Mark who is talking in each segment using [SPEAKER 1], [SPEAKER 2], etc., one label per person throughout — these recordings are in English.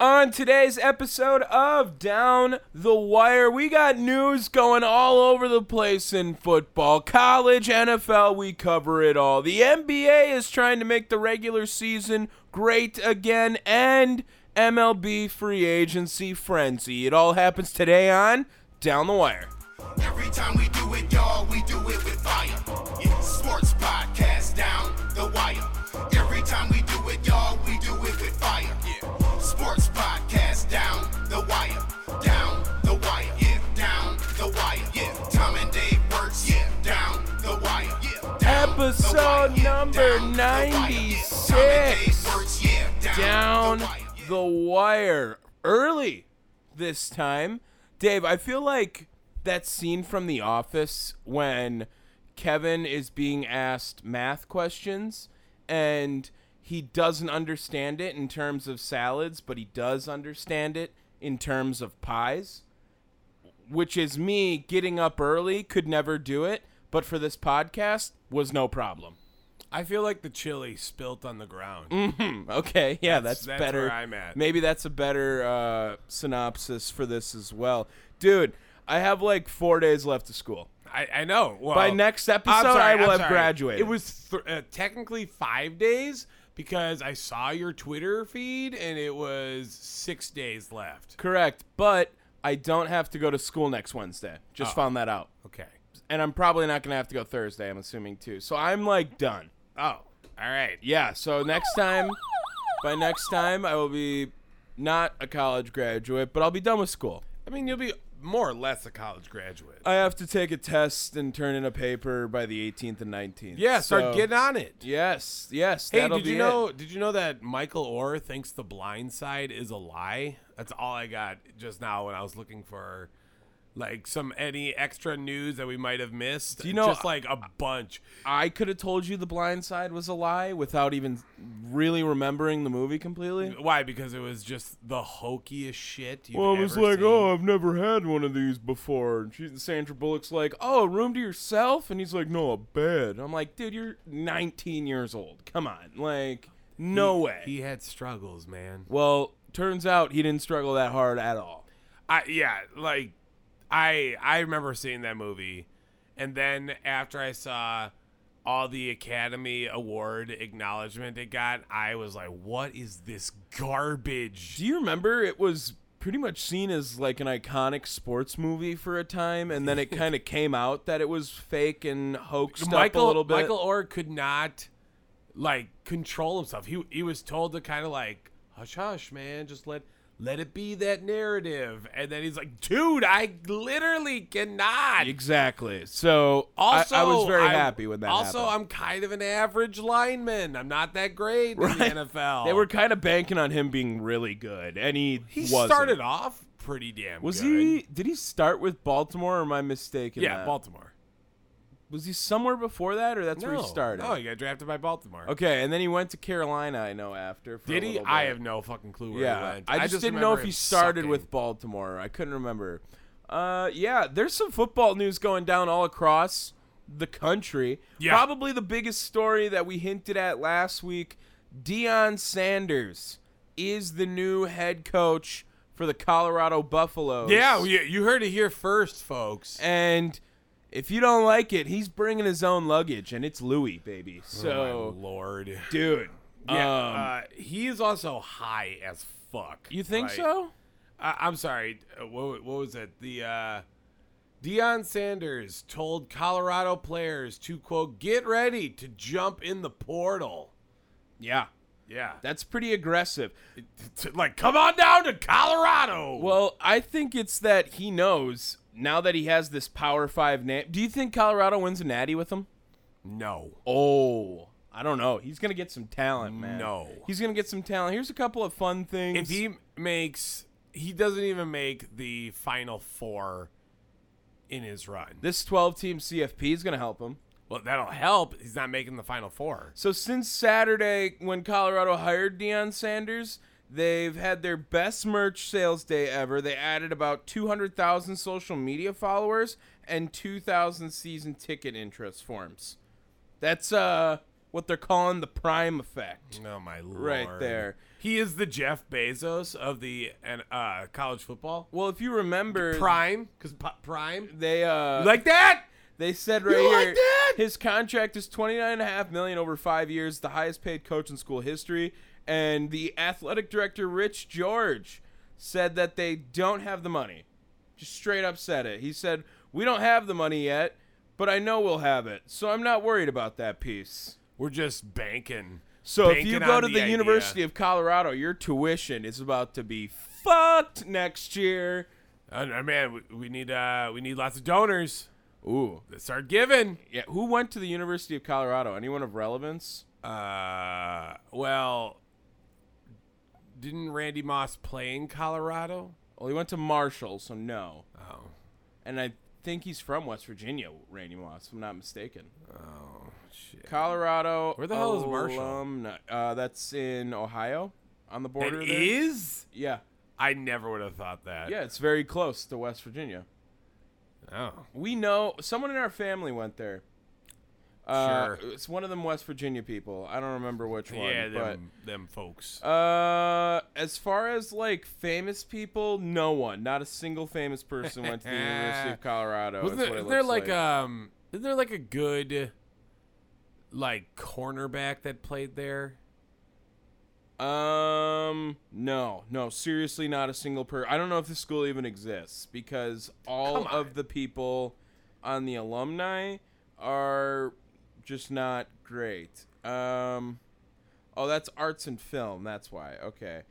[SPEAKER 1] On today's episode of Down the Wire, we got news going all over the place in football, college, NFL, we cover it all. The NBA is trying to make the regular season great again and MLB free agency frenzy. It all happens today on Down the Wire.
[SPEAKER 2] Every time we do it, y'all, we do it with fire. Yeah, sports podcast down the wire. Every time we do it, y'all, we do it with fire. Yeah, sports podcast down the wire, down the wire, yeah, down the wire, yeah. Tom and Dave works, yeah, down the wire, yeah. down the
[SPEAKER 1] Episode
[SPEAKER 2] wire, yeah,
[SPEAKER 1] number
[SPEAKER 2] down the wire, yeah. Tom and
[SPEAKER 1] 96.
[SPEAKER 2] Dave works, yeah,
[SPEAKER 1] down
[SPEAKER 2] down the wire, yeah.
[SPEAKER 1] the wire early this time. Dave, I feel like that scene from The Office when Kevin is being asked math questions and he doesn't understand it in terms of salads, but he does understand it in terms of pies, which is me getting up early, could never do it, but for this podcast was no problem.
[SPEAKER 3] I feel like the chili spilt on the ground.
[SPEAKER 1] Mm. Okay, yeah, that's,
[SPEAKER 3] that's
[SPEAKER 1] better.
[SPEAKER 3] where I'm at.
[SPEAKER 1] Maybe that's a better uh, synopsis for this as well, dude. I have like four days left of school.
[SPEAKER 3] I, I know. Well,
[SPEAKER 1] By next episode,
[SPEAKER 3] I'm sorry,
[SPEAKER 1] I will
[SPEAKER 3] I'm
[SPEAKER 1] have
[SPEAKER 3] sorry.
[SPEAKER 1] graduated.
[SPEAKER 3] It was th- uh, technically five days because I saw your Twitter feed and it was six days left.
[SPEAKER 1] correct, but I don't have to go to school next Wednesday. Just
[SPEAKER 3] Oh.
[SPEAKER 1] found that out,
[SPEAKER 3] Okay.
[SPEAKER 1] and I'm probably not gonna have to go Thursday. I'm assuming too. So I'm like done.
[SPEAKER 3] Oh, all right.
[SPEAKER 1] Yeah. So next time, by next time, I will be not a college graduate, but I'll be done with school.
[SPEAKER 3] I mean, you'll be more or less a college graduate.
[SPEAKER 1] I have to take a test and turn in a paper by the 18th and 19th.
[SPEAKER 3] yeah, start
[SPEAKER 1] so-
[SPEAKER 3] getting on it.
[SPEAKER 1] Yes, yes.
[SPEAKER 3] Hey,
[SPEAKER 1] that'll
[SPEAKER 3] did
[SPEAKER 1] be
[SPEAKER 3] you
[SPEAKER 1] it.
[SPEAKER 3] know? Did you know that Michael Orr thinks The Blind Side is a lie? That's all I got just now when I was looking for like some any extra news that we might have missed.
[SPEAKER 1] Do you know-
[SPEAKER 3] just like a bunch?
[SPEAKER 1] I could have told you The Blind Side was a lie without even really remembering the movie completely?
[SPEAKER 3] Why? Because it was just the hokiest shit. You've
[SPEAKER 1] Well, it was
[SPEAKER 3] ever
[SPEAKER 1] like,
[SPEAKER 3] seen.
[SPEAKER 1] oh, I've never had one of these before. And she, Sandra Bullock's like, oh, a room to yourself? And he's like, no, a bed. I'm like, dude, you're 19 years old. Come on. Like, no way.
[SPEAKER 3] He had struggles, man.
[SPEAKER 1] well, turns out he didn't struggle that hard at all.
[SPEAKER 3] I yeah, like I I remember seeing that movie, and then after I saw all the Academy Award acknowledgement it got, I was like, "What is this garbage?"
[SPEAKER 1] Do you remember it was pretty much seen as like an iconic sports movie for a time and then it kind of came out that it was fake and hoaxed up a little bit.
[SPEAKER 3] Michael Orr could not like control himself. He he was told to kind of like hush hush, man, just let let it be that narrative, and then he's like, "Dude, I literally cannot."
[SPEAKER 1] Exactly. So
[SPEAKER 3] Also,
[SPEAKER 1] I, I was very
[SPEAKER 3] I'm-
[SPEAKER 1] happy when that
[SPEAKER 3] Also,
[SPEAKER 1] happened.
[SPEAKER 3] I'm kind of an average lineman. I'm not that great
[SPEAKER 1] Right.
[SPEAKER 3] in the NFL.
[SPEAKER 1] they were kind of banking on him being really good, and he
[SPEAKER 3] He
[SPEAKER 1] wasn't.
[SPEAKER 3] started off pretty damn.
[SPEAKER 1] Was
[SPEAKER 3] good.
[SPEAKER 1] he? Did he start with Baltimore? Or am I mistaken?
[SPEAKER 3] Yeah,
[SPEAKER 1] that?
[SPEAKER 3] Baltimore.
[SPEAKER 1] Was he somewhere before that, or that's where
[SPEAKER 3] no,
[SPEAKER 1] he started?
[SPEAKER 3] No, he got drafted by Baltimore.
[SPEAKER 1] Okay, and then he went to Carolina. I know after. for a
[SPEAKER 3] Did he?
[SPEAKER 1] little
[SPEAKER 3] I
[SPEAKER 1] bit.
[SPEAKER 3] have no fucking clue where he
[SPEAKER 1] Yeah,
[SPEAKER 3] went.
[SPEAKER 1] I just, didn't know
[SPEAKER 3] remember
[SPEAKER 1] if he
[SPEAKER 3] him
[SPEAKER 1] started
[SPEAKER 3] sucking.
[SPEAKER 1] with Baltimore. I couldn't remember. Uh, yeah, there's some football news going down all across the country.
[SPEAKER 3] Yeah.
[SPEAKER 1] Probably the biggest story that we hinted at last week. Deion Sanders is the new head coach for the Colorado Buffaloes.
[SPEAKER 3] Yeah, well, you, you heard it here first, folks.
[SPEAKER 1] and if you don't like it, he's bringing his own luggage, and it's Louis, baby.
[SPEAKER 3] oh,
[SPEAKER 1] So,
[SPEAKER 3] my lord.
[SPEAKER 1] dude,
[SPEAKER 3] Yeah,
[SPEAKER 1] um,
[SPEAKER 3] uh, he is also high as fuck.
[SPEAKER 1] you think
[SPEAKER 3] Like,
[SPEAKER 1] so?
[SPEAKER 3] I, I'm sorry. uh, What, what was it? The uh, Deion Sanders told Colorado players to quote get ready to jump in the portal.
[SPEAKER 1] Yeah,
[SPEAKER 3] Yeah,
[SPEAKER 1] that's pretty aggressive.
[SPEAKER 3] like come on down to Colorado.
[SPEAKER 1] Well, I think it's that he knows now that he has this Power Five name. Do you think Colorado wins a natty with him?
[SPEAKER 3] no.
[SPEAKER 1] Oh, I don't know. He's gonna get some talent, man.
[SPEAKER 3] No.
[SPEAKER 1] he's gonna get some talent. Here's a couple of fun things.
[SPEAKER 3] If he makes, he doesn't even make the final four in his run.
[SPEAKER 1] this 12-team CFP is gonna help him.
[SPEAKER 3] Well, that'll help. He's not making the final four.
[SPEAKER 1] So since Saturday, when Colorado hired Deion Sanders, they've had their best merch sales day ever. They added about 200,000 social media followers and 2,000 season ticket interest forms. That's uh what they're calling the prime effect
[SPEAKER 3] No, Oh, my lord.
[SPEAKER 1] right there.
[SPEAKER 3] He is the Jeff Bezos of the and uh, college football.
[SPEAKER 1] Well, if you remember,
[SPEAKER 3] Prime, because Prime.
[SPEAKER 1] they uh,
[SPEAKER 3] You like that?
[SPEAKER 1] They said right
[SPEAKER 3] You like
[SPEAKER 1] here
[SPEAKER 3] that?
[SPEAKER 1] his contract is twenty nine and a half million over five years, the highest paid coach in school history. And the athletic director Rich George said that they don't have the money. Just straight up said it. He said, We don't have the money yet, but I know we'll have it. So I'm not worried about that piece.
[SPEAKER 3] We're just banking.
[SPEAKER 1] So if you
[SPEAKER 3] banking
[SPEAKER 1] go
[SPEAKER 3] on
[SPEAKER 1] to the,
[SPEAKER 3] idea.
[SPEAKER 1] University of Colorado, your tuition is about to be fucked next year.
[SPEAKER 3] Uh, no, man, we, we need uh, we need lots of donors.
[SPEAKER 1] Ooh.
[SPEAKER 3] Let's Start giving.
[SPEAKER 1] Yeah, who went to the University of Colorado? Anyone of relevance?
[SPEAKER 3] Uh, well, didn't Randy Moss play in Colorado?
[SPEAKER 1] Well, he went to Marshall, so no.
[SPEAKER 3] Oh,
[SPEAKER 1] And I think he's from West Virginia, Randy Moss, if I'm not mistaken.
[SPEAKER 3] oh, shit.
[SPEAKER 1] Colorado.
[SPEAKER 3] Where the hell is Marshall?
[SPEAKER 1] alumni- Uh, that's in Ohio, on the
[SPEAKER 3] It
[SPEAKER 1] border. there.
[SPEAKER 3] is.
[SPEAKER 1] Yeah,
[SPEAKER 3] I never would have thought that.
[SPEAKER 1] yeah, it's very close to West Virginia.
[SPEAKER 3] Oh.
[SPEAKER 1] We know someone in our family went there. Uh,
[SPEAKER 3] Sure.
[SPEAKER 1] It's one of them West Virginia people. I don't remember which one.
[SPEAKER 3] Yeah, them,
[SPEAKER 1] but
[SPEAKER 3] them folks.
[SPEAKER 1] Uh, as far as like famous people, no one, not a single famous person went to the University of Colorado.
[SPEAKER 3] Wasn't
[SPEAKER 1] is Oh, what it
[SPEAKER 3] there, isn't there
[SPEAKER 1] looks
[SPEAKER 3] like, um? Isn't there like a good, like cornerback that played there?
[SPEAKER 1] um, no, no, seriously, not a single per. I don't know if the school even exists because all
[SPEAKER 3] Come on.
[SPEAKER 1] of the people on the alumni are just not great. Um, oh, that's arts and film. That's why. Okay.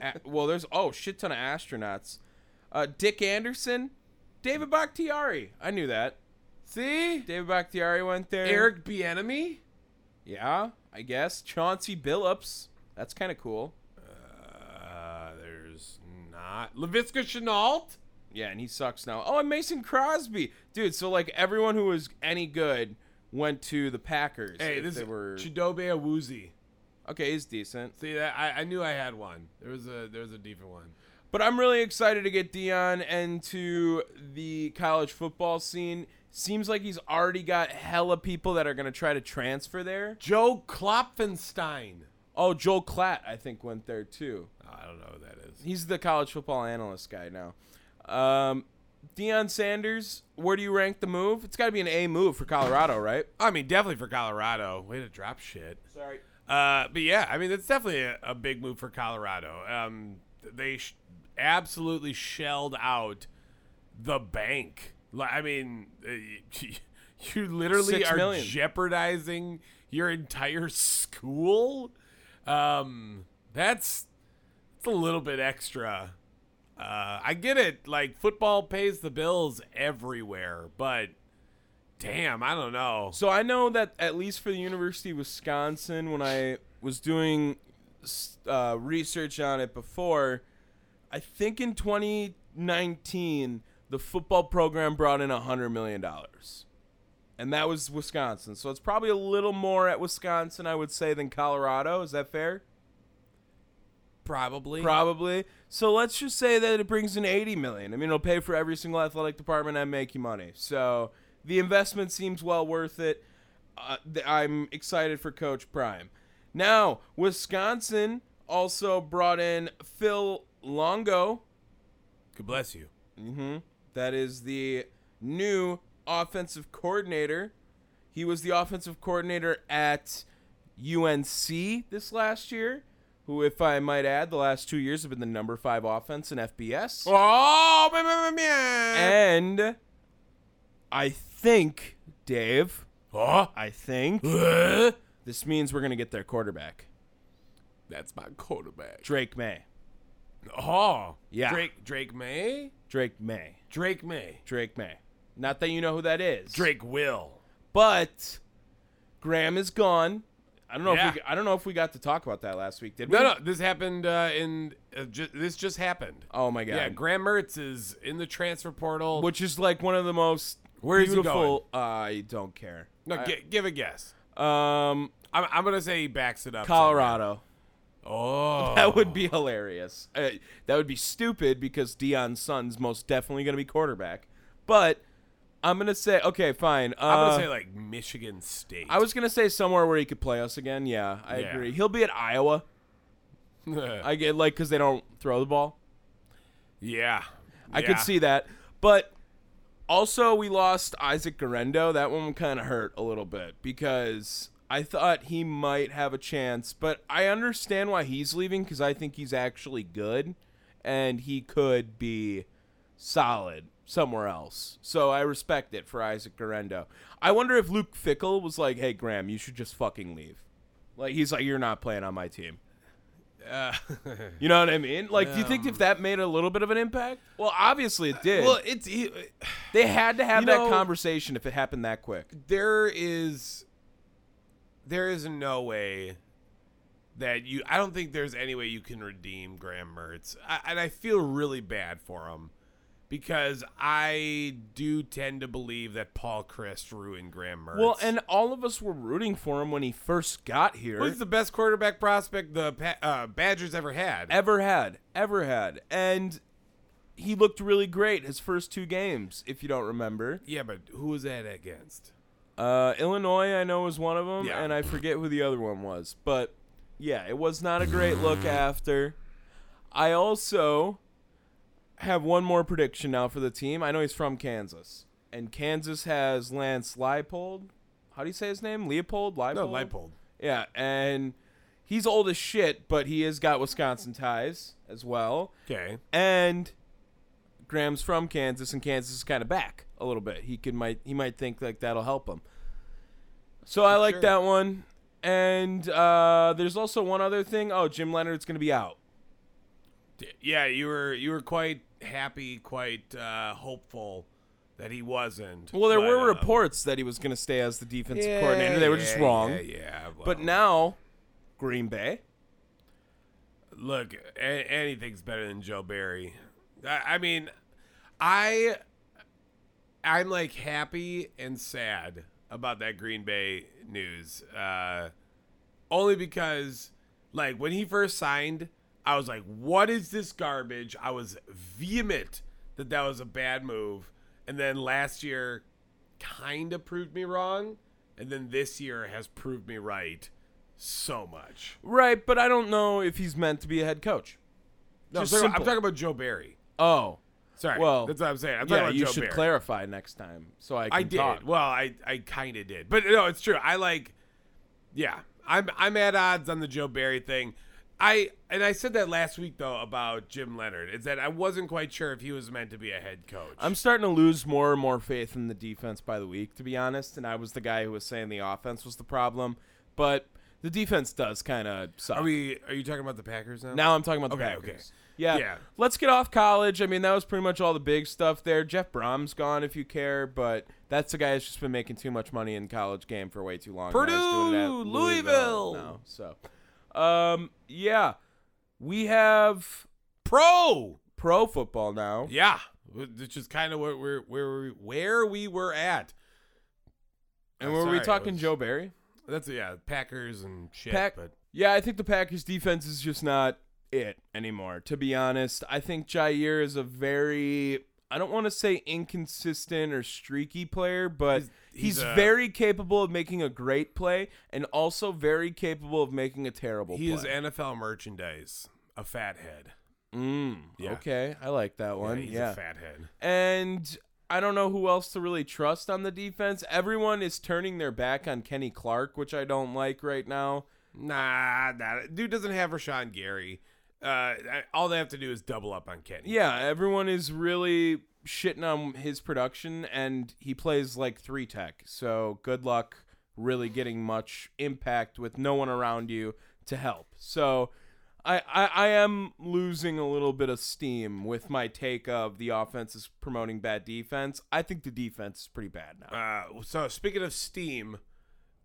[SPEAKER 1] A- well, there's oh shit ton of astronauts. Uh, Dick Anderson, David Bakhtiari. I knew that.
[SPEAKER 3] See,
[SPEAKER 1] David Bakhtiari went there.
[SPEAKER 3] Eric Bieniemy.
[SPEAKER 1] Yeah, I guess. Chauncey Billups. That's kind of cool.
[SPEAKER 3] Uh, there's not Lavisca Chenault.
[SPEAKER 1] Yeah, and he sucks now. Oh, and Mason Crosby, dude. So like everyone who was any good went to the Packers.
[SPEAKER 3] Hey,
[SPEAKER 1] if
[SPEAKER 3] this
[SPEAKER 1] they
[SPEAKER 3] is
[SPEAKER 1] were
[SPEAKER 3] Chidobe Awuzie.
[SPEAKER 1] okay. He's decent,
[SPEAKER 3] See that? I, I knew I had one. There was a there was a different one.
[SPEAKER 1] but I'm really excited to get Dion into the college football scene. Seems like he's already got hella people that are gonna try to transfer there.
[SPEAKER 3] Joe Klopfenstein. Oh,
[SPEAKER 1] Oh, Joel Klatt, I think went there too.
[SPEAKER 3] I don't know who that is.
[SPEAKER 1] He's the college football analyst guy now. Um, Deion Sanders, where do you rank the move? It's got to be an A move for Colorado, right?
[SPEAKER 3] I mean, definitely for Colorado. Way to drop shit.
[SPEAKER 1] Sorry.
[SPEAKER 3] Uh, but yeah, I mean, it's definitely a, a big move for Colorado. Um, they sh- absolutely shelled out the bank. Like, I mean, uh, you, you literally
[SPEAKER 1] Six
[SPEAKER 3] are
[SPEAKER 1] million.
[SPEAKER 3] jeopardizing your entire school. Um, that's it's a little bit extra. Uh, I get it. Like football pays the bills everywhere, but damn, I don't know.
[SPEAKER 1] So I know that at least for the University of Wisconsin, when I was doing s- uh, research on it before, I think in 2019 the football program brought in hundred million dollars, and that was Wisconsin. So it's probably a little more at Wisconsin, I would say, than Colorado. Is that fair?
[SPEAKER 3] Probably.
[SPEAKER 1] Probably. So let's just say that it brings in 80 million. I mean, it'll pay for every single athletic department and make you money. So the investment seems well worth it. Uh, th- I'm excited for Coach Prime. Now, Wisconsin also brought in Phil Longo.
[SPEAKER 3] God bless you.
[SPEAKER 1] That is the new offensive coordinator. He was the offensive coordinator at UNC this last year, who, if I might add, the last two years have been the number five offense in FBS.
[SPEAKER 3] Oh, man, man, man, man.
[SPEAKER 1] And I think, Dave,
[SPEAKER 3] Oh,
[SPEAKER 1] I think
[SPEAKER 3] uh,
[SPEAKER 1] this means we're going to get their quarterback,
[SPEAKER 3] that's my quarterback.
[SPEAKER 1] Drake May.
[SPEAKER 3] Oh,
[SPEAKER 1] Yeah.
[SPEAKER 3] Drake, Drake May,
[SPEAKER 1] Drake May.
[SPEAKER 3] Drake May,
[SPEAKER 1] Drake May. Not that you know who that is.
[SPEAKER 3] Drake Will.
[SPEAKER 1] but Graham is gone. I don't know
[SPEAKER 3] Yeah.
[SPEAKER 1] if we, I don't know if we got to talk about that last week, did we?
[SPEAKER 3] No, no, this happened uh, in uh, ju- this just happened.
[SPEAKER 1] Oh my god.
[SPEAKER 3] yeah, Graham Mertz is in the transfer portal.
[SPEAKER 1] Which is like one of the most
[SPEAKER 3] Where is he
[SPEAKER 1] beautiful I don't care.
[SPEAKER 3] no, gi- give a guess.
[SPEAKER 1] Um
[SPEAKER 3] I'm, I'm gonna say he backs it up.
[SPEAKER 1] Colorado.
[SPEAKER 3] somewhere. Oh,
[SPEAKER 1] That would be hilarious. Uh, that would be stupid because Dion Sun's most definitely going to be quarterback. But I'm going to say okay, fine. Uh,
[SPEAKER 3] I'm gonna say like Michigan State.
[SPEAKER 1] I was going to say somewhere where he could play us again. Yeah, I
[SPEAKER 3] Yeah.
[SPEAKER 1] agree. He'll be at Iowa. I get like because they don't throw the ball.
[SPEAKER 3] yeah.
[SPEAKER 1] I could see that, but also we lost Isaac Garendo. That one kind of hurt a little bit because I thought he might have a chance, but I understand why he's leaving because I think he's actually good and he could be solid somewhere else. So I respect it for Isaac Garendo. I wonder if Luke Fickle was like, "Hey Graham, you should just fucking leave." Like he's like, "You're not playing on my team."
[SPEAKER 3] Uh,
[SPEAKER 1] You know what I mean? Like, do you think if that made a little bit of an impact? Well, obviously it did.
[SPEAKER 4] Well, it's he,
[SPEAKER 1] They had to have
[SPEAKER 3] You
[SPEAKER 1] that
[SPEAKER 3] know-
[SPEAKER 1] conversation if it happened that quick.
[SPEAKER 3] there is there is no way that you I don't think there's any way you can redeem Graham Mertz. I, and I feel really bad for him because I do tend to believe that Paul Christ ruined Graham Mertz.
[SPEAKER 1] Well, and all of us were rooting for him when he first got here.
[SPEAKER 3] Who's the best quarterback prospect the Pa- uh, Badgers ever had?
[SPEAKER 1] ever had, ever had. And he looked really great his first two games, if you don't remember.
[SPEAKER 3] Yeah, but who was that against?
[SPEAKER 1] Uh, Illinois, I know, was one of them,
[SPEAKER 3] Yeah.
[SPEAKER 1] and I forget who the other one was. But yeah, it was not a great
[SPEAKER 3] Mm.
[SPEAKER 1] look after. I also have one more prediction now for the team. I know he's from Kansas, and Kansas has Lance Leipold. How do you say his name? Leopold? Leipold?
[SPEAKER 3] No, Leipold.
[SPEAKER 1] Yeah, and he's old as shit, but he has got Wisconsin ties as well.
[SPEAKER 3] Okay.
[SPEAKER 1] And Graham's from Kansas, and Kansas is kind of back a little bit. He could might he might think like that'll help him. So I like
[SPEAKER 3] Sure.
[SPEAKER 1] that one. And uh, there's also one other thing. Oh, Jim Leonard's gonna be out.
[SPEAKER 3] D- Yeah, you were you were quite happy, quite uh, hopeful that he wasn't.
[SPEAKER 1] Well, there
[SPEAKER 3] but,
[SPEAKER 1] were
[SPEAKER 3] um,
[SPEAKER 1] reports that he was gonna stay as the defensive
[SPEAKER 3] yeah,
[SPEAKER 1] coordinator. They were just
[SPEAKER 3] yeah,
[SPEAKER 1] wrong.
[SPEAKER 3] Yeah, yeah,
[SPEAKER 1] But
[SPEAKER 3] well,
[SPEAKER 1] now, Green Bay.
[SPEAKER 3] look, a- anything's better than Joe Barry. I, I mean, I I'm like happy and sad about that Green Bay news. Uh, only because like when he first signed, I was like, "What is this garbage?" I was vehement that that was a bad move, and then last year kind of proved me wrong, and then this year has proved me right so much.
[SPEAKER 1] Right, but I don't know if he's meant to be a head coach.
[SPEAKER 3] No, I'm
[SPEAKER 1] Just
[SPEAKER 3] talking, I'm
[SPEAKER 1] simple.
[SPEAKER 3] talking about Joe Barry.
[SPEAKER 1] Oh,
[SPEAKER 3] Sorry,
[SPEAKER 1] Well,
[SPEAKER 3] that's what I'm saying. I'm talking
[SPEAKER 1] yeah,
[SPEAKER 3] about
[SPEAKER 1] you
[SPEAKER 3] Joe
[SPEAKER 1] should
[SPEAKER 3] Barry.
[SPEAKER 1] clarify next time so I can
[SPEAKER 3] I did.
[SPEAKER 1] talk.
[SPEAKER 3] Well, I I kind of did, but no, it's true. I like, yeah, I'm I'm at odds on the Joe Barry thing. I and I said that last week though about Jim Leonard is that I wasn't quite sure if he was meant to be a head coach.
[SPEAKER 1] I'm starting to lose more and more faith in the defense by the week, to be honest. And I was the guy who was saying the offense was the problem, but the defense does kind of suck.
[SPEAKER 3] Are we? Are you talking about the Packers now?
[SPEAKER 1] now I'm talking about the
[SPEAKER 3] Okay,
[SPEAKER 1] Packers.
[SPEAKER 3] okay.
[SPEAKER 1] Yeah.
[SPEAKER 3] Yeah.
[SPEAKER 1] Let's get off college. I mean, that was pretty much all the big stuff there. Jeff Brom's gone, if you care, but that's the guy that's just been making too much money in college game for way too long. Now he's doing it at
[SPEAKER 3] Purdue, Louisville.
[SPEAKER 1] now, so, um, yeah, we have
[SPEAKER 3] pro.
[SPEAKER 1] pro football now.
[SPEAKER 3] Yeah, which is kind of where where where we, where we were at.
[SPEAKER 1] And
[SPEAKER 3] I'm
[SPEAKER 1] were
[SPEAKER 3] sorry,
[SPEAKER 1] we
[SPEAKER 3] it
[SPEAKER 1] talking
[SPEAKER 3] was-
[SPEAKER 1] Joe Barry?
[SPEAKER 3] That's yeah, Packers and shit.
[SPEAKER 1] Pack-
[SPEAKER 3] but
[SPEAKER 1] Yeah, I think the Packers defense is just not it anymore, to be honest. I think Jair is a very I don't want to say inconsistent or streaky player, but he's,
[SPEAKER 3] He's- he's a-
[SPEAKER 1] very capable of making a great play and also very capable of making a terrible
[SPEAKER 3] he is
[SPEAKER 1] play.
[SPEAKER 3] NFL merchandise. A fathead.
[SPEAKER 1] mm,
[SPEAKER 3] Yeah.
[SPEAKER 1] Okay, I like that one.
[SPEAKER 3] he's
[SPEAKER 1] yeah.
[SPEAKER 3] a fathead.
[SPEAKER 1] and I don't know who else to really trust on the defense. Everyone is turning their back on Kenny Clark, which I don't like right now.
[SPEAKER 3] Nah, nah, dude doesn't have Rashawn Gary. Uh, I- all they have to do is double up on Kenny.
[SPEAKER 1] Yeah, everyone is really shitting on his production, and he plays like three tech. So good luck really getting much impact with no one around you to help. So I, I, I am losing a little bit of steam with my take of the offense is promoting bad defense. I think the defense is pretty bad now.
[SPEAKER 3] Uh, so speaking of steam,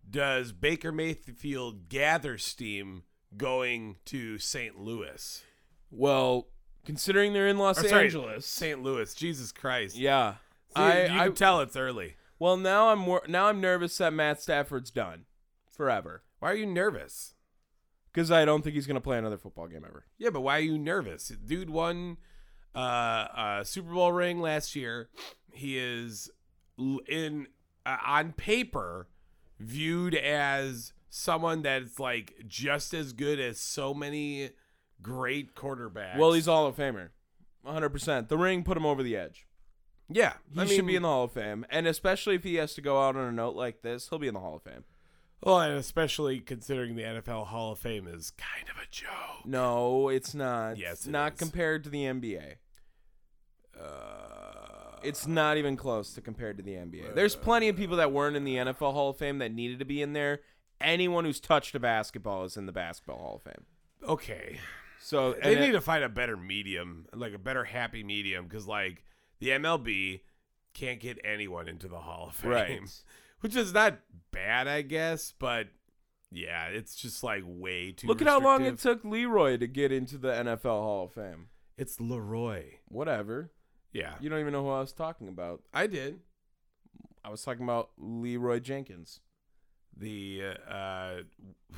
[SPEAKER 3] does Baker Mayfield gather steam going to St. Louis?
[SPEAKER 1] Well, considering they're in Los
[SPEAKER 3] Or, sorry,
[SPEAKER 1] Angeles,
[SPEAKER 3] St. Louis. Jesus Christ.
[SPEAKER 1] yeah.
[SPEAKER 3] See,
[SPEAKER 1] I,
[SPEAKER 3] you can
[SPEAKER 1] I
[SPEAKER 3] tell it's early.
[SPEAKER 1] well now I'm wor- now I'm nervous that Matt Stafford's done forever.
[SPEAKER 3] Why are you nervous?
[SPEAKER 1] because I don't think he's gonna play another football game ever.
[SPEAKER 3] Yeah, but why are you nervous? Dude won uh, a Super Bowl ring last year. He is l- in uh, on paper viewed as someone that's like just as good as so many great quarterbacks.
[SPEAKER 1] Well, he's a Hall of Famer, 100. percent The ring put him over the edge.
[SPEAKER 3] yeah,
[SPEAKER 1] He should be in the Hall of Fame, and especially if he has to go out on a note like this, he'll be in the Hall of Fame.
[SPEAKER 3] well, and especially considering the NFL Hall of Fame is kind of a joke.
[SPEAKER 1] No, it's not.
[SPEAKER 3] Yes, it
[SPEAKER 1] not
[SPEAKER 3] is.
[SPEAKER 1] compared to the NBA.
[SPEAKER 3] Uh,
[SPEAKER 1] It's not even close to compared to the NBA. There's plenty of people that weren't in the NFL Hall of Fame that needed to be in there. Anyone who's touched a basketball is in the Basketball Hall of Fame.
[SPEAKER 3] okay.
[SPEAKER 1] So
[SPEAKER 3] They
[SPEAKER 1] and
[SPEAKER 3] need
[SPEAKER 1] it-
[SPEAKER 3] to find a better medium, like a better happy medium, because like the MLB can't get anyone into the Hall of Fame,
[SPEAKER 1] Right.
[SPEAKER 3] which is not bad, I guess, but yeah, it's just like way too.
[SPEAKER 1] look at how long it
[SPEAKER 3] restrictive.
[SPEAKER 1] took Leroy to get into the NFL Hall of Fame.
[SPEAKER 3] It's Leroy.
[SPEAKER 1] Whatever.
[SPEAKER 3] Yeah,
[SPEAKER 1] You don't even know who I was talking about.
[SPEAKER 3] I did
[SPEAKER 1] I was talking about Leroy Jenkins.
[SPEAKER 3] the uh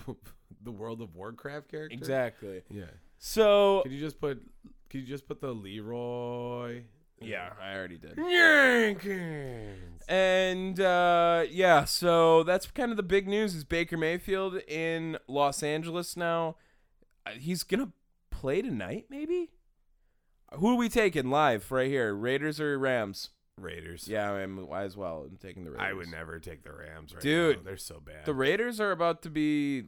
[SPEAKER 3] the World of Warcraft character.
[SPEAKER 1] Exactly.
[SPEAKER 3] Yeah.
[SPEAKER 1] So
[SPEAKER 3] Could you just put? Could you just put the Leroy?
[SPEAKER 1] yeah, I already did.
[SPEAKER 3] Jenkins.
[SPEAKER 1] And uh, yeah, so that's kind of the big news is Baker Mayfield in Los Angeles now. Uh, He's gonna play tonight, maybe. Who are we taking live right here? Raiders or Rams?
[SPEAKER 3] Raiders.
[SPEAKER 1] Yeah, I am. I as well. I'm taking the Raiders.
[SPEAKER 3] I would never take the Rams right
[SPEAKER 1] Dude,
[SPEAKER 3] now. They're so bad.
[SPEAKER 1] The Raiders are about to be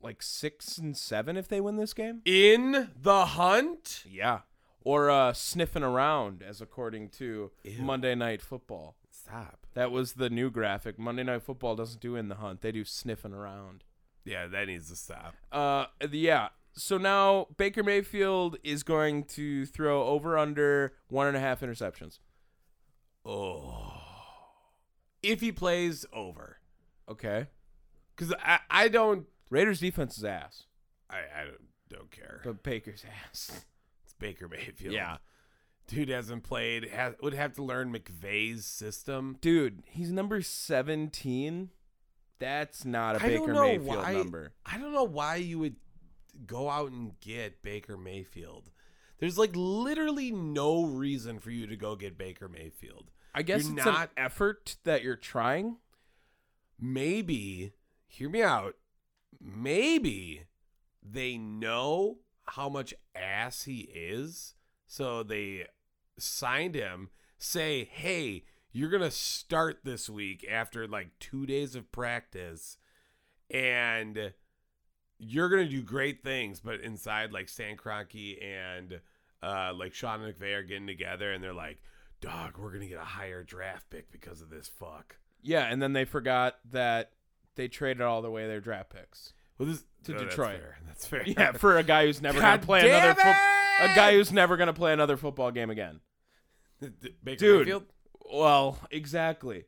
[SPEAKER 1] like six and seven if they win this game.
[SPEAKER 3] in the hunt?
[SPEAKER 1] Yeah, or uh, sniffing around, as according to
[SPEAKER 3] Ew.
[SPEAKER 1] Monday Night Football.
[SPEAKER 3] Stop.
[SPEAKER 1] That was the new graphic. Monday Night Football doesn't do in the hunt; they do sniffing around.
[SPEAKER 3] Yeah, that needs to stop.
[SPEAKER 1] Uh, the- yeah. So now Baker Mayfield is going to throw over under one and a half interceptions.
[SPEAKER 3] Oh. If he plays over.
[SPEAKER 1] Okay.
[SPEAKER 3] Cuz I, I don't
[SPEAKER 1] Raiders defense is ass,
[SPEAKER 3] I, I don't, don't care.
[SPEAKER 1] but Baker's ass.
[SPEAKER 3] it's Baker Mayfield.
[SPEAKER 1] Yeah.
[SPEAKER 3] Dude hasn't played. Has, would have to learn McVay's system.
[SPEAKER 1] Dude, he's number seventeen. That's not a
[SPEAKER 3] I
[SPEAKER 1] Baker
[SPEAKER 3] don't know
[SPEAKER 1] Mayfield
[SPEAKER 3] why,
[SPEAKER 1] number.
[SPEAKER 3] I don't know why you would go out and get Baker Mayfield. There's like literally no reason for you to go get Baker Mayfield.
[SPEAKER 1] I guess
[SPEAKER 3] You're
[SPEAKER 1] it's
[SPEAKER 3] not-
[SPEAKER 1] an effort that you're trying.
[SPEAKER 3] maybe hear me out maybe they know how much ass he is so they signed him say hey you're gonna start this week after like two days of practice and you're gonna do great things but inside like stan Kroenke and uh like sean mcvay are getting together and they're like dog we're gonna get a higher draft pick because of this fuck
[SPEAKER 1] Yeah, and then they forgot that they traded all the way their draft picks.
[SPEAKER 3] Well, this
[SPEAKER 1] To
[SPEAKER 3] no,
[SPEAKER 1] Detroit.
[SPEAKER 3] That's fair. That's fair.
[SPEAKER 1] Yeah, for a guy who's never
[SPEAKER 3] God
[SPEAKER 1] gonna play
[SPEAKER 3] damn
[SPEAKER 1] another fo- a
[SPEAKER 3] it!
[SPEAKER 1] guy who's never gonna play another football game again.
[SPEAKER 3] D- Baker
[SPEAKER 1] Dude,
[SPEAKER 3] Mayfield?
[SPEAKER 1] Well, exactly.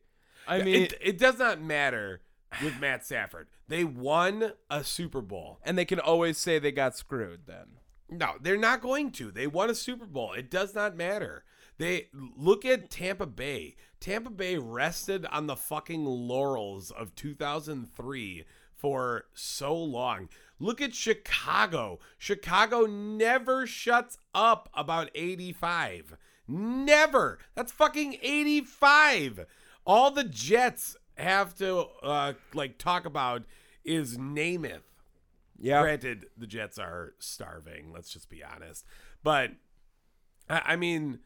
[SPEAKER 1] I mean,
[SPEAKER 3] it, it does not matter with Matt Stafford. They won a Super Bowl.
[SPEAKER 1] and they can always say they got screwed then.
[SPEAKER 3] No, they're not going to. They won a Super Bowl. It does not matter. They look at Tampa Bay. Tampa Bay rested on the fucking laurels of 2003 for so long. Look at Chicago. Chicago never shuts up about 85. Never. That's fucking 85. All the Jets have to uh like talk about is Namath.
[SPEAKER 1] Yeah.
[SPEAKER 3] Granted, the Jets are starving. Let's just be honest. But I, I mean,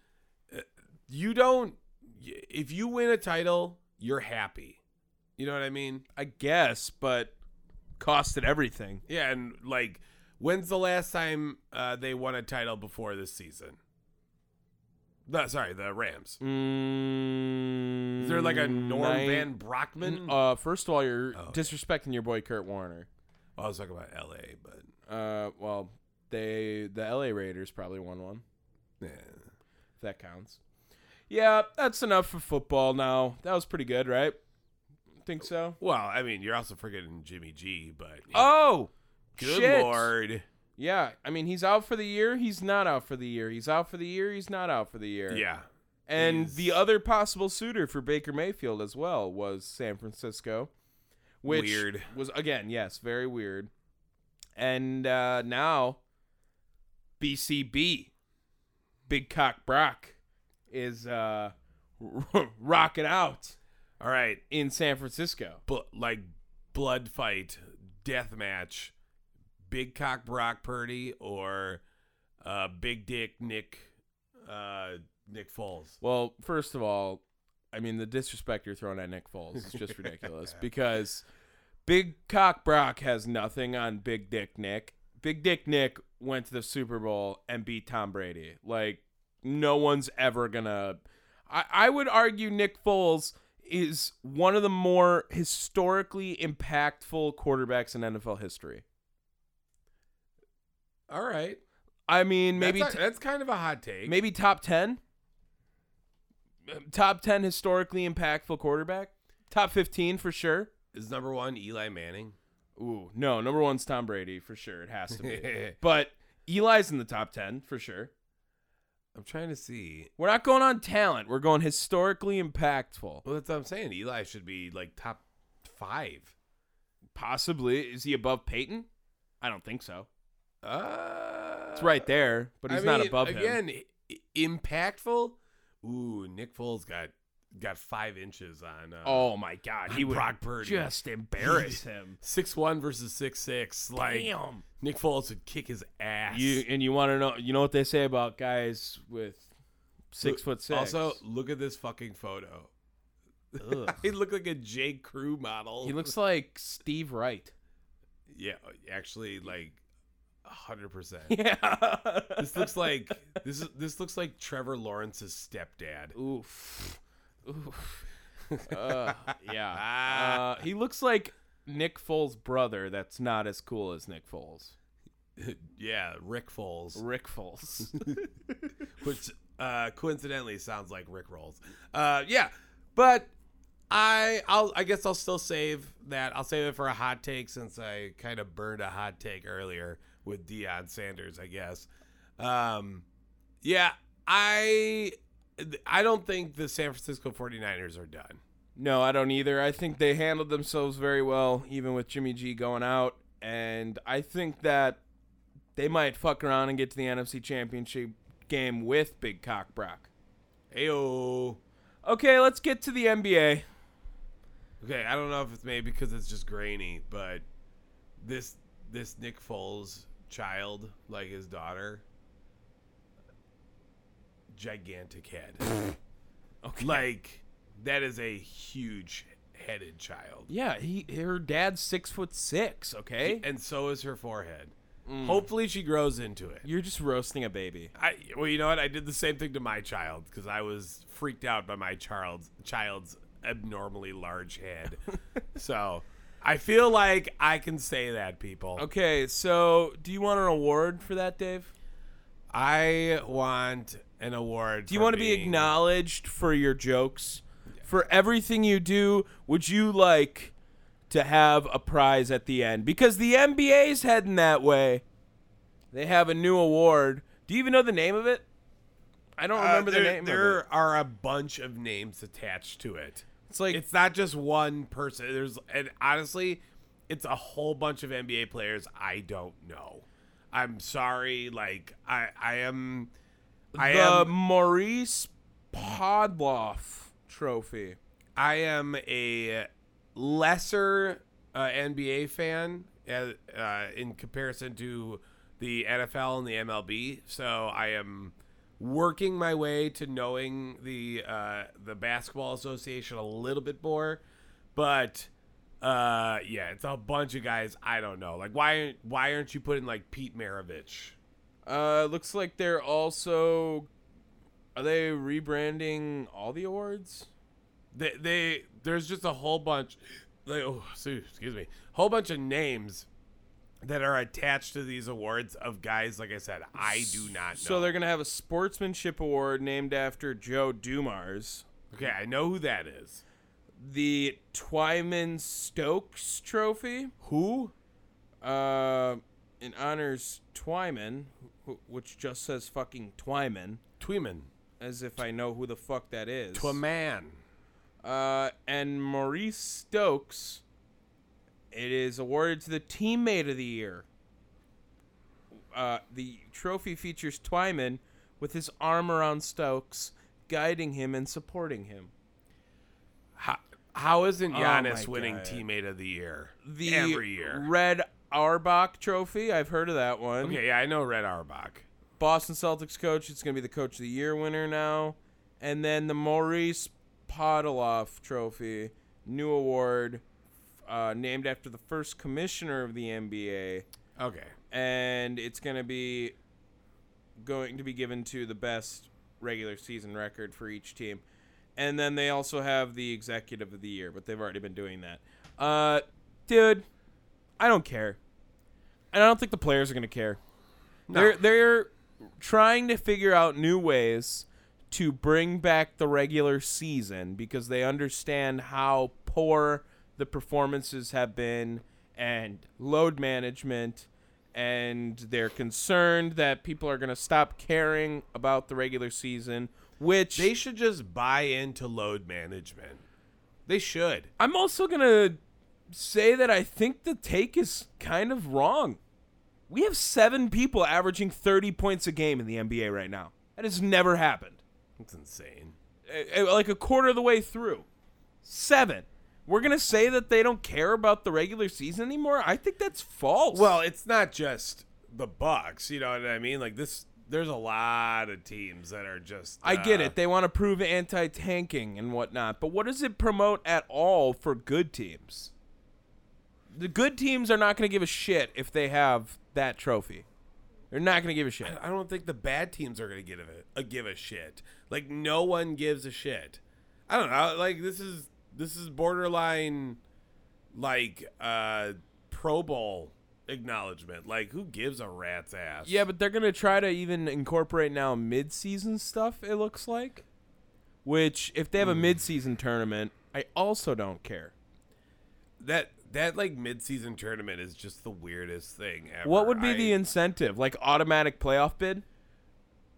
[SPEAKER 3] uh, you don't. y- If you win a title, you're happy. You know what I mean?
[SPEAKER 1] I guess, but costed everything.
[SPEAKER 3] Yeah, and like, when's the last time uh, they won a title before this season? No, sorry, the Rams.
[SPEAKER 1] Mm,
[SPEAKER 3] Is there like a Norm
[SPEAKER 1] nine-
[SPEAKER 3] Van Brockman?
[SPEAKER 1] Uh, first of all, you're
[SPEAKER 3] Oh.
[SPEAKER 1] disrespecting your boy Kurt Warner.
[SPEAKER 3] I was talking about L.A., but
[SPEAKER 1] Uh, well, they the LA Raiders probably won one.
[SPEAKER 3] yeah.
[SPEAKER 1] If that counts. Yeah, that's enough for football now. That was pretty good, right? Think so.
[SPEAKER 3] Well, I mean, you're also forgetting Jimmy G, but
[SPEAKER 1] Oh,
[SPEAKER 3] good
[SPEAKER 1] shit.
[SPEAKER 3] lord.
[SPEAKER 1] Yeah, I mean he's out for the year. He's not out for the year. He's out for the year. He's not out for the year.
[SPEAKER 3] Yeah.
[SPEAKER 1] And
[SPEAKER 3] He's-
[SPEAKER 1] the other possible suitor for Baker Mayfield as well was San Francisco, which
[SPEAKER 3] Weird.
[SPEAKER 1] was again yes very weird. And uh, now, BCB, Big Cock Brock, is uh, rocking out
[SPEAKER 3] All right.
[SPEAKER 1] in San Francisco.
[SPEAKER 3] bl- like blood fight, death match, Big Cock Brock Purdy or uh, Big Dick Nick uh, Nick Foles?
[SPEAKER 1] Well, first of all, I mean the disrespect you're throwing at Nick Foles is just ridiculous because Big Cock Brock has nothing on Big Dick Nick. Big Dick Nick went to the Super Bowl and beat Tom Brady. Like no one's ever gonna. I, I would argue Nick Foles is one of the more historically impactful quarterbacks in NFL history.
[SPEAKER 3] All right,
[SPEAKER 1] I mean, maybe
[SPEAKER 3] that's,
[SPEAKER 1] t-
[SPEAKER 3] a- that's kind of a hot take.
[SPEAKER 1] maybe top 10 top 10 historically impactful quarterback top 15 for sure
[SPEAKER 3] Is number one Eli Manning?
[SPEAKER 1] ooh no number one's tom brady for sure it has to be but eli's in the top 10 for sure
[SPEAKER 3] I'm trying to see.
[SPEAKER 1] we're not going on talent we're going historically impactful
[SPEAKER 3] Well, that's what I'm saying. Eli should be like top five.
[SPEAKER 1] possibly is he above peyton i don't think so
[SPEAKER 3] Uh,
[SPEAKER 1] it's right there but he's
[SPEAKER 3] I
[SPEAKER 1] not
[SPEAKER 3] mean,
[SPEAKER 1] above him
[SPEAKER 3] again, i- impactful. Ooh, Nick Foles got got five inches on. Uh,
[SPEAKER 1] oh my god he would
[SPEAKER 3] Brock Purdy.
[SPEAKER 1] just embarrass him
[SPEAKER 3] Six one versus six six. Like
[SPEAKER 1] Damn.
[SPEAKER 3] Nick Foles would kick his ass.
[SPEAKER 1] you and you want to know you know what they say about guys with six foot six
[SPEAKER 3] Also, look at this fucking photo.
[SPEAKER 1] Ugh.
[SPEAKER 3] he looked like a J. Crew model.
[SPEAKER 1] He looks like Steve Wright.
[SPEAKER 3] yeah, actually, like hundred percent.
[SPEAKER 1] Yeah.
[SPEAKER 3] This looks like this is this looks like Trevor Lawrence's stepdad.
[SPEAKER 1] Oof. Oof. Uh, yeah. Uh, he looks like Nick Foles' brother. That's not as cool as Nick Foles.
[SPEAKER 3] yeah, Rick Foles,
[SPEAKER 1] Rick Foles.
[SPEAKER 3] which uh, coincidentally sounds like Rick Rolls. Uh, yeah, but I I'll I guess I'll still save that. I'll save it for a hot take since I kind of burned a hot take earlier with Deion Sanders. I guess. Um, yeah, I I don't think the San Francisco 49ers are done.
[SPEAKER 1] no, I don't either. I think they handled themselves very well, even with Jimmy G going out. And I think that they might fuck around and get to the NFC Championship game with Big Cock Brock.
[SPEAKER 3] Ayo.
[SPEAKER 1] Okay, let's get to the NBA.
[SPEAKER 3] Okay, I don't know if it's maybe because it's just grainy, but this this Nick Foles child, like his daughter, gigantic head.
[SPEAKER 1] Okay.
[SPEAKER 3] like that is a huge headed child,
[SPEAKER 1] Yeah, he her dad's six foot six. Okay,
[SPEAKER 3] and so is her forehead. Hopefully, she grows into it.
[SPEAKER 1] you're just roasting a baby.
[SPEAKER 3] I well, you know what? I did the same thing to my child because I was freaked out by my child's child's abnormally large head. so I feel like I can say that, people.
[SPEAKER 1] Okay, so do you want an award for that, Dave?
[SPEAKER 3] I want an award.
[SPEAKER 1] Do you want to be acknowledged for your jokes, for everything you do? Would you like to have a prize at the end? Because the NBA's heading that way. They have a new award. Do you even know the name of it? I don't remember
[SPEAKER 3] uh, there,
[SPEAKER 1] the name.
[SPEAKER 3] There
[SPEAKER 1] of it.
[SPEAKER 3] are a bunch of names attached to it.
[SPEAKER 1] It's like
[SPEAKER 3] It's not just one person. There's and honestly, it's a whole bunch of NBA players I don't know. I'm sorry. Like I, I am. I
[SPEAKER 1] the
[SPEAKER 3] am.
[SPEAKER 1] Maurice Podloff Trophy.
[SPEAKER 3] I am a lesser uh, NBA fan uh, uh, in comparison to the NFL and the MLB. So I am working my way to knowing the uh, the basketball association a little bit more, but. Uh yeah, it's a bunch of guys I don't know. Like why why aren't you putting like Pete Maravich?
[SPEAKER 1] Uh, looks like they're also. Are they rebranding all the awards?
[SPEAKER 3] they, they there's just a whole bunch like oh so- excuse me whole bunch of names that are attached to these awards of guys like i said i do not know
[SPEAKER 1] So they're gonna have a sportsmanship award named after Joe Dumars,
[SPEAKER 3] okay i know who that is
[SPEAKER 1] the Twyman Stokes Trophy. Who? Uh, it honors Twyman, wh- wh- which just says fucking Twyman,
[SPEAKER 3] tweeman
[SPEAKER 1] as if I know who the fuck that is.
[SPEAKER 3] twaman
[SPEAKER 1] Uh, and Maurice Stokes. It is awarded to the teammate of the year. Uh, the trophy features Twyman with his arm around Stokes, guiding him and supporting him.
[SPEAKER 3] how, how isn't
[SPEAKER 1] Oh
[SPEAKER 3] Giannis
[SPEAKER 1] my
[SPEAKER 3] winning
[SPEAKER 1] God.
[SPEAKER 3] teammate of oh the year
[SPEAKER 1] The
[SPEAKER 3] every year
[SPEAKER 1] Red Arbach Trophy. I've heard of that one.
[SPEAKER 3] Okay, yeah, I know Red Auerbach.
[SPEAKER 1] Boston Celtics coach. It's going to be the coach of the year winner now. And then the Maurice Podoloff Trophy, new award, uh, named after the first commissioner of the NBA,
[SPEAKER 3] Okay.
[SPEAKER 1] and it's going to be going to be given to the best regular season record for each team. And then they also have the executive of the year, but they've already been doing that. Uh, dude, I don't care, and I don't think the players are going to care. They're they're trying to figure out new ways to bring back the regular season because they understand how poor the performances have been and load management and they're concerned that people are going to stop caring about the regular season which
[SPEAKER 3] They should just buy into load management. They should.
[SPEAKER 1] I'm also going to say that I think the take is kind of wrong. We have seven people averaging 30 points a game in the NBA right now. That has never happened.
[SPEAKER 3] It's insane.
[SPEAKER 1] Uh, uh, Like a quarter of the way through. Seven. We're going to say that they don't care about the regular season anymore? I think that's false.
[SPEAKER 3] Well, it's not just the Bucks. You know what I mean? Like this, there's a lot of teams that are just.
[SPEAKER 1] I get
[SPEAKER 3] uh,
[SPEAKER 1] it. They want to prove anti tanking and whatnot, but what does it promote at all for good teams? The good teams are not going to give a shit if they have that trophy. They're not going to give a shit.
[SPEAKER 3] uh, I don't think the bad teams are gonna give a, a give a shit. Like no one gives a shit. I don't know. Like this is this is borderline, like uh Pro Bowl acknowledgement. Like who gives a rat's ass?
[SPEAKER 1] Yeah, but they're going to try to even incorporate now mid season stuff, it looks like. Which, if they have a mid season tournament, I also don't care.
[SPEAKER 3] that that like midseason tournament is just the weirdest thing ever.
[SPEAKER 1] What would be
[SPEAKER 3] I-
[SPEAKER 1] the incentive? Like automatic playoff bid?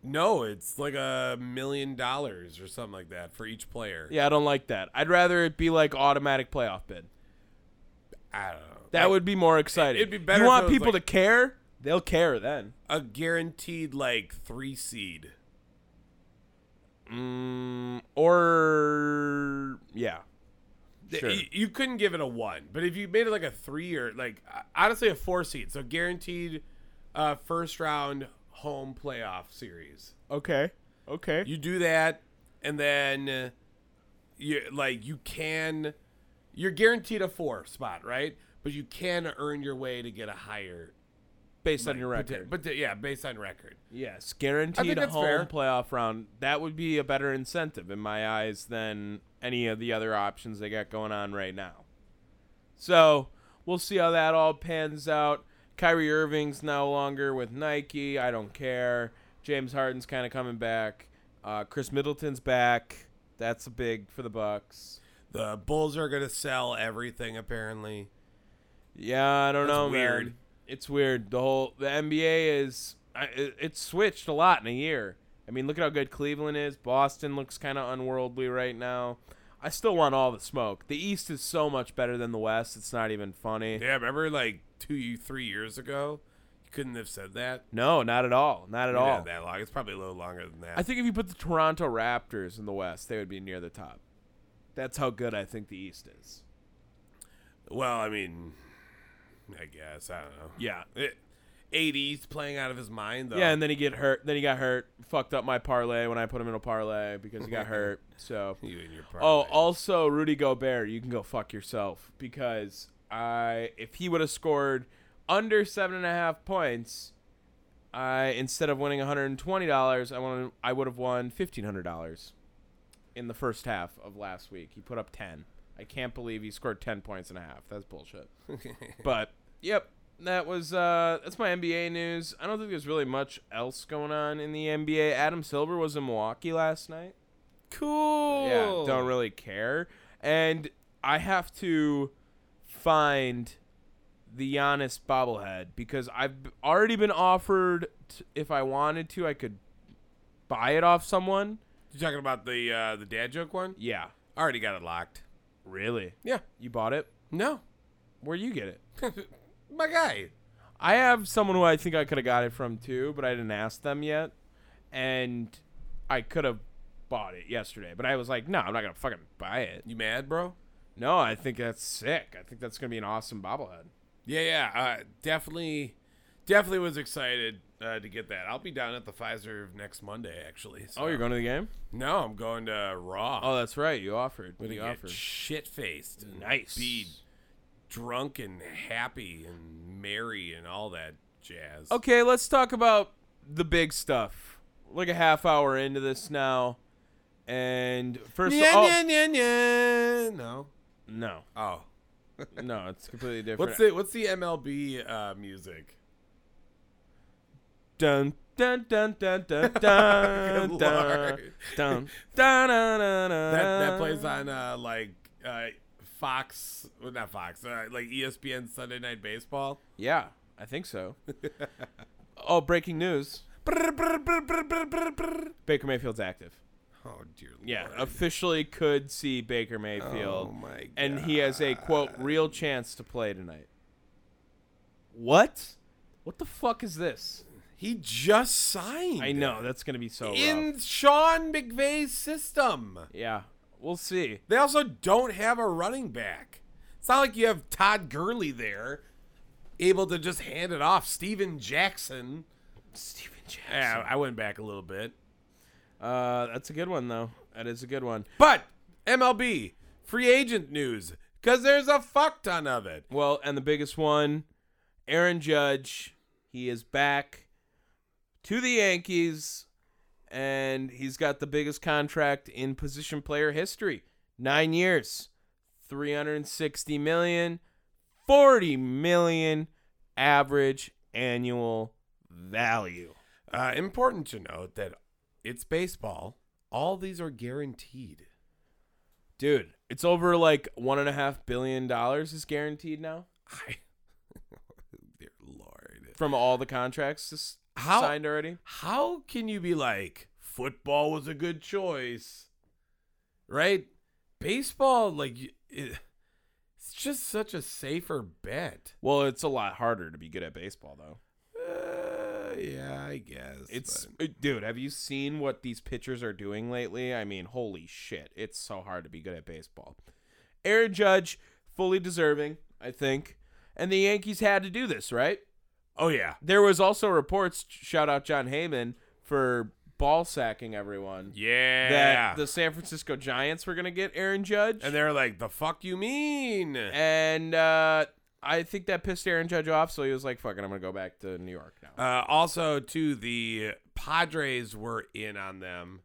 [SPEAKER 3] no? It's like a million dollars or something like that for each player.
[SPEAKER 1] Yeah, I don't like that. I'd rather it be like automatic playoff bid.
[SPEAKER 3] I don't know.
[SPEAKER 1] That
[SPEAKER 3] Like,
[SPEAKER 1] would be more exciting.
[SPEAKER 3] it'd be better
[SPEAKER 1] You
[SPEAKER 3] if
[SPEAKER 1] want
[SPEAKER 3] it was,
[SPEAKER 1] people
[SPEAKER 3] like-
[SPEAKER 1] to care? They'll care then.
[SPEAKER 3] a guaranteed like three seed.
[SPEAKER 1] Mm, or yeah,
[SPEAKER 3] Th-
[SPEAKER 1] Sure.
[SPEAKER 3] y- You couldn't give it a one, but if you made it like a three or like uh, honestly a four seed, so guaranteed uh, first round home playoff series.
[SPEAKER 1] okay, okay.
[SPEAKER 3] You do that, and then uh, you like you can, you're guaranteed a four spot, right? But you can earn your way to get a higher
[SPEAKER 1] Based on your
[SPEAKER 3] but-
[SPEAKER 1] record,
[SPEAKER 3] But, uh, yeah, based on record.
[SPEAKER 1] yes, guaranteed a
[SPEAKER 3] that's
[SPEAKER 1] home
[SPEAKER 3] fair.
[SPEAKER 1] playoff round. That would be a better incentive in my eyes than any of the other options they got going on right now. So we'll see how that all pans out. Kyrie Irving's no longer with Nike. I don't care. James Harden's kind of coming back. Uh, Chris Middleton's back. That's a big for the Bucks.
[SPEAKER 3] The Bulls are gonna sell everything apparently.
[SPEAKER 1] Yeah, I don't
[SPEAKER 3] That's
[SPEAKER 1] know,
[SPEAKER 3] weird.
[SPEAKER 1] man. It's weird. The whole the NBA is I- it- it's switched a lot in a year. I mean, look at how good Cleveland is. Boston looks kind of unworldly right now. I still want all the smoke. The East is so much better than the West. It's not even funny.
[SPEAKER 3] Yeah, remember like two, three years ago, you couldn't have said that
[SPEAKER 1] No, not at all. Not at
[SPEAKER 3] You didn't
[SPEAKER 1] all.
[SPEAKER 3] have that long. It's probably a little longer than that.
[SPEAKER 1] I think if you put the Toronto Raptors in the West, they would be near the top. That's how good I think the East is.
[SPEAKER 3] well, I mean, I guess I don't know.
[SPEAKER 1] Yeah.
[SPEAKER 3] It, 80s playing out of his mind though.
[SPEAKER 1] Yeah, and then he get hurt. Then he got hurt. Fucked up my parlay when I put him in a parlay because he got hurt. So
[SPEAKER 3] you and your
[SPEAKER 1] Oh,
[SPEAKER 3] parlay.
[SPEAKER 1] also Rudy Gobert, you can go fuck yourself because I, if he would have scored under seven and a half points, I instead of winning one hundred and twenty dollars, I wanted, I would have won fifteen hundred dollars in the first half of last week. He put up ten. I can't believe he scored ten points and a half. That's bullshit. but yep, that was uh, that's my NBA news. I don't think there's really much else going on in the NBA. Adam Silver was in Milwaukee last night
[SPEAKER 3] cool.
[SPEAKER 1] yeah, don't really care. And I have to find the Giannis bobblehead because I've b- already been offered t- if I wanted to, I could buy it off someone.
[SPEAKER 3] You talking about the uh, the dad joke one?
[SPEAKER 1] Yeah,
[SPEAKER 3] I already got it locked.
[SPEAKER 1] really?
[SPEAKER 3] Yeah.
[SPEAKER 1] You bought it?
[SPEAKER 3] No.
[SPEAKER 1] Where you get it?
[SPEAKER 3] My guy.
[SPEAKER 1] I have someone who I think I could have got it from too, but I didn't ask them yet, and I could have bought it yesterday, but I was like, no, I'm not gonna fucking buy it.
[SPEAKER 3] You mad, bro?
[SPEAKER 1] No, I think that's sick. I think that's gonna be an awesome bobblehead.
[SPEAKER 3] Yeah, yeah, uh, definitely, definitely was excited uh, to get that. I'll be down at the Pfizer next Monday, actually. so-
[SPEAKER 1] Oh, you're going to the game?
[SPEAKER 3] No, I'm going to Raw.
[SPEAKER 1] Oh, that's right. You offered.
[SPEAKER 3] I'm
[SPEAKER 1] What do you
[SPEAKER 3] gonna
[SPEAKER 1] offer?
[SPEAKER 3] get shit faced.
[SPEAKER 1] Nice.
[SPEAKER 3] Be drunk and happy and merry and all that jazz.
[SPEAKER 1] Okay, let's talk about the big stuff. Like a half hour into this now, and first,
[SPEAKER 3] Yeah,
[SPEAKER 1] oh,
[SPEAKER 3] yeah, yeah, yeah. No.
[SPEAKER 1] no,
[SPEAKER 3] Oh.
[SPEAKER 1] no, it's completely different.
[SPEAKER 3] What's the What's the MLB uh, music?
[SPEAKER 1] Dun dun dun dun dun dun dun
[SPEAKER 3] Good
[SPEAKER 1] dun
[SPEAKER 3] lord.
[SPEAKER 1] dun dun dun dun.
[SPEAKER 3] That that plays on uh, like uh, Fox, well, not Fox, uh, like ESPN Sunday Night Baseball.
[SPEAKER 1] Yeah, I think so. oh, breaking news:
[SPEAKER 3] Brr, brr, brr, brr, brr, brr, brr.
[SPEAKER 1] Baker Mayfield's active.
[SPEAKER 3] Oh dear lord.
[SPEAKER 1] Yeah, officially could see Baker Mayfield.
[SPEAKER 3] Oh my god.
[SPEAKER 1] and he has a quote real chance to play tonight. What? What the fuck is this?
[SPEAKER 3] he just signed.
[SPEAKER 1] I know that's gonna be so rough.
[SPEAKER 3] In Sean McVay's system.
[SPEAKER 1] Yeah, we'll see.
[SPEAKER 3] They also don't have a running back. It's not like you have Todd Gurley there able to just hand it off. Steven Jackson.
[SPEAKER 1] Steven
[SPEAKER 3] Yeah, I went back a little bit.
[SPEAKER 1] Uh, that's a good one though. That is a good one.
[SPEAKER 3] But MLB free agent news cuz there's a fuck ton of it.
[SPEAKER 1] Well, and the biggest one, Aaron Judge. He is back to the Yankees, and he's got the biggest contract in position player history. Nine years, three hundred and sixty million, forty million average annual value.
[SPEAKER 3] Uh, important to note that it's baseball. All these are guaranteed.
[SPEAKER 1] Dude, it's over like one and a half billion dollars is guaranteed now
[SPEAKER 3] I, dear lord.
[SPEAKER 1] from all the contracts s-
[SPEAKER 3] How-
[SPEAKER 1] signed already.
[SPEAKER 3] How can you be like football was a good choice, right? Baseball, like y- it, it's just such a safer bet.
[SPEAKER 1] Well, it's a lot harder to be good at baseball though.
[SPEAKER 3] Uh, yeah, I guess
[SPEAKER 1] It's uh, dude. Have you seen what these pitchers are doing lately? I mean, holy shit! It's so hard to be good at baseball. Aaron Judge, fully deserving, I think. And the Yankees had to do this, right?
[SPEAKER 3] oh yeah,
[SPEAKER 1] There was also reports. Shout out John Heyman for ball sacking everyone.
[SPEAKER 3] yeah.
[SPEAKER 1] That the San Francisco Giants were gonna get Aaron Judge,
[SPEAKER 3] and they're like, the fuck you mean?
[SPEAKER 1] and uh, I think that pissed Aaron Judge off. So he was like, "Fuck it, I'm gonna go back to New York now."
[SPEAKER 3] Uh, also, too, the Padres were in on them.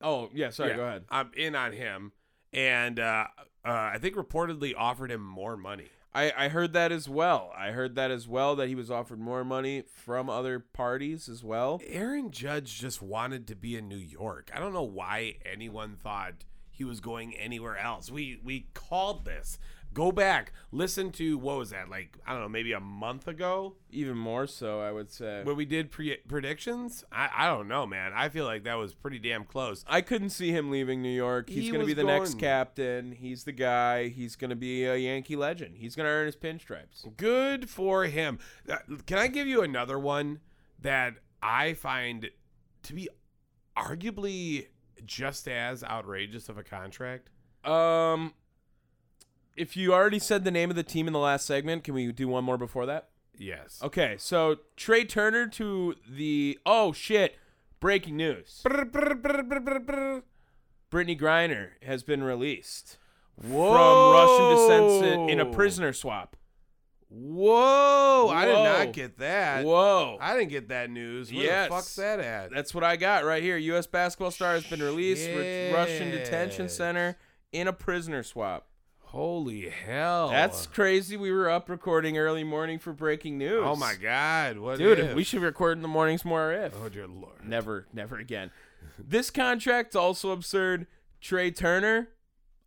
[SPEAKER 1] oh yeah, sorry.
[SPEAKER 3] Yeah,
[SPEAKER 1] Go ahead.
[SPEAKER 3] I'm in on him, and uh, uh, I think reportedly offered him more money.
[SPEAKER 1] I, I heard that as well. I heard that as well that he was offered more money from other parties as well.
[SPEAKER 3] Aaron Judge just wanted to be in New York. I don't know why anyone thought he was going anywhere else. We we called this. Go back, listen to what was that like? I don't know, maybe a month ago
[SPEAKER 1] Even more so, I would say.
[SPEAKER 3] when we did pre- predictions. I I don't know, man. I feel like that was pretty damn close.
[SPEAKER 1] I couldn't see him leaving New York. He's
[SPEAKER 3] He
[SPEAKER 1] going to be
[SPEAKER 3] was
[SPEAKER 1] the next
[SPEAKER 3] gone.
[SPEAKER 1] captain. He's the guy. He's going to be a Yankee legend. He's going to earn his pinstripes.
[SPEAKER 3] Good for him. Uh, Can I give you another one that I find to be arguably just as outrageous of a contract?
[SPEAKER 1] Um if you already said the name of the team in the last segment, can we do one more before that?
[SPEAKER 3] Yes.
[SPEAKER 1] Okay, so Trey Turner to the Oh shit, breaking news.
[SPEAKER 3] Brr, brr, brr, brr, brr, brr.
[SPEAKER 1] Brittany Griner has been released. from Russian descent in a
[SPEAKER 3] Whoa.
[SPEAKER 1] prisoner swap.
[SPEAKER 3] Whoa! I did
[SPEAKER 1] Whoa.
[SPEAKER 3] not get that.
[SPEAKER 1] Whoa.
[SPEAKER 3] I didn't get that news. Where
[SPEAKER 1] Yes.
[SPEAKER 3] the fuck's that at?
[SPEAKER 1] That's what I got right here. U.S. basketball star has been released from Russian detention
[SPEAKER 3] Shit.
[SPEAKER 1] center in a prisoner swap.
[SPEAKER 3] Holy hell!
[SPEAKER 1] That's crazy. We were up recording early morning for breaking news.
[SPEAKER 3] oh my god! What
[SPEAKER 1] Dude,
[SPEAKER 3] if?
[SPEAKER 1] we should record in the mornings more if.
[SPEAKER 3] Oh dear lord!
[SPEAKER 1] Never, never again. this contract's also absurd. Trey Turner,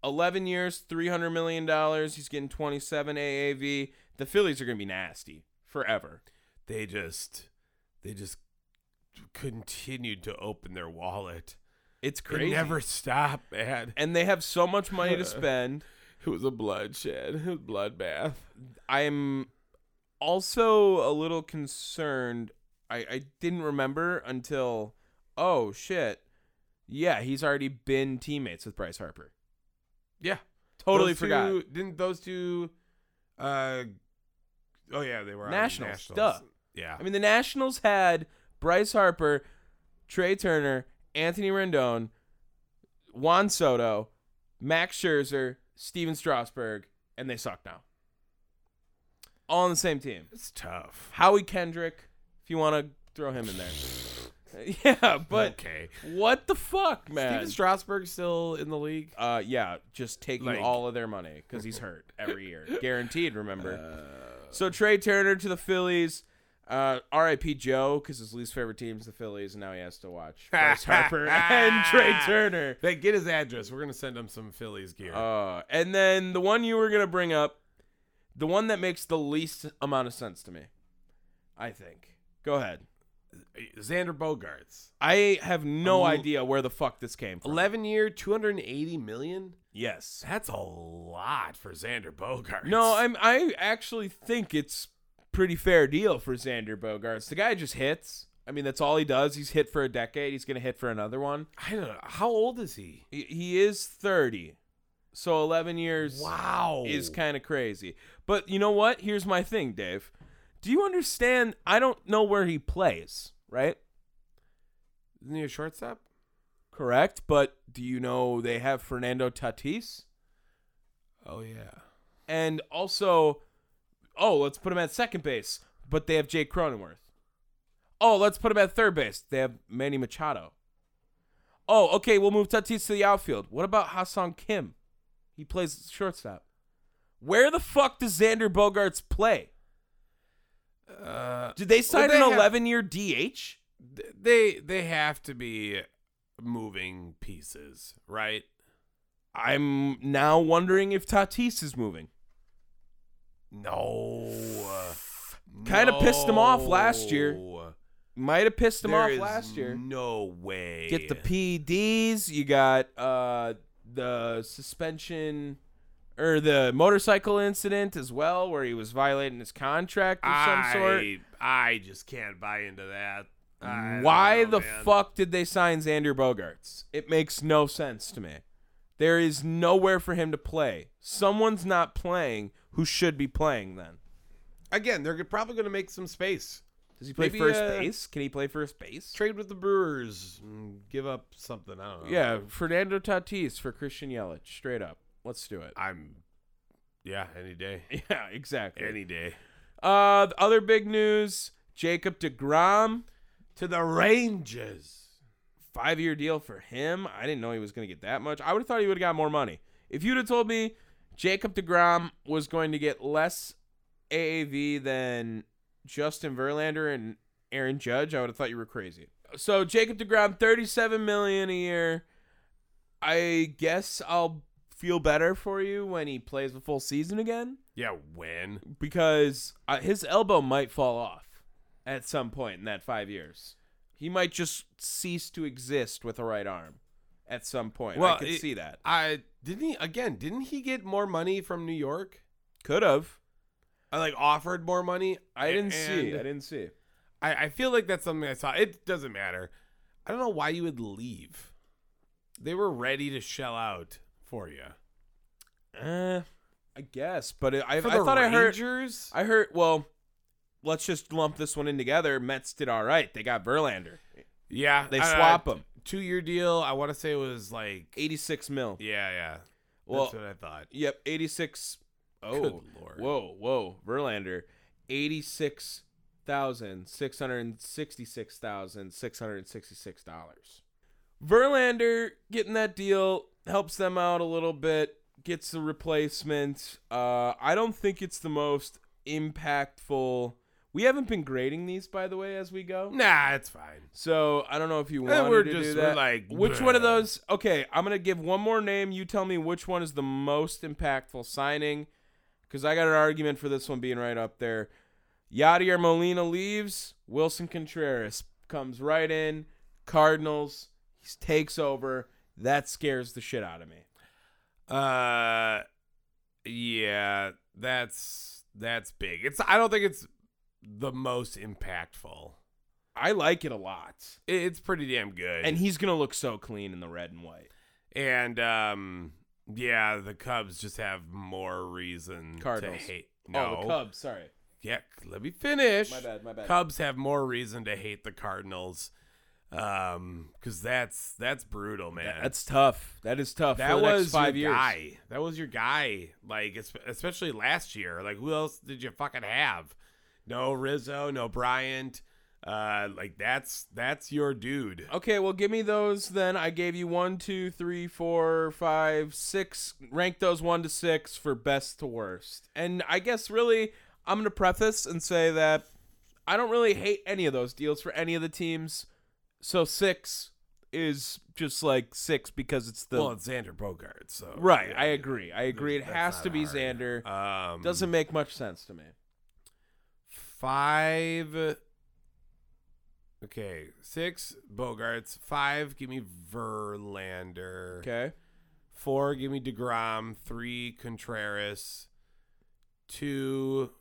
[SPEAKER 1] 11 years, $300 million. He's getting 27 AAV. The Phillies are going to be nasty forever.
[SPEAKER 3] They just, they just continued to open their wallet.
[SPEAKER 1] It's crazy.
[SPEAKER 3] It never stopped, man.
[SPEAKER 1] and they have so much money to spend.
[SPEAKER 3] It was a bloodshed. It was bloodbath.
[SPEAKER 1] I'm also a little concerned. I, I didn't remember until, oh shit. Yeah, he's already been teammates with Bryce Harper.
[SPEAKER 3] Yeah,
[SPEAKER 1] Totally
[SPEAKER 3] Those
[SPEAKER 1] forgot.
[SPEAKER 3] two- didn't those two uh, Oh yeah, they were on
[SPEAKER 1] Nationals,
[SPEAKER 3] Nationals.
[SPEAKER 1] duh.
[SPEAKER 3] Yeah.
[SPEAKER 1] I mean, the Nationals had Bryce Harper, Trey Turner, Anthony Rendon, Juan Soto, Max Scherzer, Steven Strasberg, and they suck now. All on the same team.
[SPEAKER 3] it's tough.
[SPEAKER 1] Howie Kendrick, if you want to throw him in there. yeah, but
[SPEAKER 3] okay.
[SPEAKER 1] what the fuck, man?
[SPEAKER 3] Steven Strasburg still in the league?
[SPEAKER 1] uh, yeah, just taking
[SPEAKER 3] Like-
[SPEAKER 1] all of their money because he's hurt every year, guaranteed. Remember.
[SPEAKER 3] Uh,
[SPEAKER 1] so Trey Turner to the Phillies. Uh, R.I.P. Joe because his least favorite team is the Phillies, and now he has to watch Bryce Harper and Trey Turner.
[SPEAKER 3] Hey, get his address. We're gonna send him some Phillies gear.
[SPEAKER 1] Uh, and then the one you were gonna bring up, the one that makes the least amount of sense to me, I think. Go ahead.
[SPEAKER 3] Xander Bogarts,
[SPEAKER 1] I have no
[SPEAKER 3] Um,
[SPEAKER 1] idea where the fuck this came from.
[SPEAKER 3] eleven year, two hundred and eighty million.
[SPEAKER 1] Yes.
[SPEAKER 3] That's a lot for Xander Bogarts.
[SPEAKER 1] No, I'm. I actually think it's pretty fair deal for Xander Bogarts. The guy just hits. I mean, that's all he does. He's hit for a decade. He's gonna hit for another one.
[SPEAKER 3] I don't know. How old is he?
[SPEAKER 1] He, he is thirty, so eleven years
[SPEAKER 3] Wow.
[SPEAKER 1] is kind of crazy. But you know what? Here's my thing, Dave. Do you understand? I don't know where he plays. Right?
[SPEAKER 3] Isn't he a shortstop?
[SPEAKER 1] Correct. But do you know they have Fernando Tatis?
[SPEAKER 3] Oh yeah.
[SPEAKER 1] And also, oh, let's put him at second base, but they have Jake Cronenworth. Oh, let's put him at third base. They have Manny Machado. Oh, okay, we'll move Tatis to the outfield. What about Hassan Kim? He plays shortstop. Where the fuck does Xander Bogarts play?
[SPEAKER 3] Uh,
[SPEAKER 1] Did they sign
[SPEAKER 3] they
[SPEAKER 1] an
[SPEAKER 3] have-
[SPEAKER 1] 11 year DH?
[SPEAKER 3] th- they they have to be moving pieces, right?
[SPEAKER 1] I'm now wondering if Tatis is moving.
[SPEAKER 3] No.
[SPEAKER 1] Kinda pissed him off last year.
[SPEAKER 3] No.
[SPEAKER 1] Might have pissed him
[SPEAKER 3] There
[SPEAKER 1] off
[SPEAKER 3] is
[SPEAKER 1] last year.
[SPEAKER 3] No way.
[SPEAKER 1] get the PDs. You got uh, the suspension or the motorcycle incident as well, where he was violating his contract of some
[SPEAKER 3] I,
[SPEAKER 1] sort.
[SPEAKER 3] I just can't buy into that. I don't
[SPEAKER 1] Why
[SPEAKER 3] know,
[SPEAKER 1] the
[SPEAKER 3] man.
[SPEAKER 1] fuck did they sign Xander Bogarts? It makes no sense to me. There is nowhere for him to play. Someone's not playing who should be playing then.
[SPEAKER 3] Again, they're probably going to make some space.
[SPEAKER 1] Does he play
[SPEAKER 3] Maybe,
[SPEAKER 1] first
[SPEAKER 3] uh,
[SPEAKER 1] base? Can he play first base?
[SPEAKER 3] Trade with the Brewers. and Give up something. I don't know.
[SPEAKER 1] Yeah, Fernando Tatis for Christian Yelich, straight up. Let's do it.
[SPEAKER 3] I'm. Yeah, any day.
[SPEAKER 1] Yeah, exactly.
[SPEAKER 3] Any day.
[SPEAKER 1] Uh, the other big news: Jacob Degrom,
[SPEAKER 3] To the Rangers.
[SPEAKER 1] five-year deal for him. I didn't know he was going to get that much. I would have thought he would have got more money. If you'd have told me Jacob Degrom was going to get less AAV than Justin Verlander and Aaron Judge, I would have thought you were crazy. So Jacob Degrom, thirty-seven million a year. I guess I'll feel better for you when he plays the full season again
[SPEAKER 3] Yeah, when?
[SPEAKER 1] because uh, his elbow might fall off at some point in that five years. He might just cease to exist with a right arm at some point. I
[SPEAKER 3] Well,
[SPEAKER 1] could
[SPEAKER 3] it-
[SPEAKER 1] see that.
[SPEAKER 3] I didn't he again? Didn't he get more money from New York?
[SPEAKER 1] Could have.
[SPEAKER 3] I like offered more money.
[SPEAKER 1] I didn't see. I
[SPEAKER 3] and
[SPEAKER 1] didn't see.
[SPEAKER 3] I, I feel like that's something I saw. It doesn't matter. I don't know why you would leave. They were ready to shell out for you.
[SPEAKER 1] Uh, I guess, but it, I, I
[SPEAKER 3] Eh. For
[SPEAKER 1] thought I heard.
[SPEAKER 3] Rangers.
[SPEAKER 1] I heard. Well, let's just lump this one in together. Mets did all right. They got Verlander.
[SPEAKER 3] yeah,
[SPEAKER 1] They
[SPEAKER 3] I- I-
[SPEAKER 1] swap him.
[SPEAKER 3] Two-year deal. I want to say it was like
[SPEAKER 1] Eighty-six mil.
[SPEAKER 3] yeah, yeah.
[SPEAKER 1] Well,
[SPEAKER 3] that's what I thought.
[SPEAKER 1] Yep, 86. Oh,
[SPEAKER 3] Good lord.
[SPEAKER 1] Whoa, whoa, Verlander, 86,666,666 dollars. Verlander getting that deal helps them out a little bit, gets the replacement. Uh, I don't think it's the most impactful. We haven't been grading these, by the way, as we go.
[SPEAKER 3] Nah, it's fine.
[SPEAKER 1] So I don't know if you
[SPEAKER 3] Eh,
[SPEAKER 1] want
[SPEAKER 3] we're
[SPEAKER 1] to do
[SPEAKER 3] just- we're
[SPEAKER 1] that.
[SPEAKER 3] like,
[SPEAKER 1] which one of
[SPEAKER 3] bleh.
[SPEAKER 1] those? Okay, I'm gonna give one more name. You tell me which one is the most impactful signing, because I got an argument for this one being right up there. Yadier Molina leaves. Wilson Contreras comes right in. Cardinals. He takes over. That scares the shit out of me.
[SPEAKER 3] Uh, yeah, that's that's big. It's I don't think it's the most impactful.
[SPEAKER 1] I like it a lot,
[SPEAKER 3] It- It's pretty damn good.
[SPEAKER 1] and he's gonna look so clean in the red and white.
[SPEAKER 3] and um, yeah, the Cubs just have more reason
[SPEAKER 1] Cardinals.
[SPEAKER 3] to hate.
[SPEAKER 1] Oh,
[SPEAKER 3] No,
[SPEAKER 1] the Cubs. Sorry.
[SPEAKER 3] Yeah, let me finish.
[SPEAKER 1] My bad, my bad.
[SPEAKER 3] Cubs have more reason to hate the Cardinals, um, because that's that's brutal, man.
[SPEAKER 1] That's tough. That is tough.
[SPEAKER 3] that
[SPEAKER 1] for the next
[SPEAKER 3] was
[SPEAKER 1] five
[SPEAKER 3] your
[SPEAKER 1] years.
[SPEAKER 3] guy. That was your guy. Like es- especially last year. Like who else did you fucking have? No Rizzo, no Bryant. Uh, like that's that's your dude.
[SPEAKER 1] Okay, well, give me those then. I gave you one, two, three, four, five, six. Rank those one to six for best to worst. And I guess really, I'm going to preface and say that I don't really hate any of those deals for any of the teams. So six is just like six because it's the.
[SPEAKER 3] Well, it's Xander Bogart. So
[SPEAKER 1] right,
[SPEAKER 3] yeah.
[SPEAKER 1] I agree. I agree. It
[SPEAKER 3] That's
[SPEAKER 1] has
[SPEAKER 3] not
[SPEAKER 1] to be
[SPEAKER 3] hard.
[SPEAKER 1] Xander.
[SPEAKER 3] Um,
[SPEAKER 1] Doesn't make much sense to me.
[SPEAKER 3] five. Okay, six Bogarts. Five, give me Verlander.
[SPEAKER 1] Okay.
[SPEAKER 3] Four, give me Degrom. Three, Contreras. Two.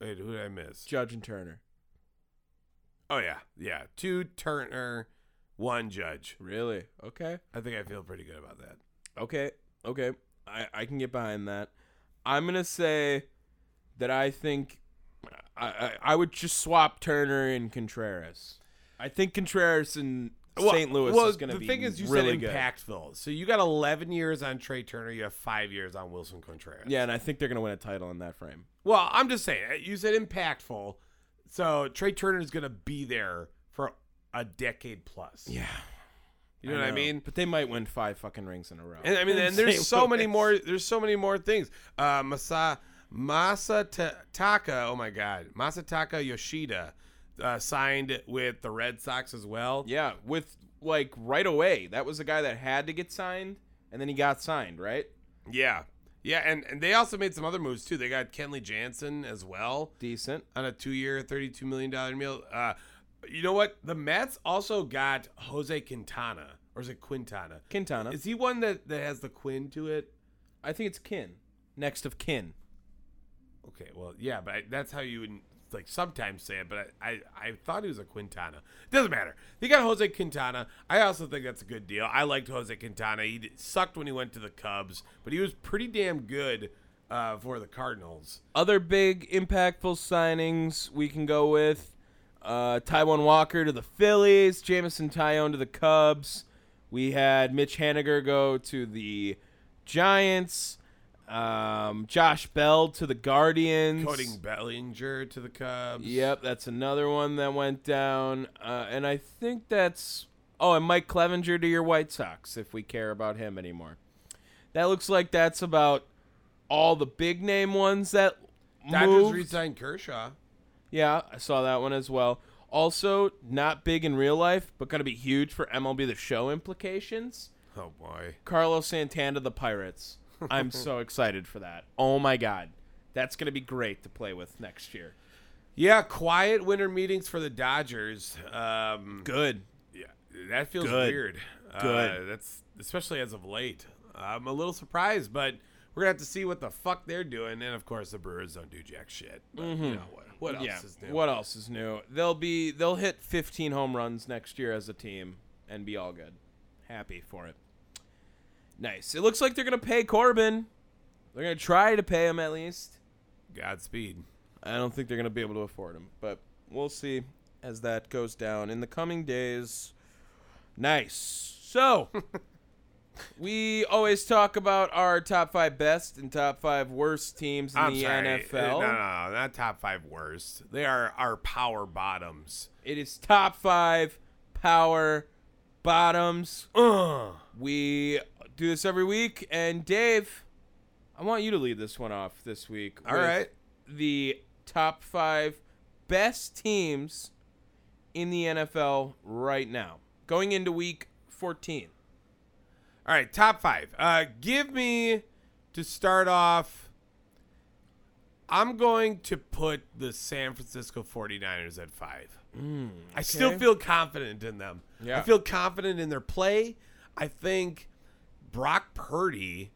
[SPEAKER 3] Wait, who did I miss?
[SPEAKER 1] Judge and Turner.
[SPEAKER 3] Oh yeah, yeah. Two Turner, one Judge.
[SPEAKER 1] Really? Okay.
[SPEAKER 3] I think I feel pretty good about that.
[SPEAKER 1] Okay, okay. I, I can get behind that. I'm gonna say that I think I, I, I would just swap Turner and Contreras. I think Contreras and St. Louis
[SPEAKER 3] well,
[SPEAKER 1] is gonna
[SPEAKER 3] the
[SPEAKER 1] be
[SPEAKER 3] thing is, you
[SPEAKER 1] really
[SPEAKER 3] said
[SPEAKER 1] good.
[SPEAKER 3] impactful. So you got 11 years on Trey Turner. You have five years on Wilson Contreras.
[SPEAKER 1] Yeah, and I think they're gonna win a title in that frame.
[SPEAKER 3] Well, I'm just saying, uh, you said impactful. So Trey Turner is going to be there for a decade plus.
[SPEAKER 1] Yeah,
[SPEAKER 3] You know, what I mean?
[SPEAKER 1] But they might win five fucking rings in a row.
[SPEAKER 3] And I mean, and there's
[SPEAKER 1] St.
[SPEAKER 3] so many
[SPEAKER 1] Louis.
[SPEAKER 3] more. There's so many more things. Uh, Masa Masa Ta- Taka. Oh my God, Masataka Yoshida uh, signed with the Red Sox as well.
[SPEAKER 1] Yeah, with like right away. That was the guy that had to get signed, and then he got signed, right?
[SPEAKER 3] yeah, yeah. And and they also made some other moves too. They got Kenley Jansen as well.
[SPEAKER 1] Decent.
[SPEAKER 3] on a two-year, thirty-two million dollar meal. Uh, you know what? The Mets also got Jose Quintana, or is it Quintana?
[SPEAKER 1] Quintana.
[SPEAKER 3] Is he one that that has the Quinn to it?
[SPEAKER 1] I think it's kin. Next of kin.
[SPEAKER 3] Okay, well, yeah, but I, that's how you would like sometimes say it. But I, I, I thought he was a Quintana. Doesn't matter. They got Jose Quintana. I also think that's a good deal. I liked Jose Quintana. He d- sucked when he went to the Cubs, but he was pretty damn good uh, for the Cardinals.
[SPEAKER 1] Other big impactful signings we can go with uh, Taiwan Walker to the Phillies, Jamison Tyone to the Cubs. We had Mitch Haniger go to the Giants, um, Josh Bell to the Guardians.
[SPEAKER 3] Coding Bellinger to the Cubs.
[SPEAKER 1] Yep, that's another one that went down. Uh, and I think that's. Oh, and Mike Clevenger to your White Sox, if we care about him anymore. That looks like that's about all the big name ones that.
[SPEAKER 3] Dodgers
[SPEAKER 1] moved.
[SPEAKER 3] re-signed Kershaw.
[SPEAKER 1] Yeah, I saw that one as well. Also, not big in real life, but going to be huge for MLB The Show implications.
[SPEAKER 3] Oh boy.
[SPEAKER 1] Carlos Santana, the Pirates. I'm so excited for that. Oh my God. That's going to be great to play with next year.
[SPEAKER 3] Yeah, quiet winter meetings for the Dodgers. Um,
[SPEAKER 1] Good.
[SPEAKER 3] yeah, that feels
[SPEAKER 1] Good.
[SPEAKER 3] weird. Uh,
[SPEAKER 1] Good.
[SPEAKER 3] that's especially as of late. I'm a little surprised, but we're gonna have to see what the fuck they're doing. And of course, the Brewers don't do jack shit. But, You know what? What else
[SPEAKER 1] Mm-hmm. yeah.
[SPEAKER 3] is new?
[SPEAKER 1] What else is new? They'll be they'll hit 15 home runs next year as a team and be all good. Happy for it. Nice. It looks like they're going to pay Corbin. They're going to try to pay him at least.
[SPEAKER 3] Godspeed.
[SPEAKER 1] I don't think they're going to be able to afford him, but we'll see as that goes down in the coming days. Nice. So, we always talk about our top five best and top five worst teams in
[SPEAKER 3] I'm
[SPEAKER 1] the
[SPEAKER 3] sorry. Uh,
[SPEAKER 1] NFL.
[SPEAKER 3] No, no, no, not top five worst. They are our power bottoms.
[SPEAKER 1] It is top five power bottoms.
[SPEAKER 3] Ugh.
[SPEAKER 1] We do this every week, and Dave, I want you to lead this one off this week.
[SPEAKER 3] All
[SPEAKER 1] with
[SPEAKER 3] right.
[SPEAKER 1] the top five best teams in the NFL right now, going into Week 14.
[SPEAKER 3] All right, top five. Uh, give me to start off. I'm going to put the San Francisco 49ers at five. I still
[SPEAKER 1] Hmm, okay.
[SPEAKER 3] feel confident in them. I
[SPEAKER 1] Yeah.
[SPEAKER 3] feel confident in their play. I think Brock Purdy,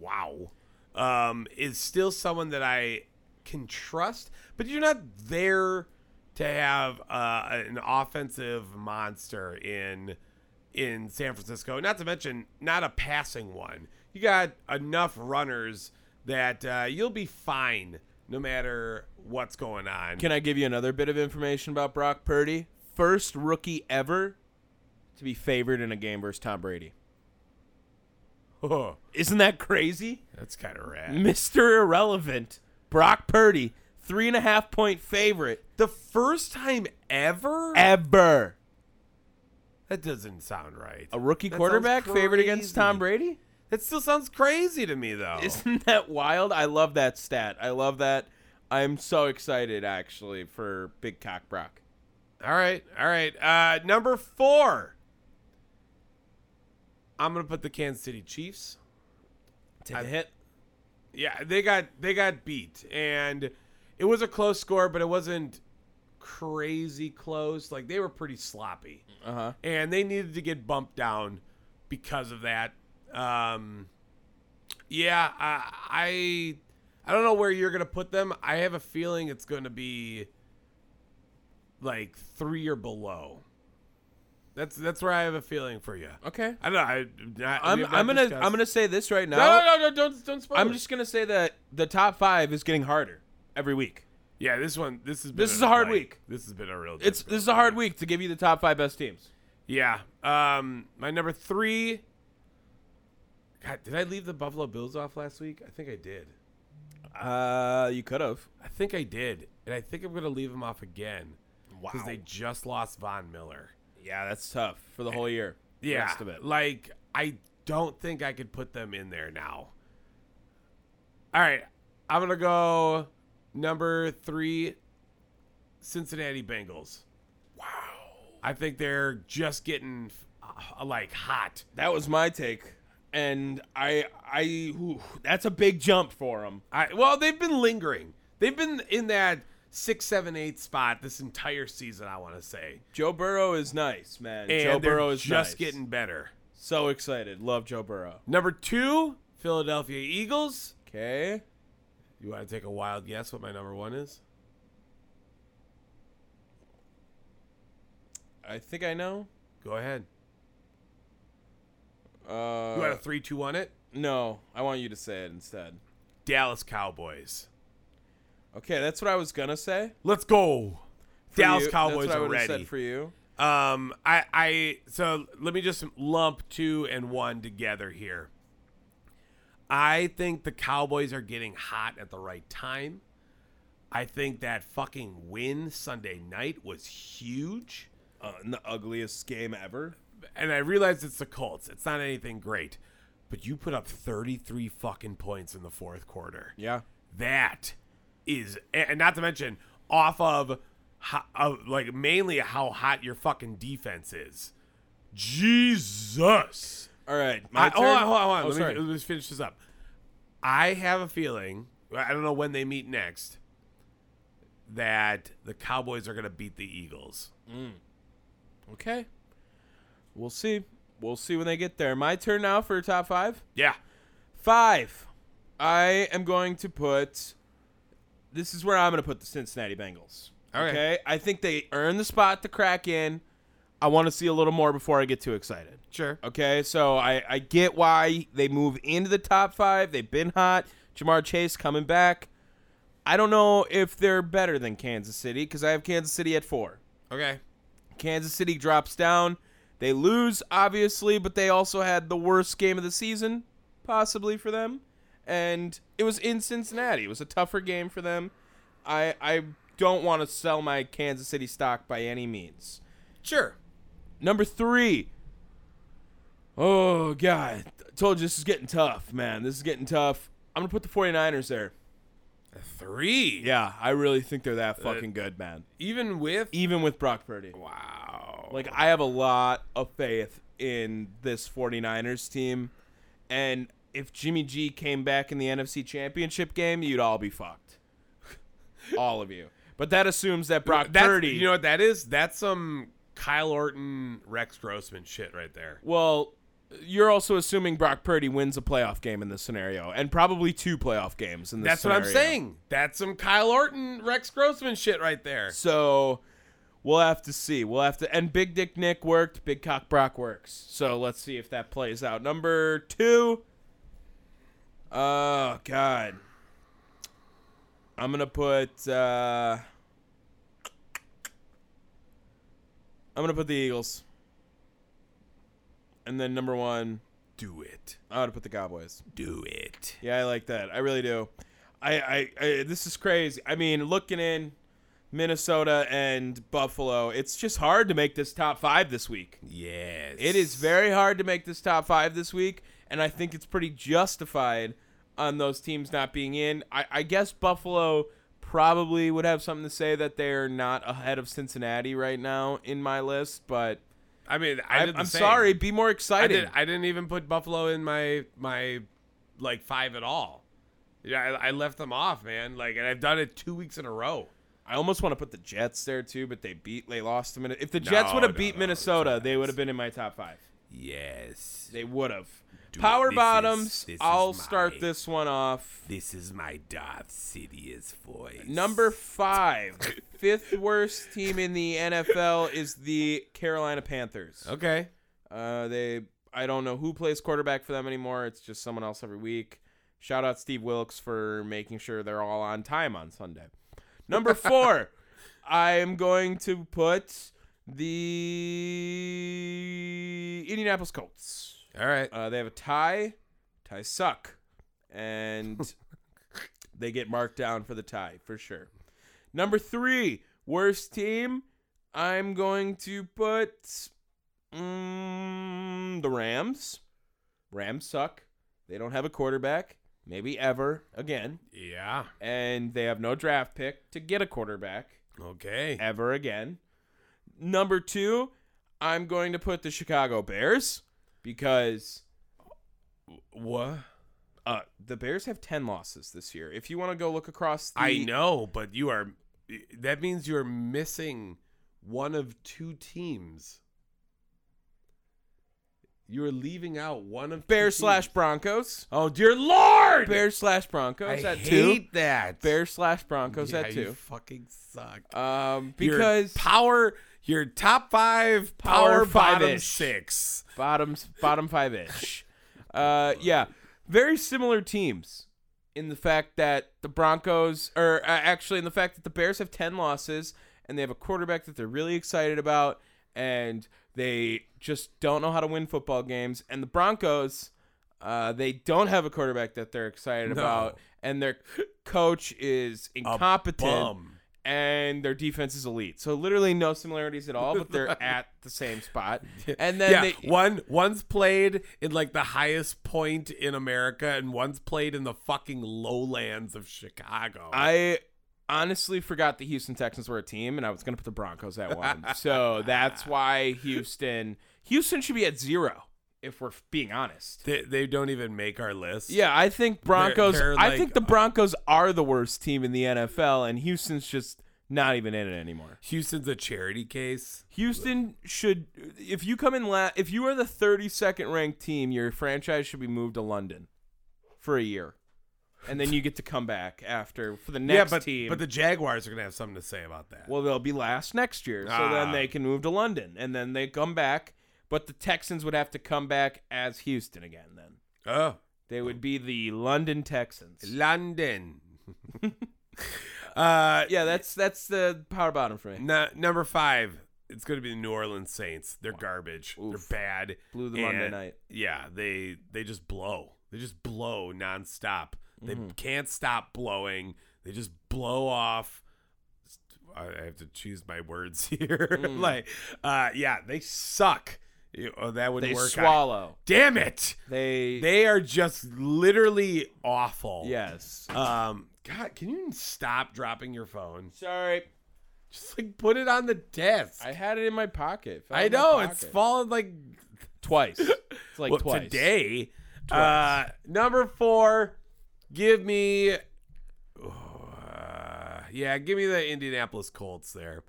[SPEAKER 3] wow, um, is still someone that I can trust, but you're not there to have uh, an offensive monster in in San Francisco. Not to mention, not a passing one. You got enough runners that uh, you'll be fine no matter what's going on.
[SPEAKER 1] Can I give you another bit of information about Brock Purdy? First rookie ever to be favored in a game versus Tom Brady.
[SPEAKER 3] oh,
[SPEAKER 1] Isn't that crazy?
[SPEAKER 3] that's kind of rad.
[SPEAKER 1] Mr. Irrelevant, Brock Purdy, three and a half point favorite
[SPEAKER 3] The first time ever?
[SPEAKER 1] ever.
[SPEAKER 3] That doesn't sound right.
[SPEAKER 1] A rookie
[SPEAKER 3] That sounds
[SPEAKER 1] quarterback favored against Tom
[SPEAKER 3] crazy.
[SPEAKER 1] Brady?
[SPEAKER 3] That still sounds crazy to me, though.
[SPEAKER 1] Isn't that wild? I love that stat. I love that. I'm so excited, actually, for Big Cock Brock.
[SPEAKER 3] All right, all right. Uh, number four. I'm gonna put the Kansas City Chiefs.
[SPEAKER 1] Take
[SPEAKER 3] I-
[SPEAKER 1] a hit.
[SPEAKER 3] Yeah, they got they got beat, and it was a close score, but it wasn't crazy close. Like they were pretty sloppy,
[SPEAKER 1] Uh huh.
[SPEAKER 3] and they needed to get bumped down because of that. Um, yeah, I, I I don't know where you're gonna put them. I have a feeling it's gonna be like three or below. That's that's where I have a feeling for you.
[SPEAKER 1] Okay.
[SPEAKER 3] I don't know. I, I,
[SPEAKER 1] I'm, I'm gonna I'm gonna say this right now.
[SPEAKER 3] No, no, no, no! Don't don't spoil.
[SPEAKER 1] I'm
[SPEAKER 3] it.
[SPEAKER 1] just gonna say that the top five is getting harder every week.
[SPEAKER 3] Yeah, this one, this has been
[SPEAKER 1] This is a hard
[SPEAKER 3] like,
[SPEAKER 1] week.
[SPEAKER 3] This has been a real.
[SPEAKER 1] It's
[SPEAKER 3] difficult
[SPEAKER 1] this is a hard week to give you the top five best teams.
[SPEAKER 3] Yeah. Um, my number three. God, did I leave the Buffalo Bills off last week? I think I did.
[SPEAKER 1] Uh, you could have.
[SPEAKER 3] I think I did, and I think I'm gonna leave them off again because
[SPEAKER 1] Wow.
[SPEAKER 3] they just lost Von Miller.
[SPEAKER 1] Yeah, that's tough for the whole year. The
[SPEAKER 3] Yeah,
[SPEAKER 1] rest of it.
[SPEAKER 3] like I don't think I could put them in there now. All right, I'm gonna go number three, Cincinnati Bengals. Wow, I think they're just getting uh, like hot.
[SPEAKER 1] That was my take, and I I ooh, that's a big jump for them.
[SPEAKER 3] I well, they've been lingering. They've been in that six, seven, eight spot this entire season. I want to say,
[SPEAKER 1] Joe Burrow is nice, man.
[SPEAKER 3] and
[SPEAKER 1] Joe
[SPEAKER 3] they're
[SPEAKER 1] Burrow is
[SPEAKER 3] just
[SPEAKER 1] nice.
[SPEAKER 3] getting better.
[SPEAKER 1] so excited. Love Joe Burrow.
[SPEAKER 3] Number two, Philadelphia Eagles.
[SPEAKER 1] Okay,
[SPEAKER 3] You want to take a wild guess what my number one is?
[SPEAKER 1] I think I know.
[SPEAKER 3] Go ahead. You want
[SPEAKER 1] Uh,
[SPEAKER 3] a three, two, one it?
[SPEAKER 1] no, I want you to say it instead.
[SPEAKER 3] Dallas Cowboys.
[SPEAKER 1] Okay, that's what I was gonna say.
[SPEAKER 3] Let's go.
[SPEAKER 1] for
[SPEAKER 3] Dallas
[SPEAKER 1] you. That's
[SPEAKER 3] Cowboys
[SPEAKER 1] what I
[SPEAKER 3] are
[SPEAKER 1] would've
[SPEAKER 3] ready.
[SPEAKER 1] Said for you.
[SPEAKER 3] um, I, I, so let me just lump two and one together here. I think the Cowboys are getting hot at the right time. I think that fucking win Sunday night was huge.
[SPEAKER 1] Uh, the ugliest game ever.
[SPEAKER 3] And I realize it's the Colts. It's not anything great. But you put up 33 fucking points in the fourth quarter.
[SPEAKER 1] Yeah.
[SPEAKER 3] that is and not to mention off of, ho- of like mainly how hot your fucking defense is jesus
[SPEAKER 1] All right. My
[SPEAKER 3] I,
[SPEAKER 1] turn?
[SPEAKER 3] hold on hold on, hold on.
[SPEAKER 1] Oh,
[SPEAKER 3] let,
[SPEAKER 1] sorry.
[SPEAKER 3] me, let me finish this up i have a feeling i don't know when they meet next that the cowboys are going to beat the eagles
[SPEAKER 1] Okay. We'll see. We'll see when they get there. My turn now for top five.
[SPEAKER 3] yeah
[SPEAKER 1] Five. I am going to put. This is where I'm going to put the Cincinnati Bengals.
[SPEAKER 3] Okay.
[SPEAKER 1] I think they earned the spot to crack in. I want to see a little more before I get too excited.
[SPEAKER 3] sure
[SPEAKER 1] Okay, so I, I get why they move into the top five. They've been hot. Jamar Chase coming back. I don't know if they're better than Kansas City because I have Kansas City at four.
[SPEAKER 3] okay
[SPEAKER 1] Kansas City drops down. They lose, obviously, but they also had the worst game of the season, possibly for them. And it was in Cincinnati. It was a tougher game for them. I I don't want to sell my Kansas City stock by any means.
[SPEAKER 3] sure
[SPEAKER 1] Number three. Oh, God. I told you this is getting tough, man. This is getting tough. I'm going to put the 49ers there.
[SPEAKER 3] three
[SPEAKER 1] Yeah, I really think they're that fucking good, man.
[SPEAKER 3] even with
[SPEAKER 1] Even with Brock Purdy.
[SPEAKER 3] wow
[SPEAKER 1] Like, I have a lot of faith in this 49ers team. And if Jimmy G came back in the NFC Championship game, you'd all be fucked. all of you. But that assumes that Brock
[SPEAKER 3] Uh, That's,
[SPEAKER 1] Purdy.
[SPEAKER 3] You know what that is? That's some Kyle Orton, Rex Grossman shit right there.
[SPEAKER 1] Well, you're also assuming Brock Purdy wins a playoff game in this scenario, and probably two playoff games in this.
[SPEAKER 3] That's what I'm
[SPEAKER 1] scenario.
[SPEAKER 3] saying. That's some Kyle Orton, Rex Grossman shit right there.
[SPEAKER 1] So we'll have to see. We'll have to. And Big Dick Nick worked. Big Cock Brock works. So let's see if that plays out. Number two. Oh God. I'm gonna put. Uh, I'm gonna put the Eagles. And then number one,
[SPEAKER 3] Do it.
[SPEAKER 1] I would put the Cowboys.
[SPEAKER 3] Do it.
[SPEAKER 1] Yeah, I like that. I really do. I, I, I this is crazy. I mean, looking in Minnesota and Buffalo, it's just hard to make this top five this week.
[SPEAKER 3] Yes.
[SPEAKER 1] It is very hard to make this top five this week, and I think it's pretty justified on those teams not being in. I, I guess Buffalo probably would have something to say that they're not ahead of Cincinnati right now in my list, but
[SPEAKER 3] I mean, I
[SPEAKER 1] I,
[SPEAKER 3] did the
[SPEAKER 1] am
[SPEAKER 3] same.
[SPEAKER 1] sorry. Be more
[SPEAKER 3] I
[SPEAKER 1] excited.
[SPEAKER 3] did. I didn't even put Buffalo in my my like five at all. Yeah, I, I left them off, man. Like, and I've done it two weeks in a row.
[SPEAKER 1] I almost want to put the Jets there too, but they beat. They lost to Minnesota. If the Jets would have
[SPEAKER 3] no,
[SPEAKER 1] beat
[SPEAKER 3] no,
[SPEAKER 1] Minnesota, they would have been in my top five.
[SPEAKER 3] Yes.
[SPEAKER 1] They would have.
[SPEAKER 3] Dude,
[SPEAKER 1] Power
[SPEAKER 3] this is-
[SPEAKER 1] bottoms.
[SPEAKER 3] this is
[SPEAKER 1] I'll
[SPEAKER 3] my-
[SPEAKER 1] start this one off.
[SPEAKER 3] This is my Darth Sidious voice.
[SPEAKER 1] Number five, fifth worst team in the NFL is the Carolina Panthers.
[SPEAKER 3] Okay.
[SPEAKER 1] Uh, they. I don't know who plays quarterback for them anymore. It's just someone else every week. Shout out Steve Wilkes for making sure they're all on time on Sunday. Number four, I am going to put the Indianapolis Colts.
[SPEAKER 3] All right.
[SPEAKER 1] Uh, they have a tie. Ties suck, and they get marked down for the tie for sure. Number three, worst team. I'm going to put mm, the Rams. Rams suck. They don't have a quarterback, maybe ever again,
[SPEAKER 3] yeah.
[SPEAKER 1] and they have no draft pick to get a quarterback
[SPEAKER 3] Okay.
[SPEAKER 1] ever again. Number two, I'm going to put the Chicago Bears because
[SPEAKER 3] What?
[SPEAKER 1] uh, the Bears have 10 losses this year. If you want to go look across the.
[SPEAKER 3] I know, but you are. That means you're missing one of two teams. You're leaving out one of
[SPEAKER 1] Bears
[SPEAKER 3] two
[SPEAKER 1] slash
[SPEAKER 3] teams.
[SPEAKER 1] Broncos.
[SPEAKER 3] Oh dear lord!
[SPEAKER 1] Bears slash Broncos
[SPEAKER 3] I
[SPEAKER 1] at two.
[SPEAKER 3] hate that.
[SPEAKER 1] Bears slash Broncos
[SPEAKER 3] yeah,
[SPEAKER 1] at
[SPEAKER 3] you
[SPEAKER 1] two.
[SPEAKER 3] fucking suck.
[SPEAKER 1] Um,
[SPEAKER 3] Uh, Your
[SPEAKER 1] because
[SPEAKER 3] power, your top five,
[SPEAKER 1] Power
[SPEAKER 3] power, bottom
[SPEAKER 1] five-ish.
[SPEAKER 3] six.
[SPEAKER 1] bottoms bottom five ish. Uh, yeah, very similar teams in the fact that the Broncos, or uh, actually in the fact that the Bears have ten losses and they have a quarterback that they're really excited about, and they just don't know how to win football games. And the Broncos, uh, they don't have a quarterback that they're excited
[SPEAKER 3] No.
[SPEAKER 1] about, and their coach is incompetent.
[SPEAKER 3] Bum.
[SPEAKER 1] And their defense is elite, so literally no similarities at all. But they're at the same spot, and then
[SPEAKER 3] yeah,
[SPEAKER 1] they,
[SPEAKER 3] one one's played in like the highest point in America, and one's played in the fucking lowlands of Chicago.
[SPEAKER 1] I honestly forgot the Houston Texans were a team, and I was going to put the Broncos at one. so that's why Houston. Houston should be at zero, if we're being honest.
[SPEAKER 3] they, they don't even make our list.
[SPEAKER 1] Yeah, I think Broncos.
[SPEAKER 3] they're
[SPEAKER 1] I
[SPEAKER 3] like-
[SPEAKER 1] think the Broncos are the worst team in the NFL, and Houston's just not even in it anymore.
[SPEAKER 3] Houston's a charity case.
[SPEAKER 1] Houston should, if you come in last, if you are the 32nd ranked team, your franchise should be moved to London for a year, and then you get to come back after for the next
[SPEAKER 3] yeah, but
[SPEAKER 1] team.
[SPEAKER 3] but the Jaguars are gonna have something to say about that.
[SPEAKER 1] Well, they'll be last next year, so
[SPEAKER 3] Ah.
[SPEAKER 1] then they can move to London, and then they come back. But the Texans would have to come back as Houston again. Then
[SPEAKER 3] oh,
[SPEAKER 1] they would be the London Texans.
[SPEAKER 3] London. uh,
[SPEAKER 1] Yeah, that's that's the power bottom for me.
[SPEAKER 3] nu- number five. It's gonna be the New Orleans Saints. They're garbage.
[SPEAKER 1] Oof.
[SPEAKER 3] They're bad.
[SPEAKER 1] Blew them Monday
[SPEAKER 3] And,
[SPEAKER 1] night.
[SPEAKER 3] Yeah, they they just blow. They just blow nonstop. They
[SPEAKER 1] Mm-hmm.
[SPEAKER 3] can't stop blowing. They just blow off. I I have to choose my words here.
[SPEAKER 1] Mm.
[SPEAKER 3] like, uh, yeah, they suck. You- oh, that would
[SPEAKER 1] They
[SPEAKER 3] work.
[SPEAKER 1] swallow.
[SPEAKER 3] Damn it!
[SPEAKER 1] They,
[SPEAKER 3] They are just literally awful.
[SPEAKER 1] yes.
[SPEAKER 3] Um. God, can you stop dropping your phone?
[SPEAKER 1] Sorry,
[SPEAKER 3] Just like put it on the desk.
[SPEAKER 1] I had it in my pocket. Fell
[SPEAKER 3] I
[SPEAKER 1] in my
[SPEAKER 3] know it's
[SPEAKER 1] pocket.
[SPEAKER 3] fallen like
[SPEAKER 1] twice. It's like
[SPEAKER 3] well,
[SPEAKER 1] twice
[SPEAKER 3] today. Uh, number four, give me. Uh, yeah, give me the Indianapolis Colts there.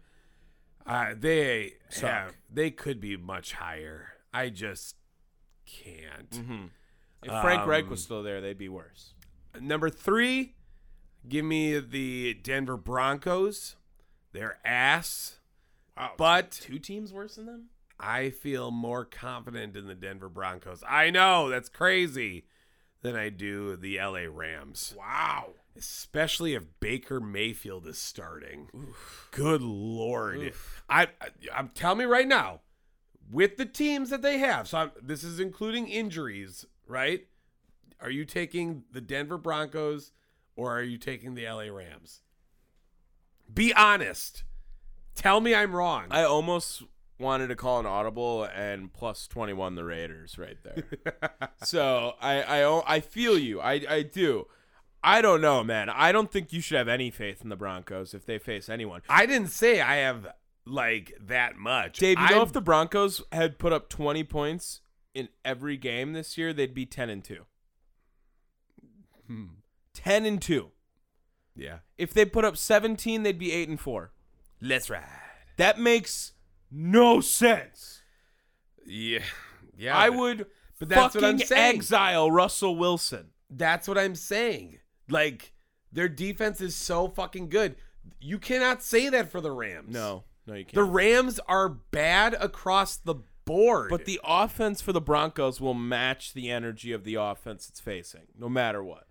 [SPEAKER 3] Uh, they
[SPEAKER 1] Suck.
[SPEAKER 3] yeah, they could be much higher. I just can't.
[SPEAKER 1] If Frank Reich
[SPEAKER 3] Um,
[SPEAKER 1] was still there, they'd be worse.
[SPEAKER 3] Number three, give me the Denver Broncos. Their ass.
[SPEAKER 1] Wow,
[SPEAKER 3] But
[SPEAKER 1] two teams worse than them.
[SPEAKER 3] I feel more confident in the Denver Broncos. I know that's crazy. than I do the LA Rams,
[SPEAKER 1] Wow.
[SPEAKER 3] especially if Baker Mayfield is starting. Good lord. I, I I'm telling me right now, with the teams that they have. So I'm, this is including injuries, right? Are you taking the Denver Broncos or are you taking the LA Rams? Be honest. Tell me I'm wrong.
[SPEAKER 1] I almost wanted to call an audible and plus 21 the Raiders right there. so I, I, o- I feel you. I, I do. I don't know, man. I don't think you should have any faith in the Broncos if they face anyone.
[SPEAKER 3] I didn't say I have like that much.
[SPEAKER 1] Dave, you
[SPEAKER 3] I,
[SPEAKER 1] know if the Broncos had put up 20 points in every game this year, they'd be 10 and 2. 10 and 2.
[SPEAKER 3] yeah.
[SPEAKER 1] If they put up 17, they'd be 8 and 4.
[SPEAKER 3] Let's ride.
[SPEAKER 1] That makes no sense.
[SPEAKER 3] Yeah. Yeah.
[SPEAKER 1] I
[SPEAKER 3] but-
[SPEAKER 1] would
[SPEAKER 3] but that's what I'm
[SPEAKER 1] fucking
[SPEAKER 3] saying.
[SPEAKER 1] exile Russell Wilson.
[SPEAKER 3] That's what I'm saying. Like their defense is so fucking good. You cannot say that for the Rams.
[SPEAKER 1] No, no, you can't.
[SPEAKER 3] The Rams are bad across the board.
[SPEAKER 1] but the offense for the Broncos will match the energy of the offense it's facing, no matter what.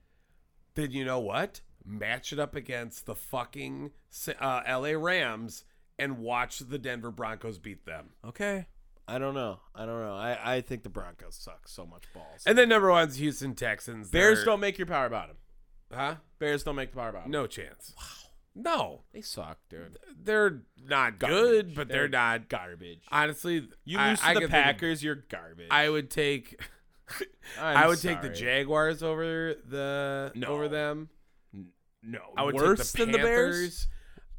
[SPEAKER 3] then you know what? Match it up against the fucking uh, LA Rams and watch the Denver Broncos beat them.
[SPEAKER 1] Okay. I don't know. I don't know. I, I think the Broncos suck so much balls.
[SPEAKER 3] And then number one's Houston Texans.
[SPEAKER 1] Bears
[SPEAKER 3] They're-
[SPEAKER 1] don't make your power bottom.
[SPEAKER 3] huh?
[SPEAKER 1] Bears don't make the power bottom.
[SPEAKER 3] No chance. Wow. No.
[SPEAKER 1] They suck, dude.
[SPEAKER 3] They're not
[SPEAKER 1] Garbage.
[SPEAKER 3] good, but they're, not.
[SPEAKER 1] garbage.
[SPEAKER 3] Honestly,
[SPEAKER 1] you
[SPEAKER 3] I-
[SPEAKER 1] lose
[SPEAKER 3] I
[SPEAKER 1] to the
[SPEAKER 3] could think of-
[SPEAKER 1] Packers, you're garbage.
[SPEAKER 3] I would take.
[SPEAKER 1] I'm
[SPEAKER 3] i would take the
[SPEAKER 1] sorry.
[SPEAKER 3] Jaguars over the
[SPEAKER 1] No.
[SPEAKER 3] over them.
[SPEAKER 1] No,
[SPEAKER 3] I would
[SPEAKER 1] worse
[SPEAKER 3] take
[SPEAKER 1] than
[SPEAKER 3] the
[SPEAKER 1] the Bears.
[SPEAKER 3] Panthers.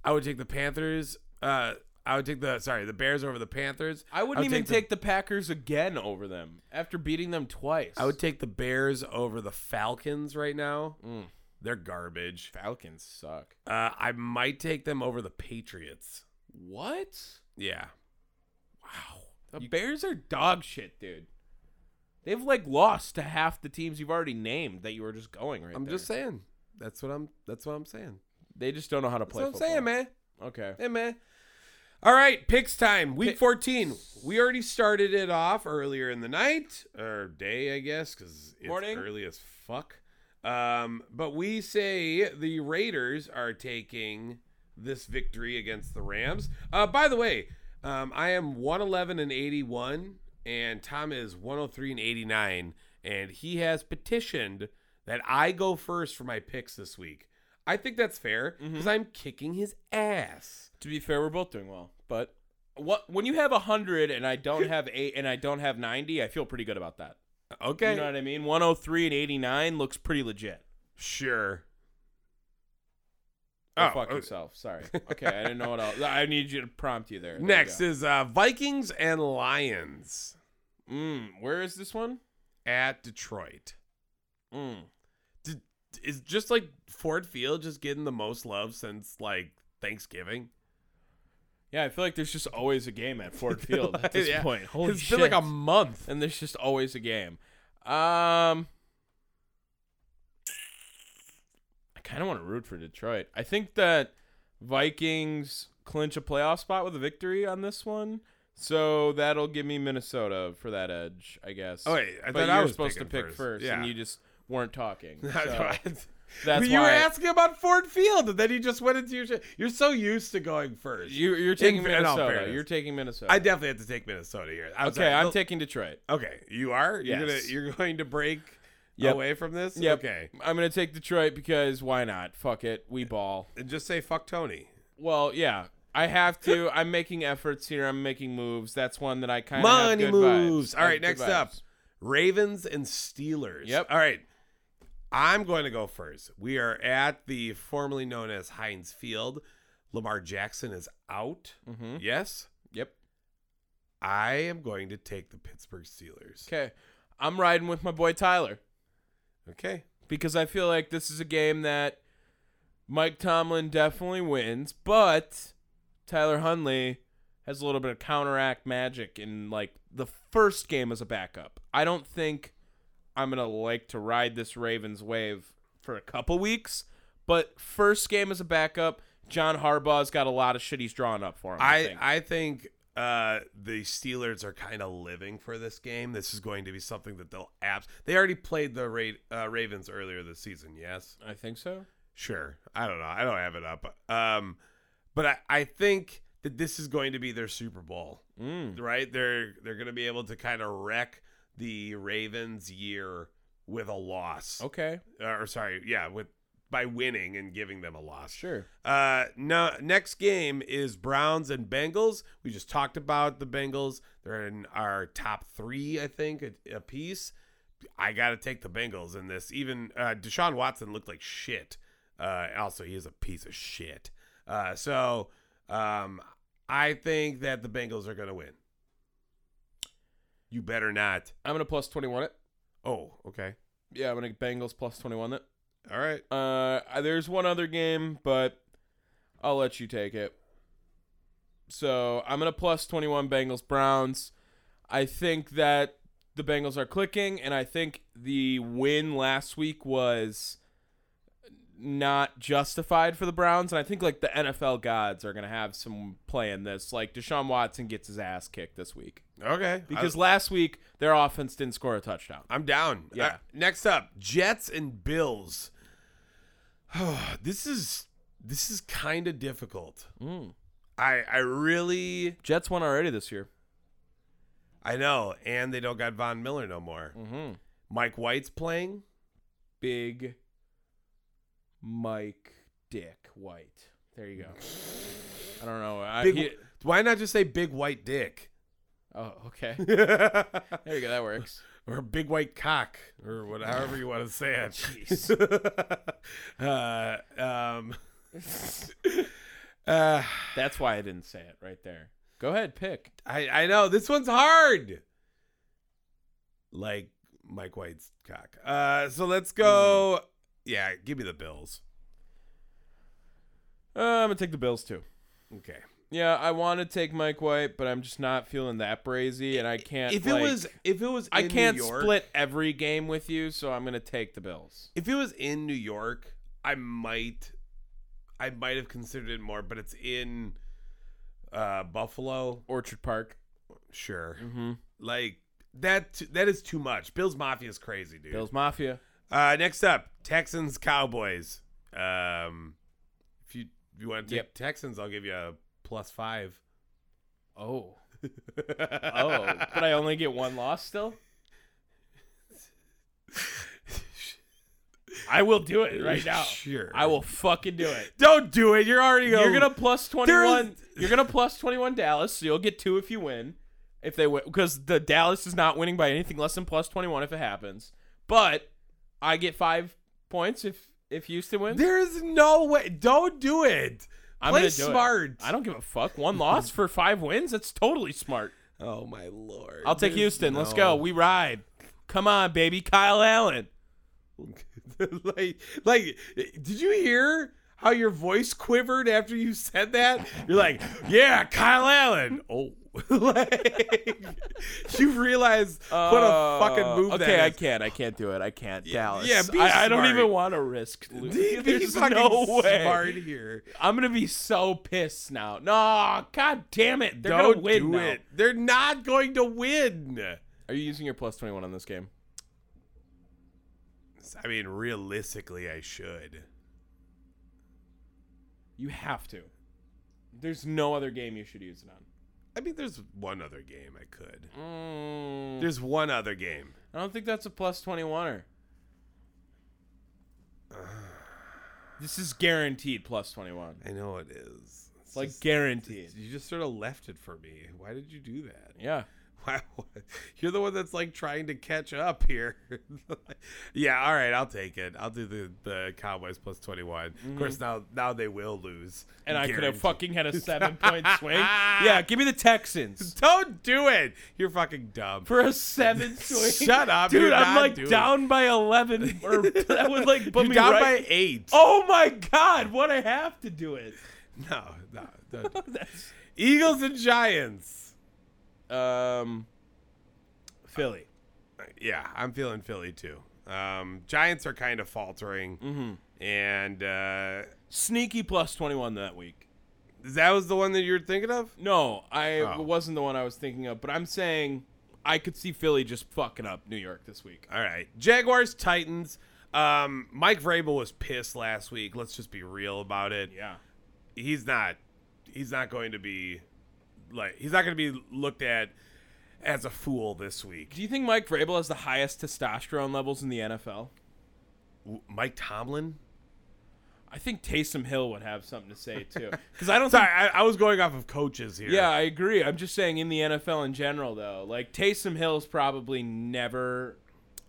[SPEAKER 3] I would take the Panthers. Uh, I would take the sorry the Bears over the Panthers.
[SPEAKER 1] I wouldn't
[SPEAKER 3] would
[SPEAKER 1] even
[SPEAKER 3] the-
[SPEAKER 1] take the, Packers again over them after beating them twice.
[SPEAKER 3] I would take the Bears over the Falcons right now.
[SPEAKER 1] Mm.
[SPEAKER 3] They're garbage.
[SPEAKER 1] Falcons suck.
[SPEAKER 3] Uh, I might take them over the Patriots.
[SPEAKER 1] What?
[SPEAKER 3] Yeah.
[SPEAKER 1] Wow. The Bears are dog shit, dude. They've like lost to half the teams you've already named that you were just going right
[SPEAKER 3] I'm
[SPEAKER 1] there.
[SPEAKER 3] just saying. That's what I'm. That's what I'm saying.
[SPEAKER 1] they just don't know how to
[SPEAKER 3] That's
[SPEAKER 1] play
[SPEAKER 3] what I'm
[SPEAKER 1] football.
[SPEAKER 3] saying, man.
[SPEAKER 1] Okay.
[SPEAKER 3] Hey, man. All right, picks time. Week
[SPEAKER 1] Pick-
[SPEAKER 3] 14. We already started it off earlier in the night or day, I guess, because it's
[SPEAKER 1] Morning.
[SPEAKER 3] early as fuck. Um, but we say the Raiders are taking this victory against the Rams. Uh, by the way, um, I am 111 and 81, and Tom is 103 and 89, and he has petitioned that I go first for my picks this week. I think that's fair
[SPEAKER 1] Mm-hmm.
[SPEAKER 3] because I'm kicking his ass.
[SPEAKER 1] To be fair, we're both doing well. But what when you have 100 and I don't have 8 and I don't have 90, I feel pretty good about that.
[SPEAKER 3] Okay.
[SPEAKER 1] You know what I mean? 103 and 89 looks pretty legit.
[SPEAKER 3] Sure.
[SPEAKER 1] Go
[SPEAKER 3] Oh,
[SPEAKER 1] fuck
[SPEAKER 3] okay.
[SPEAKER 1] yourself. Sorry. Okay, I didn't know what else. I need you to prompt you there. There you
[SPEAKER 3] Next
[SPEAKER 1] go.
[SPEAKER 3] is uh, Vikings and Lions
[SPEAKER 1] mm, where is this one?
[SPEAKER 3] at Detroit.
[SPEAKER 1] Mm.
[SPEAKER 3] D- is just like Ford Field just getting the most love since like Thanksgiving?
[SPEAKER 1] Yeah, I feel like there's just always a game at Ford Field at this
[SPEAKER 3] Yeah.
[SPEAKER 1] point. Holy
[SPEAKER 3] it's
[SPEAKER 1] shit!
[SPEAKER 3] been like a month.
[SPEAKER 1] and there's just always a game. Um, I kind of want to root for Detroit. I think that Vikings clinch a playoff spot with a victory on this one, so that'll give me Minnesota for that edge, I guess.
[SPEAKER 3] Oh, wait, I
[SPEAKER 1] but
[SPEAKER 3] thought I
[SPEAKER 1] you were
[SPEAKER 3] was
[SPEAKER 1] supposed to
[SPEAKER 3] picking
[SPEAKER 1] pick
[SPEAKER 3] first.
[SPEAKER 1] first,
[SPEAKER 3] Yeah.
[SPEAKER 1] and you just weren't talking. so
[SPEAKER 3] That's
[SPEAKER 1] that's
[SPEAKER 3] you were
[SPEAKER 1] why-
[SPEAKER 3] asking about Ford Field, and then you just went into your. Shit. You're so used to going first.
[SPEAKER 1] you, you're taking
[SPEAKER 3] In- in all
[SPEAKER 1] Minnesota.
[SPEAKER 3] fairness.
[SPEAKER 1] You're taking Minnesota.
[SPEAKER 3] I definitely have to take Minnesota here. I was
[SPEAKER 1] okay,
[SPEAKER 3] like,
[SPEAKER 1] I'm
[SPEAKER 3] no-
[SPEAKER 1] taking Detroit.
[SPEAKER 3] Okay, you are. You're gonna.
[SPEAKER 1] Yes.
[SPEAKER 3] You're going to break
[SPEAKER 1] Yep.
[SPEAKER 3] away from this.
[SPEAKER 1] Yep.
[SPEAKER 3] Okay.
[SPEAKER 1] I'm gonna take Detroit because why not? Fuck it, we ball.
[SPEAKER 3] and just say fuck Tony.
[SPEAKER 1] Well, yeah, I have to. I'm making efforts here. I'm making moves. That's one that I kind of
[SPEAKER 3] Money
[SPEAKER 1] have good
[SPEAKER 3] moves.
[SPEAKER 1] Vibes.
[SPEAKER 3] All
[SPEAKER 1] I
[SPEAKER 3] right,
[SPEAKER 1] have good
[SPEAKER 3] next up,
[SPEAKER 1] vibes.
[SPEAKER 3] Ravens and Steelers.
[SPEAKER 1] Yep.
[SPEAKER 3] All right. I'm going to go first. We are at the formerly known as Heinz Field. Lamar Jackson is out.
[SPEAKER 1] Mhm.
[SPEAKER 3] Yes.
[SPEAKER 1] Yep.
[SPEAKER 3] I am going to take the Pittsburgh Steelers.
[SPEAKER 1] Okay, I'm riding with my boy Tyler
[SPEAKER 3] Okay.
[SPEAKER 1] because I feel like this is a game that Mike Tomlin definitely wins, but Tyler Hunley has a little bit of counteract magic in like the first game as a backup. I don't think I'm gonna like to ride this Ravens wave for a couple weeks, but first game as a backup, John Harbaugh's got a lot of shit he's drawing up for him. I,
[SPEAKER 3] I
[SPEAKER 1] think.
[SPEAKER 3] I think uh, the Steelers are kind of living for this game. This is going to be something that they'll abs. They already played the Ra- uh, Ravens earlier this season. Yes,
[SPEAKER 1] I think so.
[SPEAKER 3] sure. I don't know. I don't have it up. Um, but I, I think that this is going to be their Super Bowl,
[SPEAKER 1] Mm.
[SPEAKER 3] right? They're they're going to be able to kind of wreck the Ravens' year with a loss.
[SPEAKER 1] Okay,
[SPEAKER 3] Uh, or sorry, yeah, with by winning and giving them a loss.
[SPEAKER 1] sure.
[SPEAKER 3] Uh, no, next game is Browns and Bengals. We just talked about the Bengals. They're in our top three, I think, a, a piece. I got to take the Bengals in this. Even uh, Deshaun Watson looked like shit. Uh, also, he is a piece of shit. Uh, so um, I think that the Bengals are going to win. You better not.
[SPEAKER 1] I'm gonna plus twenty one it.
[SPEAKER 3] Oh, okay.
[SPEAKER 1] Yeah, I'm gonna Bengals plus twenty one it.
[SPEAKER 3] All right.
[SPEAKER 1] Uh, I- there's one other game, but I'll let you take it. So I'm gonna plus 21 Bengals Browns. I think that the Bengals are clicking, and I think the win last week was not justified for the Browns. And I think like the NFL gods are gonna have some play in this. Like Deshaun Watson gets his ass kicked this week
[SPEAKER 3] Okay. I-
[SPEAKER 1] because last week their offense didn't score a touchdown.
[SPEAKER 3] I'm down.
[SPEAKER 1] Yeah.
[SPEAKER 3] Uh, next up, Jets and Bills. this is this is kind of difficult.
[SPEAKER 1] Mm.
[SPEAKER 3] I I really
[SPEAKER 1] Jets won already this year.
[SPEAKER 3] I know, and they don't got Von Miller no more.
[SPEAKER 1] Mm-hmm.
[SPEAKER 3] Mike White's playing.
[SPEAKER 1] Big Mike Dick White. There you go. I don't know. I,
[SPEAKER 3] Big,
[SPEAKER 1] Uh, he-
[SPEAKER 3] why not just say Big White Dick
[SPEAKER 1] oh, okay.
[SPEAKER 3] or
[SPEAKER 1] There you go. That works.
[SPEAKER 3] Big White Cock or whatever you want to say it.
[SPEAKER 1] Jeez.
[SPEAKER 3] uh, um, uh,
[SPEAKER 1] That's why I didn't say it right there. Go ahead, pick.
[SPEAKER 3] I I know this one's hard. Like Mike White's cock. Uh, so let's go.
[SPEAKER 1] Mm-hmm.
[SPEAKER 3] Yeah, give me the Bills.
[SPEAKER 1] Uh, I'm gonna take the Bills too.
[SPEAKER 3] Okay.
[SPEAKER 1] Yeah, I want to take Mike White, but I'm just not feeling that brazy, and I can't.
[SPEAKER 3] If it
[SPEAKER 1] like-
[SPEAKER 3] was, if it was,
[SPEAKER 1] I
[SPEAKER 3] in New
[SPEAKER 1] can't
[SPEAKER 3] York-
[SPEAKER 1] split every game with you, so I'm gonna take the Bills.
[SPEAKER 3] If it was in New York, I might, I might have considered it more. But it's in uh Buffalo.
[SPEAKER 1] Orchard Park.
[SPEAKER 3] Sure.
[SPEAKER 1] Mm-hmm.
[SPEAKER 3] Like that. That is too much. Bills Mafia is crazy, dude.
[SPEAKER 1] Bills Mafia.
[SPEAKER 3] Uh, next up, Texans Cowboys. Um, if you if you want to take
[SPEAKER 1] Yep.
[SPEAKER 3] Texans, I'll give you a plus five.
[SPEAKER 1] Oh. Oh, but I only get one loss still. I will do it right now.
[SPEAKER 3] Sure.
[SPEAKER 1] I will fucking do it.
[SPEAKER 3] Don't do it. You're already.
[SPEAKER 1] You're
[SPEAKER 3] a-
[SPEAKER 1] gonna plus twenty one.
[SPEAKER 3] There's-
[SPEAKER 1] You're gonna plus twenty one Dallas, so you'll get two if you win. If they win, because the Dallas is not winning by anything less than plus twenty one if it happens. But I get five points if if Houston wins.
[SPEAKER 3] There is no way. Don't do it.
[SPEAKER 1] I'm
[SPEAKER 3] Play
[SPEAKER 1] gonna do it.
[SPEAKER 3] smart.
[SPEAKER 1] I don't give a fuck. One loss for five wins. That's totally smart.
[SPEAKER 3] Oh my lord.
[SPEAKER 1] I'll take
[SPEAKER 3] There's
[SPEAKER 1] Houston. Let's
[SPEAKER 3] no-
[SPEAKER 1] go. We ride. Come on, baby, Kyle Allen.
[SPEAKER 3] like, like, did you hear how your voice quivered after you said that? You're like, yeah, Kyle Allen. Oh, like, you realize what a fucking move
[SPEAKER 1] Uh, Okay,
[SPEAKER 3] that
[SPEAKER 1] I
[SPEAKER 3] is.
[SPEAKER 1] can't. I can't do it. I can't. Dallas.
[SPEAKER 3] yeah, be
[SPEAKER 1] I, I don't
[SPEAKER 3] smart.
[SPEAKER 1] even want to risk. losing.
[SPEAKER 3] Be
[SPEAKER 1] There's
[SPEAKER 3] fucking
[SPEAKER 1] no way.
[SPEAKER 3] smart here.
[SPEAKER 1] I'm gonna be so pissed now. No, god damn it. They're
[SPEAKER 3] Don't
[SPEAKER 1] gonna win
[SPEAKER 3] do
[SPEAKER 1] now.
[SPEAKER 3] it. They're not going to win.
[SPEAKER 1] Are you using your plus twenty one on this game?
[SPEAKER 3] I mean, realistically, I should.
[SPEAKER 1] You have to. There's no other game you should use it on.
[SPEAKER 3] I mean, there's one other game I could.
[SPEAKER 1] Mm,
[SPEAKER 3] There's one other game.
[SPEAKER 1] I don't think that's a plus twenty one er. This is guaranteed plus twenty one.
[SPEAKER 3] I know it is. It's
[SPEAKER 1] Like
[SPEAKER 3] just-
[SPEAKER 1] guaranteed.
[SPEAKER 3] You just sort of left it for me. Why did you do that?
[SPEAKER 1] Yeah.
[SPEAKER 3] Why, you're the one that's like trying to catch up here. yeah, all right, I'll take it. I'll do the, the Cowboys plus 21. Of course, now now they will lose.
[SPEAKER 1] Mm-hmm. And I could have
[SPEAKER 3] Guaranteed.
[SPEAKER 1] fucking had a seven point swing. Yeah, give me the Texans.
[SPEAKER 3] Don't do it. You're fucking dumb.
[SPEAKER 1] For a seven swing.
[SPEAKER 3] Shut up,
[SPEAKER 1] Dude,
[SPEAKER 3] you're
[SPEAKER 1] I'm
[SPEAKER 3] not
[SPEAKER 1] like
[SPEAKER 3] doing-
[SPEAKER 1] down by eleven or that would like put
[SPEAKER 3] You're
[SPEAKER 1] me
[SPEAKER 3] down
[SPEAKER 1] right.
[SPEAKER 3] by eight.
[SPEAKER 1] Oh my god, what I have to do it.
[SPEAKER 3] No, no, don't do it. Eagles and Giants.
[SPEAKER 1] Um Philly.
[SPEAKER 3] Yeah, I'm feeling Philly too. Um, Giants are kind of
[SPEAKER 1] Mm-hmm.
[SPEAKER 3] faltering, and uh,
[SPEAKER 1] Sneaky plus 21 that week.
[SPEAKER 3] That was the one that you were thinking of?
[SPEAKER 1] No, I
[SPEAKER 3] Oh.
[SPEAKER 1] wasn't the one I was thinking of, but I'm saying I could see Philly just fucking up New York this week.
[SPEAKER 3] All right. Jaguars, Titans. Um, Mike Vrabel was pissed last week. Let's just be real about it.
[SPEAKER 1] Yeah.
[SPEAKER 3] He's not he's not going to be like he's not gonna be looked at as a fool this week.
[SPEAKER 1] Do you think Mike Vrabel has the highest testosterone levels in the NFL?
[SPEAKER 3] W- Mike Tomlin?
[SPEAKER 1] I think Taysom Hill would have something to say too, because I don't.
[SPEAKER 3] Sorry,
[SPEAKER 1] think,
[SPEAKER 3] I, I was going off of coaches here.
[SPEAKER 1] yeah, I agree. I'm just saying in the NFL in general, though, like Taysom Hill's probably never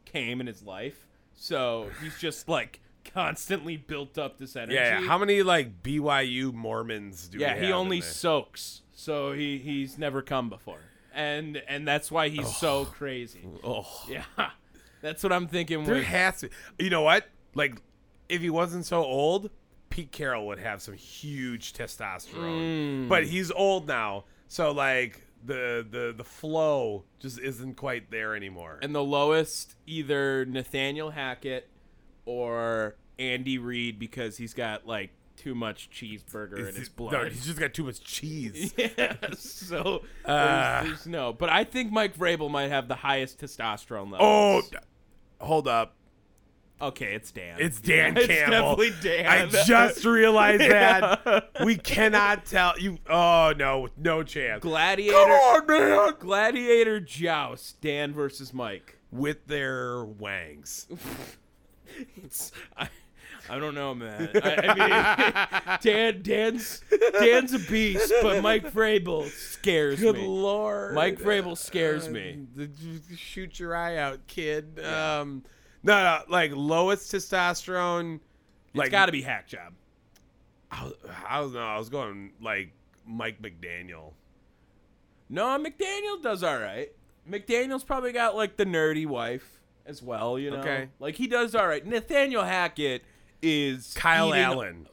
[SPEAKER 1] came in his life, so he's just like constantly built up this energy.
[SPEAKER 3] Yeah, yeah. How many like BYU Mormons do we
[SPEAKER 1] Yeah,
[SPEAKER 3] have
[SPEAKER 1] he
[SPEAKER 3] in
[SPEAKER 1] only
[SPEAKER 3] there?
[SPEAKER 1] soaks, so he he's never come before, and and that's why he's so crazy.
[SPEAKER 3] oh.
[SPEAKER 1] Yeah, that's what I'm thinking.
[SPEAKER 3] There
[SPEAKER 1] with-
[SPEAKER 3] has to. You know what? Like, if he wasn't so old, Pete Carroll would have some huge
[SPEAKER 1] Hmm.
[SPEAKER 3] testosterone. But he's old now, so like the the the flow just isn't quite there anymore.
[SPEAKER 1] and the lowest either Nathaniel Hackett or Andy Reid because he's got like too much cheeseburger in
[SPEAKER 3] He's-
[SPEAKER 1] his
[SPEAKER 3] No,
[SPEAKER 1] blood.
[SPEAKER 3] he's just got too much cheese.
[SPEAKER 1] yeah, so
[SPEAKER 3] Ah.
[SPEAKER 1] there's, there's no. But I think Mike Vrabel might have the highest testosterone level.
[SPEAKER 3] oh, d- hold up.
[SPEAKER 1] okay, it's Dan.
[SPEAKER 3] It's Dan
[SPEAKER 1] It's
[SPEAKER 3] Campbell.
[SPEAKER 1] definitely Dan.
[SPEAKER 3] I just realized
[SPEAKER 1] Yeah.
[SPEAKER 3] that. We cannot tell you. Oh no, no chance.
[SPEAKER 1] Gladiator.
[SPEAKER 3] Come on, man.
[SPEAKER 1] Gladiator joust. Dan versus Mike.
[SPEAKER 3] With their wangs.
[SPEAKER 1] It's, I, I don't know, man. I, I mean, Dan, Dan's, Dan's a beast, but Mike Vrabel scares
[SPEAKER 3] Good
[SPEAKER 1] me.
[SPEAKER 3] lord.
[SPEAKER 1] Mike Vrabel scares me.
[SPEAKER 3] Uh, th- Shoot your eye out, kid. Um, no, no, like lowest testosterone. Like
[SPEAKER 1] it's got to be hack job.
[SPEAKER 3] I, was- I don't know. I was going like Mike McDaniel.
[SPEAKER 1] No, McDaniel does all right. McDaniel's probably got like the nerdy wife as well, you know.
[SPEAKER 3] Okay.
[SPEAKER 1] Like he does all right. Nathaniel Hackett is
[SPEAKER 3] Kyle
[SPEAKER 1] eating-
[SPEAKER 3] Allen.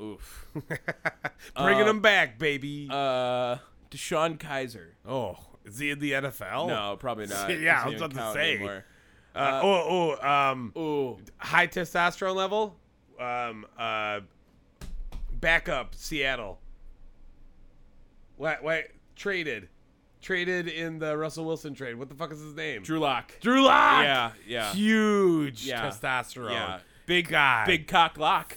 [SPEAKER 1] Oof.
[SPEAKER 3] Bringing
[SPEAKER 1] Uh,
[SPEAKER 3] him back, baby.
[SPEAKER 1] Uh, Deshaun Kaiser.
[SPEAKER 3] oh, is he in the NFL?
[SPEAKER 1] No, probably not.
[SPEAKER 3] Oh. Yeah, I
[SPEAKER 1] Doesn't
[SPEAKER 3] was
[SPEAKER 1] even
[SPEAKER 3] about to
[SPEAKER 1] count
[SPEAKER 3] say.
[SPEAKER 1] anymore.
[SPEAKER 3] Uh, oh, oh, um,
[SPEAKER 1] Ooh,
[SPEAKER 3] high testosterone level. Um, uh, backup Seattle. What? Wait, traded, traded in the Russell Wilson trade. What the fuck is his name?
[SPEAKER 1] Drew Lock.
[SPEAKER 3] Drew Lock.
[SPEAKER 1] Yeah, yeah.
[SPEAKER 3] Huge
[SPEAKER 1] Yeah.
[SPEAKER 3] testosterone.
[SPEAKER 1] Yeah.
[SPEAKER 3] Big guy.
[SPEAKER 1] Big cock lock.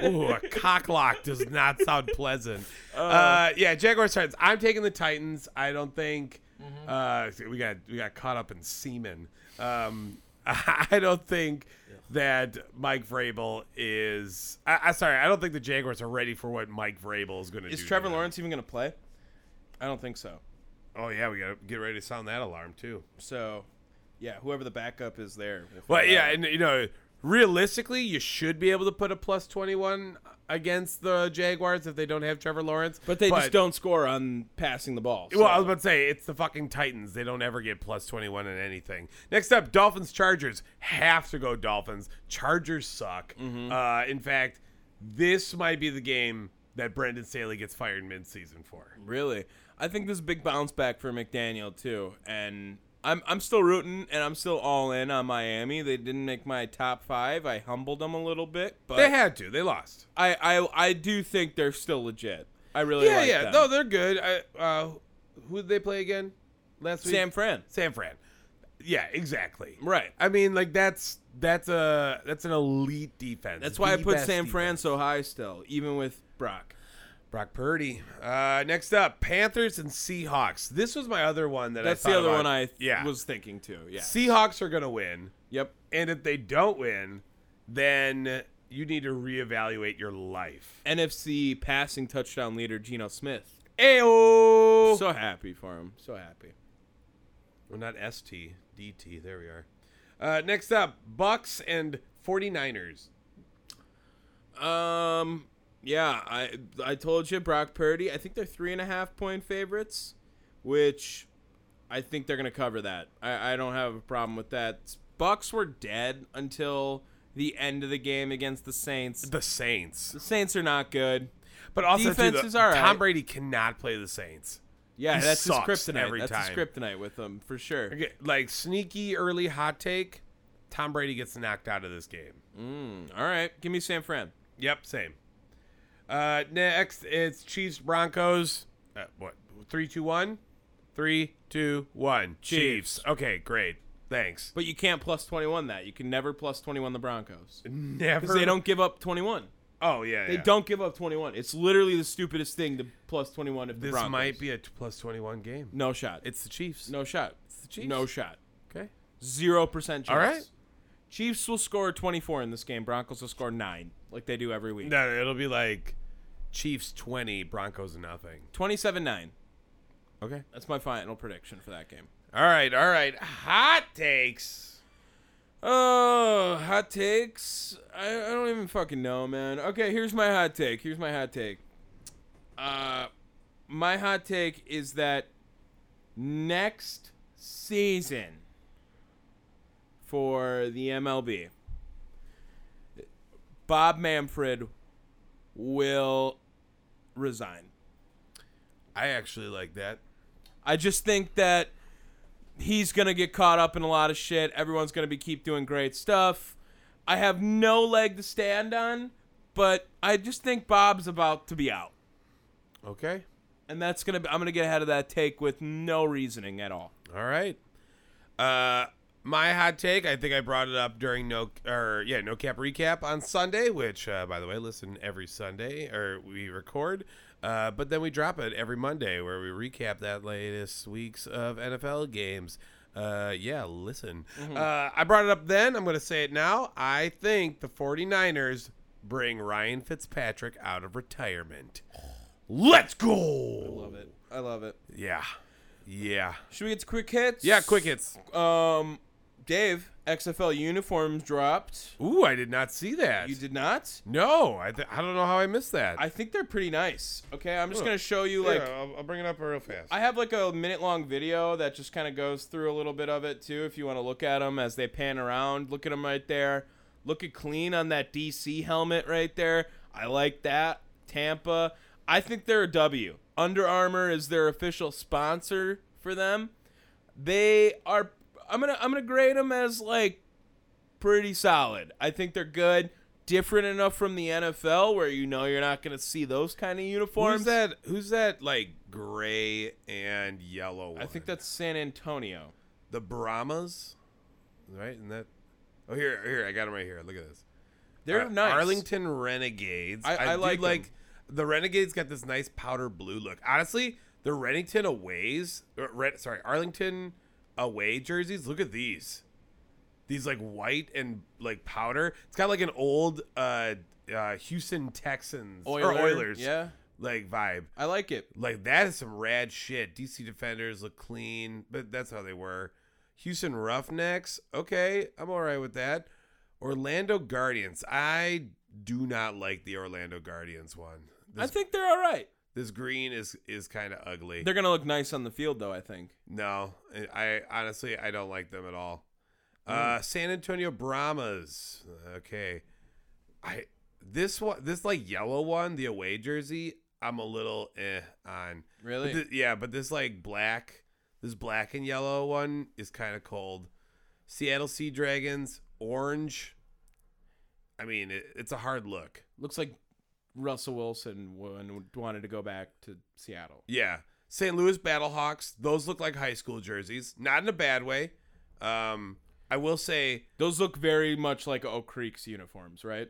[SPEAKER 3] Ooh, a cocklock does not sound pleasant. Uh, yeah, Jaguars Titans. I'm taking the Titans. I don't think
[SPEAKER 1] Mm-hmm.
[SPEAKER 3] uh, we got we got caught up in semen. Um, I don't think that Mike Vrabel is. I, I sorry, I don't think the Jaguars are ready for what Mike Vrabel is going to do.
[SPEAKER 1] Is Trevor
[SPEAKER 3] to them.
[SPEAKER 1] Lawrence even going to play? I don't think so.
[SPEAKER 3] Oh yeah, we got to get ready to sound that alarm too.
[SPEAKER 1] So, yeah, whoever the backup is there. we'll
[SPEAKER 3] Well,
[SPEAKER 1] figure
[SPEAKER 3] yeah,
[SPEAKER 1] out.
[SPEAKER 3] and you know, realistically, you should be able to put a plus twenty-one against the Jaguars if they don't have Trevor Lawrence.
[SPEAKER 1] but they just don't score on passing the ball.
[SPEAKER 3] Well, I
[SPEAKER 1] so-
[SPEAKER 3] was about to say it's the fucking Titans. They don't ever get plus twenty one in anything. Next up, Dolphins Chargers have to go Dolphins. Chargers suck.
[SPEAKER 1] Mm-hmm.
[SPEAKER 3] Uh, in fact, this might be the game that Brendan Staley gets fired mid season for.
[SPEAKER 1] Really, I think this is a big bounce back for McDaniel too, and I'm I'm still rooting and I'm still all in on Miami. They didn't make my top five. I humbled them a little bit, but
[SPEAKER 3] They had to. They lost.
[SPEAKER 1] I, I I do think they're still legit. I really
[SPEAKER 3] yeah,
[SPEAKER 1] like
[SPEAKER 3] yeah.
[SPEAKER 1] them.
[SPEAKER 3] No, they're good. I, uh, who did they play again last week?
[SPEAKER 1] Sam Fran.
[SPEAKER 3] San Fran. Yeah, exactly.
[SPEAKER 1] Right.
[SPEAKER 3] I mean, like that's that's a that's an elite defense.
[SPEAKER 1] That's why I
[SPEAKER 3] The
[SPEAKER 1] put
[SPEAKER 3] best
[SPEAKER 1] Sam
[SPEAKER 3] defense.
[SPEAKER 1] Fran so high still, even with Brock.
[SPEAKER 3] Brock Purdy. Uh, next up, Panthers and Seahawks. This was my other one that
[SPEAKER 1] That's
[SPEAKER 3] I thought
[SPEAKER 1] the other
[SPEAKER 3] about.
[SPEAKER 1] one I
[SPEAKER 3] yeah.
[SPEAKER 1] was thinking too. Yeah.
[SPEAKER 3] Seahawks are gonna win,
[SPEAKER 1] yep.
[SPEAKER 3] and if they don't win, then you need to reevaluate your life.
[SPEAKER 1] NFC passing touchdown leader Geno Smith.
[SPEAKER 3] Ayo.
[SPEAKER 1] So happy for him. So happy.
[SPEAKER 3] well, not ST, DT. There we are. Uh, next up, Bucks and 49ers.
[SPEAKER 1] Um. Yeah, I I told you Brock Purdy. I think they're three and a half point favorites, which I think they're gonna cover that. I, I don't have a problem with that. Bucks were dead until the end of the game against the Saints.
[SPEAKER 3] The Saints,
[SPEAKER 1] The Saints are not good.
[SPEAKER 3] but also too,
[SPEAKER 1] Defense
[SPEAKER 3] the-
[SPEAKER 1] is all right.
[SPEAKER 3] Tom Brady cannot play the Saints.
[SPEAKER 1] Yeah,
[SPEAKER 3] He
[SPEAKER 1] that's his
[SPEAKER 3] sucks
[SPEAKER 1] kryptonite.
[SPEAKER 3] every
[SPEAKER 1] that's his
[SPEAKER 3] time.
[SPEAKER 1] kryptonite with them for sure.
[SPEAKER 3] Okay, like sneaky early hot take. Tom Brady gets knocked out of this game.
[SPEAKER 1] All right, give me San Fran.
[SPEAKER 3] Yep, same. Uh, next, it's Chiefs Broncos. Uh, what? Three, two, one. Three, two, one. Chiefs.
[SPEAKER 1] Chiefs.
[SPEAKER 3] Okay, great. Thanks.
[SPEAKER 1] But you can't plus 21 that. You can never plus 21 the Broncos.
[SPEAKER 3] Never.
[SPEAKER 1] Because they don't give up 21.
[SPEAKER 3] Oh yeah.
[SPEAKER 1] They
[SPEAKER 3] yeah.
[SPEAKER 1] don't give up 21. It's literally the stupidest thing to plus 21 if the
[SPEAKER 3] This
[SPEAKER 1] Broncos.
[SPEAKER 3] might be a t- plus twenty-one game.
[SPEAKER 1] No shot.
[SPEAKER 3] It's the Chiefs.
[SPEAKER 1] no shot. It's
[SPEAKER 3] the Chiefs.
[SPEAKER 1] No shot.
[SPEAKER 3] Okay.
[SPEAKER 1] Zero percent chance.
[SPEAKER 3] All right.
[SPEAKER 1] Chiefs will score 24 in this game. Broncos will score nine, like they do every week.
[SPEAKER 3] No, it'll be like Chiefs twenty, Broncos nothing.
[SPEAKER 1] 27-9.
[SPEAKER 3] Okay.
[SPEAKER 1] That's my final prediction for that game.
[SPEAKER 3] All right. All right. Hot takes.
[SPEAKER 1] Oh, hot takes. I, I don't even fucking know, man. Okay, here's my hot take. Here's my hot take. Uh, my hot take is that next season for the MLB, Bob Manfred will resign.
[SPEAKER 3] I actually like that.
[SPEAKER 1] I just think that he's gonna get caught up in a lot of shit. Everyone's gonna be keep doing great stuff. I have no leg to stand on, but I just think Bob's about to be out,
[SPEAKER 3] Okay.
[SPEAKER 1] and that's gonna. Be, I'm gonna get ahead of that take with no reasoning at all.
[SPEAKER 3] All right. Uh, my hot take. I think I brought it up during no or yeah no cap recap on Sunday, which uh, by the way, listen every Sunday or we record, uh, but then we drop it every Monday where we recap that latest weeks of NFL games. Uh, yeah, listen.
[SPEAKER 1] Mm-hmm.
[SPEAKER 3] Uh, I brought it up then. I'm going to say it now. I think the 49ers bring Ryan Fitzpatrick out of retirement. Let's go.
[SPEAKER 1] Love it. I love it.
[SPEAKER 3] Yeah. Yeah.
[SPEAKER 1] Should we get to quick hits?
[SPEAKER 3] Yeah, quick hits.
[SPEAKER 1] Um, Dave, XFL uniforms dropped.
[SPEAKER 3] Ooh, I did not see that.
[SPEAKER 1] You did not.
[SPEAKER 3] No, I, th- I don't know how I missed that.
[SPEAKER 1] I think they're pretty nice. Okay, I'm just
[SPEAKER 3] Huh.
[SPEAKER 1] gonna show you like
[SPEAKER 3] Here, I'll, I'll bring it up real fast.
[SPEAKER 1] I have like a minute long video that just kind of goes through a little bit of it too. If you want to look at them as they pan around, look at them right there. Look at clean on that DC helmet right there. I like that. Tampa. I think they're a W. Under Armour is their official sponsor for them. They are. I'm gonna I'm gonna grade them as like pretty solid. I think they're good. Different enough from the NFL where you know you're not gonna see those kind of uniforms.
[SPEAKER 3] who's that? Who's that? Like gray and yellow. One?
[SPEAKER 1] I think that's San Antonio.
[SPEAKER 3] the Brahmas, right? And that. Oh, here, here, I got them right here. Look at this.
[SPEAKER 1] They're
[SPEAKER 3] Uh,
[SPEAKER 1] nice.
[SPEAKER 3] Arlington Renegades.
[SPEAKER 1] I- I
[SPEAKER 3] do
[SPEAKER 1] like 'em.
[SPEAKER 3] like the Renegades got this nice powder blue look. Honestly, the Renington aways, or, Ren- sorry, Arlington away jerseys. Look at these. These like white and like powder. It's got like an old uh, uh Houston Texans or
[SPEAKER 1] Oiler,
[SPEAKER 3] Oilers,
[SPEAKER 1] yeah.
[SPEAKER 3] like vibe.
[SPEAKER 1] I like it.
[SPEAKER 3] Like that is some rad shit. DC Defenders look clean, but that's how they were. Houston Roughnecks, okay, I'm all right with that. Orlando Guardians, I do not like the Orlando Guardians one. This,
[SPEAKER 1] I think they're all right.
[SPEAKER 3] this green is is kind of ugly.
[SPEAKER 1] They're gonna look nice on the field, though. I think.
[SPEAKER 3] No, I I honestly I don't like them at all. Uh, San Antonio Brahmas. Okay, I this one this like yellow one the away jersey I'm a little eh on.
[SPEAKER 1] Really?
[SPEAKER 3] But thi- yeah, but this like black this black and yellow one is kind of cold. Seattle Sea Dragons orange. I mean it, it's a hard look.
[SPEAKER 1] Looks like Russell Wilson won- wanted to go back to Seattle.
[SPEAKER 3] Yeah. St. Louis Battlehawks, those look like high school jerseys. Not in a bad way. Um, I will say
[SPEAKER 1] Those look very much like Oak Creek's uniforms, right?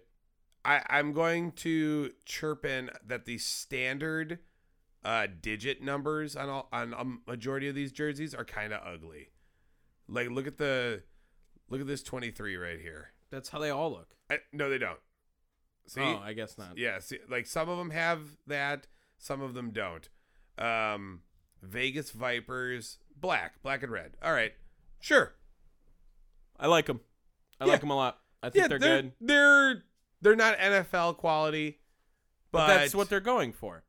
[SPEAKER 3] I, I'm going to chirp in that the standard uh, digit numbers on all, on a majority of these jerseys are kind of ugly. Like look at the look at this 23 right here.
[SPEAKER 1] That's how they all look.
[SPEAKER 3] I, no, they don't. See?
[SPEAKER 1] Oh, I guess not.
[SPEAKER 3] Yeah, see, like some of them have that, some of them don't. Um, Vegas Vipers, black, black and red. All right, sure.
[SPEAKER 1] I like them. I
[SPEAKER 3] Yeah.
[SPEAKER 1] like them a lot. I think they're, good.
[SPEAKER 3] They're they're not NFL quality,
[SPEAKER 1] But,
[SPEAKER 3] but,
[SPEAKER 1] that's what they're going for.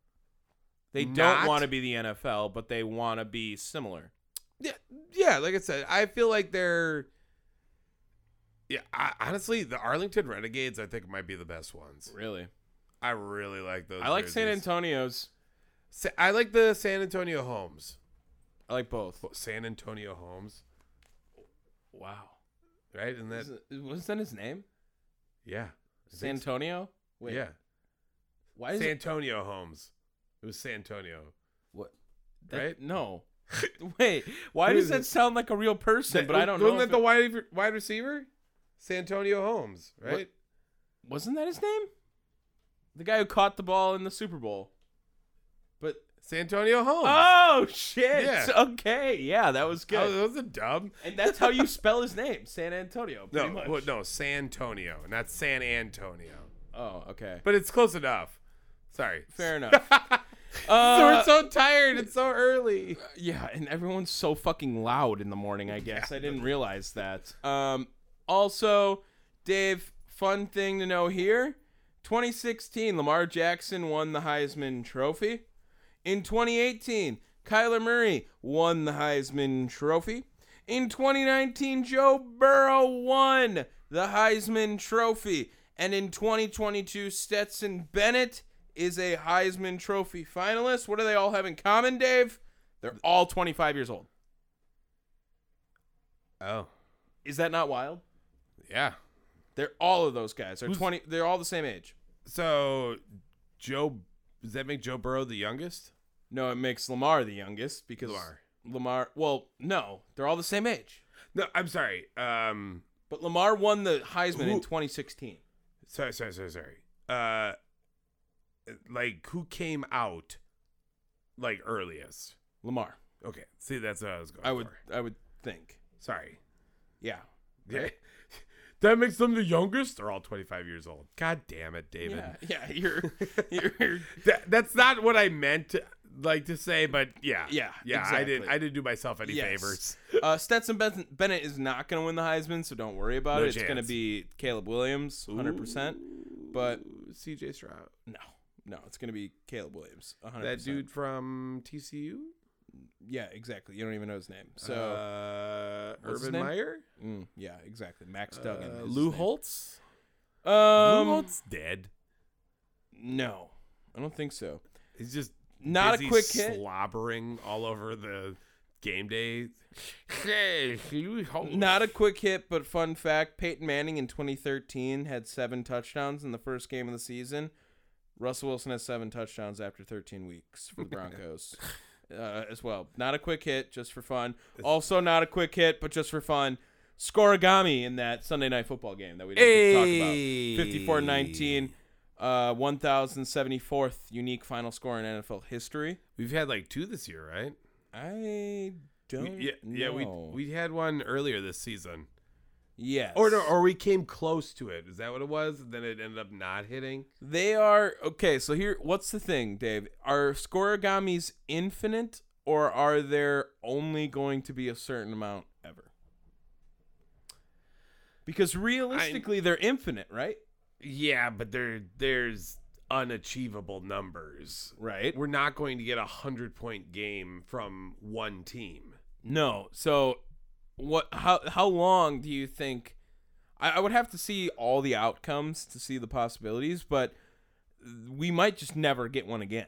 [SPEAKER 1] They don't
[SPEAKER 3] Not-
[SPEAKER 1] want to be the NFL, but they want to be similar.
[SPEAKER 3] Yeah, yeah. Like I said, I feel like they're. Yeah, I, honestly, the Arlington Renegades I think might be the best ones.
[SPEAKER 1] Really,
[SPEAKER 3] I really like those.
[SPEAKER 1] I like San
[SPEAKER 3] jerseys.
[SPEAKER 1] Antonio's.
[SPEAKER 3] Sa- I like the San Antonio Homes.
[SPEAKER 1] I like both.
[SPEAKER 3] San Antonio Homes,
[SPEAKER 1] Wow.
[SPEAKER 3] right? And that
[SPEAKER 1] Isn't- Wasn't that his name?
[SPEAKER 3] yeah, I think
[SPEAKER 1] San Antonio.
[SPEAKER 3] Yeah.
[SPEAKER 1] Why is
[SPEAKER 3] San
[SPEAKER 1] it
[SPEAKER 3] Antonio Holmes. It was San Antonio.
[SPEAKER 1] what? That,
[SPEAKER 3] right?
[SPEAKER 1] No. Wait. Why
[SPEAKER 3] Who
[SPEAKER 1] does
[SPEAKER 3] is
[SPEAKER 1] that
[SPEAKER 3] it?
[SPEAKER 1] sound like a real person? but I don't know.
[SPEAKER 3] Wasn't
[SPEAKER 1] if
[SPEAKER 3] that the
[SPEAKER 1] it-
[SPEAKER 3] wide wide receiver? San Antonio Holmes, right?
[SPEAKER 1] wasn't that his name? The guy who caught the ball in the Super Bowl. But
[SPEAKER 3] San Antonio Holmes.
[SPEAKER 1] oh shit!
[SPEAKER 3] Yeah.
[SPEAKER 1] Okay, yeah, that was
[SPEAKER 3] Oh,
[SPEAKER 1] good.
[SPEAKER 3] that was a dub.
[SPEAKER 1] and that's how you spell his name, San Antonio. Pretty
[SPEAKER 3] No,
[SPEAKER 1] much.
[SPEAKER 3] well, no, San Antonio, not San Antonio.
[SPEAKER 1] Oh, okay.
[SPEAKER 3] But it's close enough. Sorry.
[SPEAKER 1] Fair enough.
[SPEAKER 3] So
[SPEAKER 1] Uh,
[SPEAKER 3] we're so tired. It's so early.
[SPEAKER 1] Yeah, and everyone's so fucking loud in the morning, I guess. I didn't realize that. Um, also, Dave, fun thing to know here 2016, Lamar Jackson won the Heisman Trophy. In 2018, Kyler Murray won the Heisman Trophy. In 2019, Joe Burrow won the Heisman Trophy. And in 2022, Stetson Bennett is a Heisman Trophy finalist. What do they all have in common, Dave? They're all 25 years old.
[SPEAKER 3] Oh,
[SPEAKER 1] Is that not wild?
[SPEAKER 3] yeah.
[SPEAKER 1] They're all of those guys. They're 20 they're all the same age.
[SPEAKER 3] So, Joe, does that make Joe Burrow the youngest?
[SPEAKER 1] No, it makes Lamar the youngest because
[SPEAKER 3] Lamar.
[SPEAKER 1] Lamar well, no, they're all the same age.
[SPEAKER 3] No, I'm sorry. Um,
[SPEAKER 1] But Lamar won the Heisman in
[SPEAKER 3] Who-
[SPEAKER 1] 2016.
[SPEAKER 3] sorry, sorry, sorry, sorry. Uh, like who came out like earliest?
[SPEAKER 1] Lamar.
[SPEAKER 3] Okay, see, that's what I was going.
[SPEAKER 1] I would
[SPEAKER 3] for.
[SPEAKER 1] I would think.
[SPEAKER 3] Sorry.
[SPEAKER 1] Yeah.
[SPEAKER 3] Yeah. that makes them the youngest. They're all 25 years old. God damn it, David.
[SPEAKER 1] Yeah, yeah, you're you're
[SPEAKER 3] That, that's not what I meant to, like to say, but yeah,
[SPEAKER 1] Yeah,
[SPEAKER 3] yeah. I didn't.
[SPEAKER 1] exactly.
[SPEAKER 3] I didn't do myself any
[SPEAKER 1] yes.
[SPEAKER 3] favors.
[SPEAKER 1] Uh, Stetson Ben- Bennett is not going to win the Heisman, so don't worry about
[SPEAKER 3] No
[SPEAKER 1] it. It's going to
[SPEAKER 3] chance.
[SPEAKER 1] be Caleb Williams, 100%. But
[SPEAKER 3] C.J. Stroud,
[SPEAKER 1] no, no, it's going to be Caleb Williams, 100%.
[SPEAKER 3] that dude from TCU,
[SPEAKER 1] Yeah, exactly. You don't even know his name. So,
[SPEAKER 3] uh,
[SPEAKER 1] what's his
[SPEAKER 3] Urban
[SPEAKER 1] name?
[SPEAKER 3] Meyer,
[SPEAKER 1] mm, yeah, exactly. Max
[SPEAKER 3] uh,
[SPEAKER 1] Duggan. is his
[SPEAKER 3] Lou
[SPEAKER 1] name.
[SPEAKER 3] Holtz.
[SPEAKER 1] Um,
[SPEAKER 3] Lou Holtz dead.
[SPEAKER 1] No, I don't think so.
[SPEAKER 3] He's just
[SPEAKER 1] Not a
[SPEAKER 3] busy
[SPEAKER 1] quick hit.
[SPEAKER 3] slobbering all over the game day. Hey, Lou Holtz.
[SPEAKER 1] Not a quick hit, but fun fact Peyton Manning in 2013 had seven touchdowns in the first game of the season. Russell Wilson has seven touchdowns after 13 weeks for the Broncos uh, as well. Not a quick hit, just for fun. Also, not a quick hit, but just for fun. Scorigami in that Sunday night football game that we didn't talk about. 54 19, uh, 1,074th unique final score in NFL history.
[SPEAKER 3] We've had like two this year, right?
[SPEAKER 1] I don't
[SPEAKER 3] Yeah,
[SPEAKER 1] know.
[SPEAKER 3] yeah. We we had one earlier this season,
[SPEAKER 1] Yes.
[SPEAKER 3] or no, or we came close to it. Is that what it was? Then it ended up not hitting.
[SPEAKER 1] They are okay. So here, what's the thing, Dave? Are scoregamis infinite, or are there only going to be a certain amount ever? Because realistically, they're infinite, right?
[SPEAKER 3] Yeah, but there there's unachievable numbers.
[SPEAKER 1] Right.
[SPEAKER 3] We're not going to get a hundred point game from one team.
[SPEAKER 1] No. So, what? How how long do you think? I, I would have to see all the outcomes to see the possibilities, but we might just never get one again.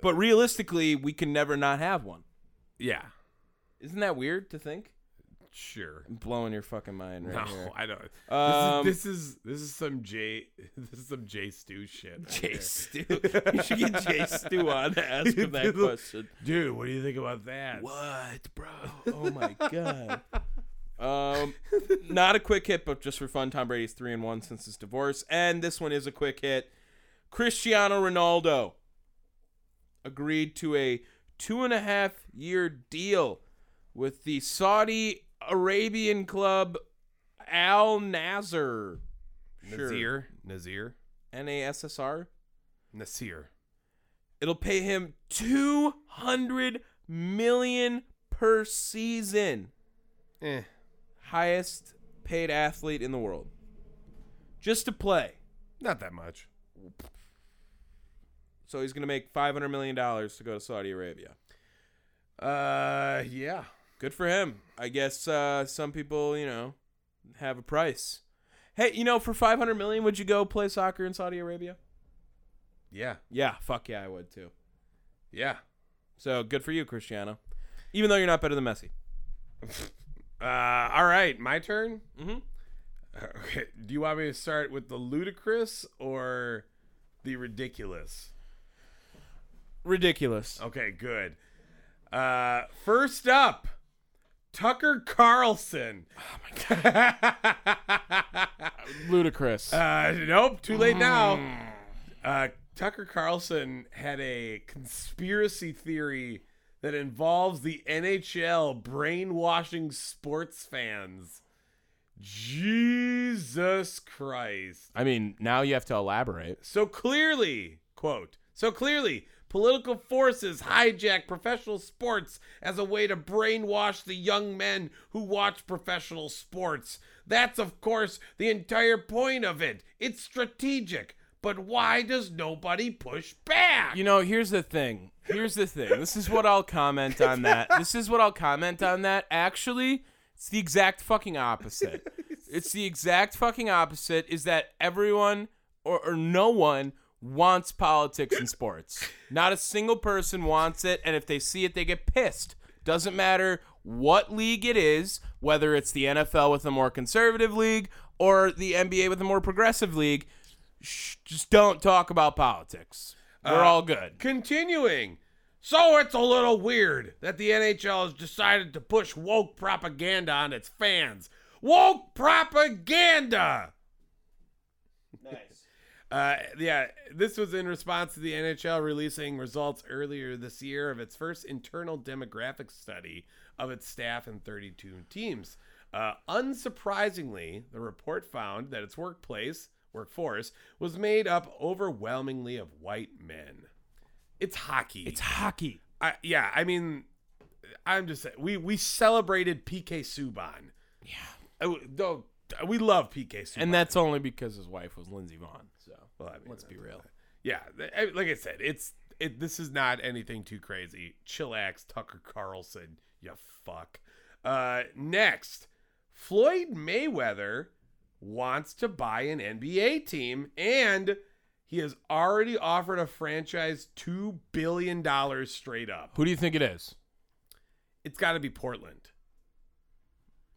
[SPEAKER 1] But realistically, we can never not have one.
[SPEAKER 3] Yeah,
[SPEAKER 1] Isn't that weird to think?
[SPEAKER 3] sure.
[SPEAKER 1] blowing your fucking mind right
[SPEAKER 3] No,
[SPEAKER 1] here.
[SPEAKER 3] I don't.
[SPEAKER 1] Um,
[SPEAKER 3] this, is, this is this is some J this is some J Stew shit. right
[SPEAKER 1] Jay
[SPEAKER 3] there.
[SPEAKER 1] Stu. you should get Jay Stu on to ask him that question.
[SPEAKER 3] dude. What do you think about that?
[SPEAKER 1] What, bro? Oh my god. Um, not a quick hit, but just for fun, Tom Brady's three and one since his divorce, and this one is a quick hit. Cristiano Ronaldo agreed to a two and a half year deal with the Saudi Arabian club Al Nasser. Sure.
[SPEAKER 3] Nazir, Nazir,
[SPEAKER 1] N A S S R.
[SPEAKER 3] Nasir.
[SPEAKER 1] It'll pay him 200 million per season.
[SPEAKER 3] Eh.
[SPEAKER 1] Highest paid athlete in the world. Just to play.
[SPEAKER 3] Not that much.
[SPEAKER 1] So he's going to make 500 million dollars to go to Saudi Arabia.
[SPEAKER 3] Uh, yeah.
[SPEAKER 1] Good for him. I guess uh, some people, you know, have a price. Hey, you know, for 500 million would you go play soccer in Saudi Arabia?
[SPEAKER 3] Yeah.
[SPEAKER 1] Yeah, fuck yeah, I would too.
[SPEAKER 3] Yeah.
[SPEAKER 1] So good for you, Cristiano. Even though you're not better than Messi.
[SPEAKER 3] Uh, all right. My turn?
[SPEAKER 1] Mhm.
[SPEAKER 3] Okay. Do you want me to start with the ludicrous or The ridiculous.
[SPEAKER 1] Ridiculous.
[SPEAKER 3] Okay, good. Uh, first up, Tucker Carlson. Oh my god.
[SPEAKER 1] Ludicrous.
[SPEAKER 3] Uh, nope, too late now. Uh, Tucker Carlson had a conspiracy theory that involves the NHL brainwashing sports fans. Jesus Christ.
[SPEAKER 1] I mean, now you have to elaborate.
[SPEAKER 3] So clearly, quote, so clearly, political forces hijack professional sports as a way to brainwash the young men who watch professional sports. That's, of course, the entire point of it. It's strategic. But why does nobody push back?
[SPEAKER 1] You know, here's the thing. Here's the thing. This is what I'll comment on that. This is what I'll comment on that. Actually, it's the exact fucking opposite. It's the exact fucking opposite is that everyone or, or no one wants politics in sports. Not a single person wants it, and if they see it, they get pissed. Doesn't matter what league it is, whether it's the NFL with a more conservative league or the NBA with a more progressive league. Shh, just don't talk about politics. We're
[SPEAKER 3] Uh,
[SPEAKER 1] all good.
[SPEAKER 3] Continuing. So it's a little weird that the NHL has decided to push woke propaganda on its fans. Woke propaganda! Uh, yeah, this was in response to the NHL releasing results earlier this year of its first internal demographic study of its staff and 32 teams. Uh, unsurprisingly, the report found that its workplace workforce was made up overwhelmingly of white men. It's hockey.
[SPEAKER 1] It's hockey.
[SPEAKER 3] I, yeah. I mean, I'm just saying, we we celebrated PK Subban. Yeah. Don't. We love PK Subban.
[SPEAKER 1] And that's only because his wife was Lindsey Vaughn. So
[SPEAKER 3] Well, I mean,
[SPEAKER 1] let's be real.
[SPEAKER 3] yeah th- I- like i said it's it this is not anything too crazy chillax tucker carlson you fuck uh next floyd mayweather wants to buy an nba team and he has already offered a franchise two billion dollars straight up
[SPEAKER 1] Who do you think it is?
[SPEAKER 3] it's got to be portland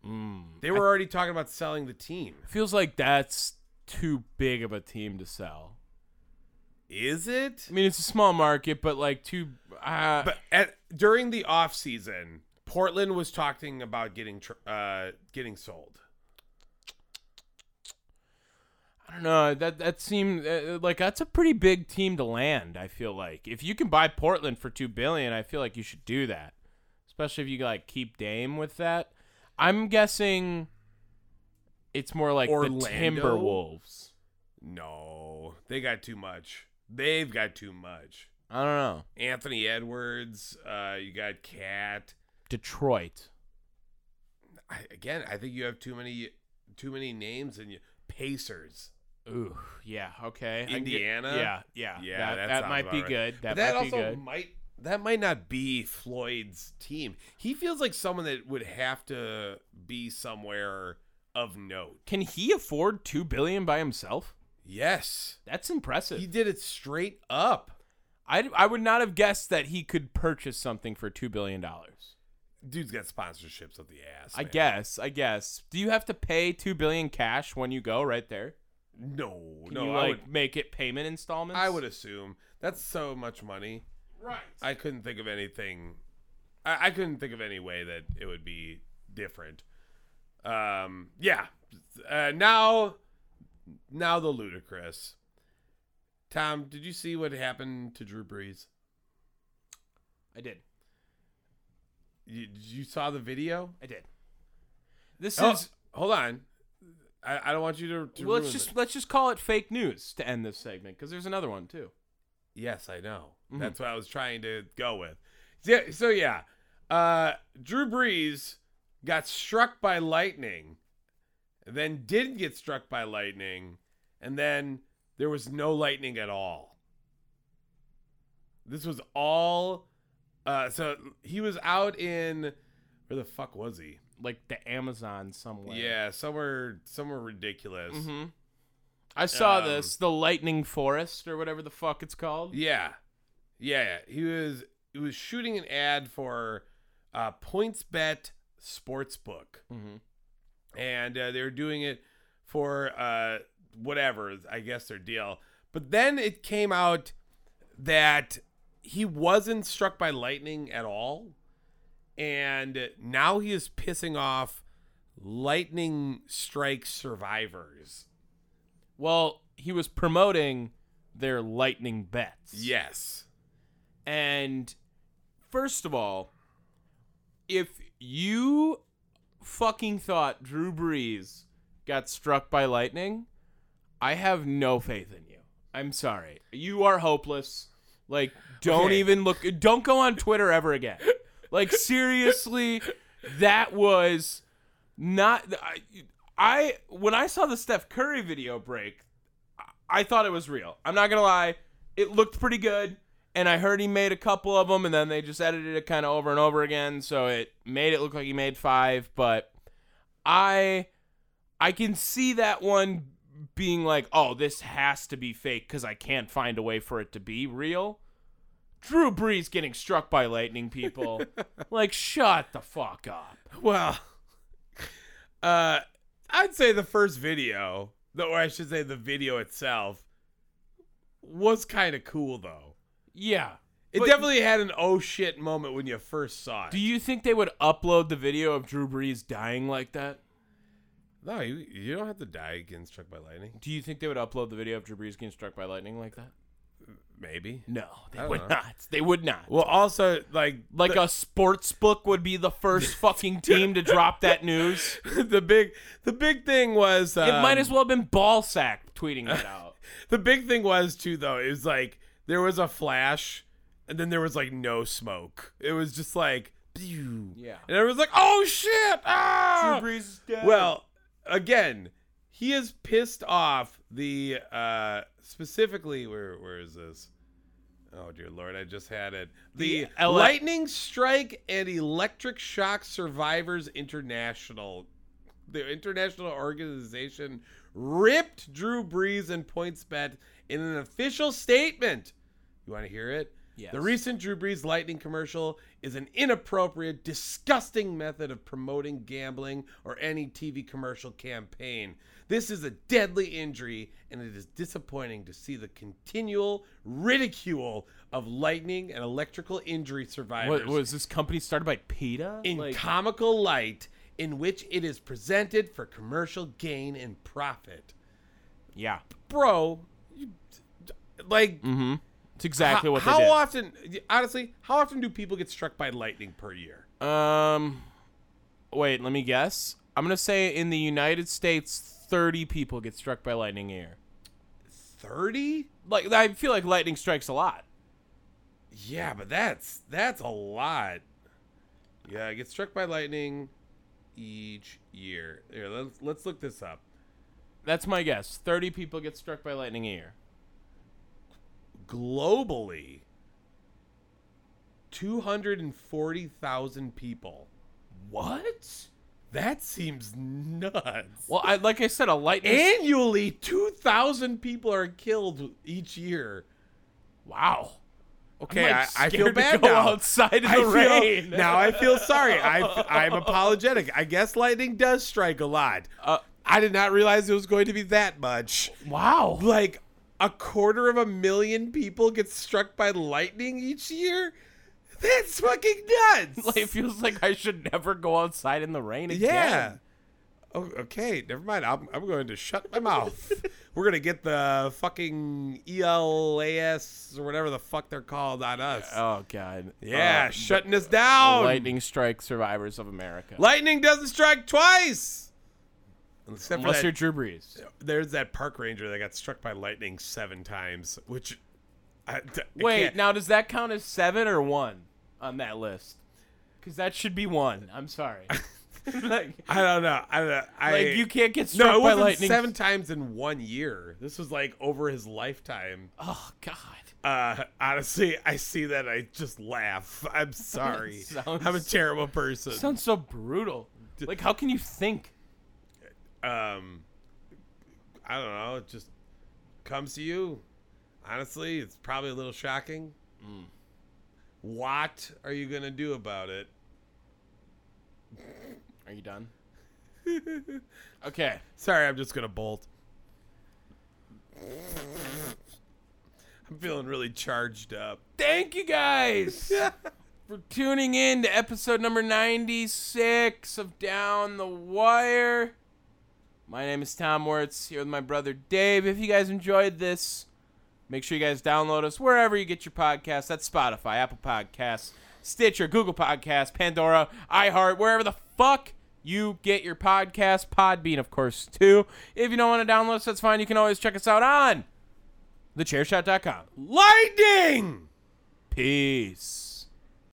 [SPEAKER 1] Mm.
[SPEAKER 3] they were already talking about selling the team
[SPEAKER 1] Feels like that's too big of a team to sell.
[SPEAKER 3] is it
[SPEAKER 1] I mean, it's a small market, but like two. Uh,
[SPEAKER 3] but at, during the off season, Portland was talking about getting tr- uh, getting sold.
[SPEAKER 1] I don't know. That that seemed uh, like that's a pretty big team to land. I feel like if you can buy Portland for two billion, I feel like you should do that. Especially if you like keep Dame with that. I'm guessing it's more like
[SPEAKER 3] Orlando?
[SPEAKER 1] the Timberwolves.
[SPEAKER 3] No, they got too much. They've got too much.
[SPEAKER 1] I don't know.
[SPEAKER 3] Anthony Edwards, uh, you got Cat.
[SPEAKER 1] Detroit.
[SPEAKER 3] I, again, I think you have too many too many names and you Pacers.
[SPEAKER 1] Ooh, yeah, okay. I get-
[SPEAKER 3] Indiana?
[SPEAKER 1] yeah, yeah.
[SPEAKER 3] Yeah,
[SPEAKER 1] that
[SPEAKER 3] that
[SPEAKER 1] that,
[SPEAKER 3] sounds
[SPEAKER 1] might be
[SPEAKER 3] about right.
[SPEAKER 1] good. That,
[SPEAKER 3] But that
[SPEAKER 1] might
[SPEAKER 3] also
[SPEAKER 1] be good.
[SPEAKER 3] might that might not be Floyd's team. He feels like someone that would have to be somewhere of note.
[SPEAKER 1] Can he afford two billion by himself?
[SPEAKER 3] Yes.
[SPEAKER 1] That's impressive.
[SPEAKER 3] He did it straight up.
[SPEAKER 1] I, I would not have guessed that he could purchase something for two billion dollars.
[SPEAKER 3] Dude's got sponsorships up the ass.
[SPEAKER 1] I
[SPEAKER 3] man.
[SPEAKER 1] guess. I guess. Do you have to pay two billion cash when you go right there?
[SPEAKER 3] No,
[SPEAKER 1] Can
[SPEAKER 3] no,
[SPEAKER 1] you
[SPEAKER 3] I,
[SPEAKER 1] like make it payment
[SPEAKER 3] would,
[SPEAKER 1] installments?
[SPEAKER 3] I would assume that's so much money.
[SPEAKER 1] Right.
[SPEAKER 3] I couldn't think of anything. I, I couldn't think of any way that it would be different. Um, yeah. Uh, now, now the ludicrous. Tom, did you see what happened to Drew Brees?
[SPEAKER 1] I did.
[SPEAKER 3] You, you saw the video.
[SPEAKER 1] I did. This
[SPEAKER 3] Oh,
[SPEAKER 1] is
[SPEAKER 3] hold on. I, I don't want you to. to
[SPEAKER 1] well, let's
[SPEAKER 3] ruin
[SPEAKER 1] just
[SPEAKER 3] it.
[SPEAKER 1] let's just call it fake news to end this segment because there's another one too.
[SPEAKER 3] Yes, I know.
[SPEAKER 1] Mhm.
[SPEAKER 3] That's what I was trying to go with. So, so yeah, uh, Drew Brees got struck by lightning, then didn't get struck by lightning, and then there was no lightning at all. This was all. Uh, so he was out in where the fuck was he?
[SPEAKER 1] Like the Amazon somewhere.
[SPEAKER 3] Yeah, somewhere, somewhere ridiculous.
[SPEAKER 1] hmm I saw
[SPEAKER 3] Um,
[SPEAKER 1] this, the Lightning Forest or whatever the fuck it's called.
[SPEAKER 3] Yeah, yeah. He was he was shooting an ad for uh, PointsBet Sportsbook,
[SPEAKER 1] Mm-hmm.
[SPEAKER 3] and uh, they were doing it for uh, whatever I guess their deal. But then it came out that he wasn't struck by lightning at all. And now he is pissing off lightning strike survivors.
[SPEAKER 1] Well, he was promoting their lightning bets.
[SPEAKER 3] Yes.
[SPEAKER 1] And first of all, if you fucking thought Drew Brees got struck by lightning, I have no faith in you. I'm sorry. You are hopeless. Like, don't
[SPEAKER 3] Okay.
[SPEAKER 1] even look. Don't go on Twitter ever again. Like, seriously, that was not. I, I when I saw the Steph Curry video break, I thought it was real. I'm not gonna lie, it looked pretty good, and I heard he made a couple of them, and then they just edited it kind of over and over again, so it made it look like he made five. But I, I can see that one being like, oh, this has to be fake because I can't find a way for it to be real. Drew Brees getting struck by lightning, people. like, shut the fuck up.
[SPEAKER 3] Well, uh, I'd say the first video, the- or I should say the video itself, was kind of cool though.
[SPEAKER 1] Yeah.
[SPEAKER 3] It
[SPEAKER 1] But-
[SPEAKER 3] definitely had an oh shit moment when you first saw it.
[SPEAKER 1] Do you think they would upload the video of Drew Brees dying like that?
[SPEAKER 3] no, you, you don't have to die getting struck by lightning.
[SPEAKER 1] Do you think they would upload the video of Drew Brees getting struck by lightning like that? Oh,
[SPEAKER 3] Maybe.
[SPEAKER 1] No, they
[SPEAKER 3] don't
[SPEAKER 1] would
[SPEAKER 3] know.
[SPEAKER 1] not. They would not.
[SPEAKER 3] Well, also like
[SPEAKER 1] like a sports book would be the first fucking team to drop that news.
[SPEAKER 3] a the big the big thing was um,
[SPEAKER 1] It might as well have been Ballsack tweeting that out.
[SPEAKER 3] the big thing was too though is like there was a flash and then there was like no smoke it was just like pew.
[SPEAKER 1] Yeah.
[SPEAKER 3] and everyone's like oh shit ah!
[SPEAKER 1] Brees is dead.
[SPEAKER 3] well again he is pissed off the uh specifically where where is this oh dear lord i just had it the,
[SPEAKER 1] The ele-
[SPEAKER 3] lightning strike and electric shock survivors international the international organization ripped Drew Brees and points bet in an official statement. You want to hear it?
[SPEAKER 1] Yes.
[SPEAKER 3] The recent Drew Brees Lightning commercial is an inappropriate, disgusting method of promoting gambling or any TV commercial campaign. This is a deadly injury, and it is disappointing to see the continual ridicule of lightning and electrical injury survivors
[SPEAKER 1] what, was this company started by PETA?
[SPEAKER 3] in
[SPEAKER 1] Like,
[SPEAKER 3] comical light in which it is presented for commercial gain and profit.
[SPEAKER 1] yeah,
[SPEAKER 3] Bro, you, like
[SPEAKER 1] it's exactly what they
[SPEAKER 3] how
[SPEAKER 1] did.
[SPEAKER 3] often honestly, how often do people get struck by lightning per year?
[SPEAKER 1] Um, wait, let me guess. I'm gonna say in the United States, 30 people get struck by lightning a year.
[SPEAKER 3] 30?
[SPEAKER 1] Like I feel like lightning strikes a lot.
[SPEAKER 3] Yeah, but that's that's a lot. Yeah, I get struck by lightning each year. Here, let's let's look this up.
[SPEAKER 1] That's my guess. 30 people get struck by lightning a year.
[SPEAKER 3] Globally, 240,000 people.
[SPEAKER 1] What?
[SPEAKER 3] That seems nuts.
[SPEAKER 1] Well, I like I said, a lightning.
[SPEAKER 3] Annually, 2,000 people are killed each year.
[SPEAKER 1] wow.
[SPEAKER 3] Okay,
[SPEAKER 1] I'm, like,
[SPEAKER 3] I, I feel
[SPEAKER 1] scared to
[SPEAKER 3] bad
[SPEAKER 1] go
[SPEAKER 3] now.
[SPEAKER 1] outside in the
[SPEAKER 3] I feel-
[SPEAKER 1] rain.
[SPEAKER 3] now I feel sorry. I, I'm apologetic. I guess lightning does strike a lot.
[SPEAKER 1] Uh,
[SPEAKER 3] I did not realize it was going to be that much.
[SPEAKER 1] wow.
[SPEAKER 3] Like a quarter of a million people get struck by lightning each year. That's fucking nuts.
[SPEAKER 1] Like, it feels like I should never go outside in the rain again.
[SPEAKER 3] Yeah. Oh, okay, never mind. I'm, I'm going to shut my mouth. We're going to get the fucking E ELAS or whatever the fuck they're called on us.
[SPEAKER 1] Oh God.
[SPEAKER 3] yeah,
[SPEAKER 1] Uh,
[SPEAKER 3] shutting us down.
[SPEAKER 1] lightning strike survivors of America.
[SPEAKER 3] Lightning doesn't strike twice. Except for
[SPEAKER 1] Unless
[SPEAKER 3] that,
[SPEAKER 1] you're Drew Brees.
[SPEAKER 3] there's that park ranger that got struck by lightning seven times, which. I, I
[SPEAKER 1] Wait,
[SPEAKER 3] can't-
[SPEAKER 1] now does that count as seven or one on that list? Because that should be one. I'm sorry. like,
[SPEAKER 3] I don't know. I don't know. I,
[SPEAKER 1] like you can't get struck
[SPEAKER 3] No, it
[SPEAKER 1] by
[SPEAKER 3] wasn't
[SPEAKER 1] lightning.
[SPEAKER 3] seven times in one year. This was like over his lifetime.
[SPEAKER 1] Oh God.
[SPEAKER 3] Uh, honestly, I see that I just laugh. I'm sorry.
[SPEAKER 1] Sounds-
[SPEAKER 3] I'm a terrible person.
[SPEAKER 1] Sounds so brutal. Like how can you think?
[SPEAKER 3] um, I don't know. It just comes to you. Honestly, it's probably a little shocking.
[SPEAKER 1] Mm.
[SPEAKER 3] What are you gonna do about it?
[SPEAKER 1] Are you done? okay.
[SPEAKER 3] Sorry, I'm just gonna bolt. I'm feeling really charged up.
[SPEAKER 1] Thank you guys for tuning in to episode number 96 of Down the Wire. My name is Tom Wertz, here with my brother Dave. If you guys enjoyed this, make sure you guys download us wherever you get your podcasts. That's Spotify, Apple Podcasts, Stitcher, Google Podcasts, Pandora, iHeart, wherever the fuck you get your podcast. Podbean, of course, too. If you don't want to download us, that's fine. You can always check us out on thechairshot.com.
[SPEAKER 3] Lightning!
[SPEAKER 1] Peace.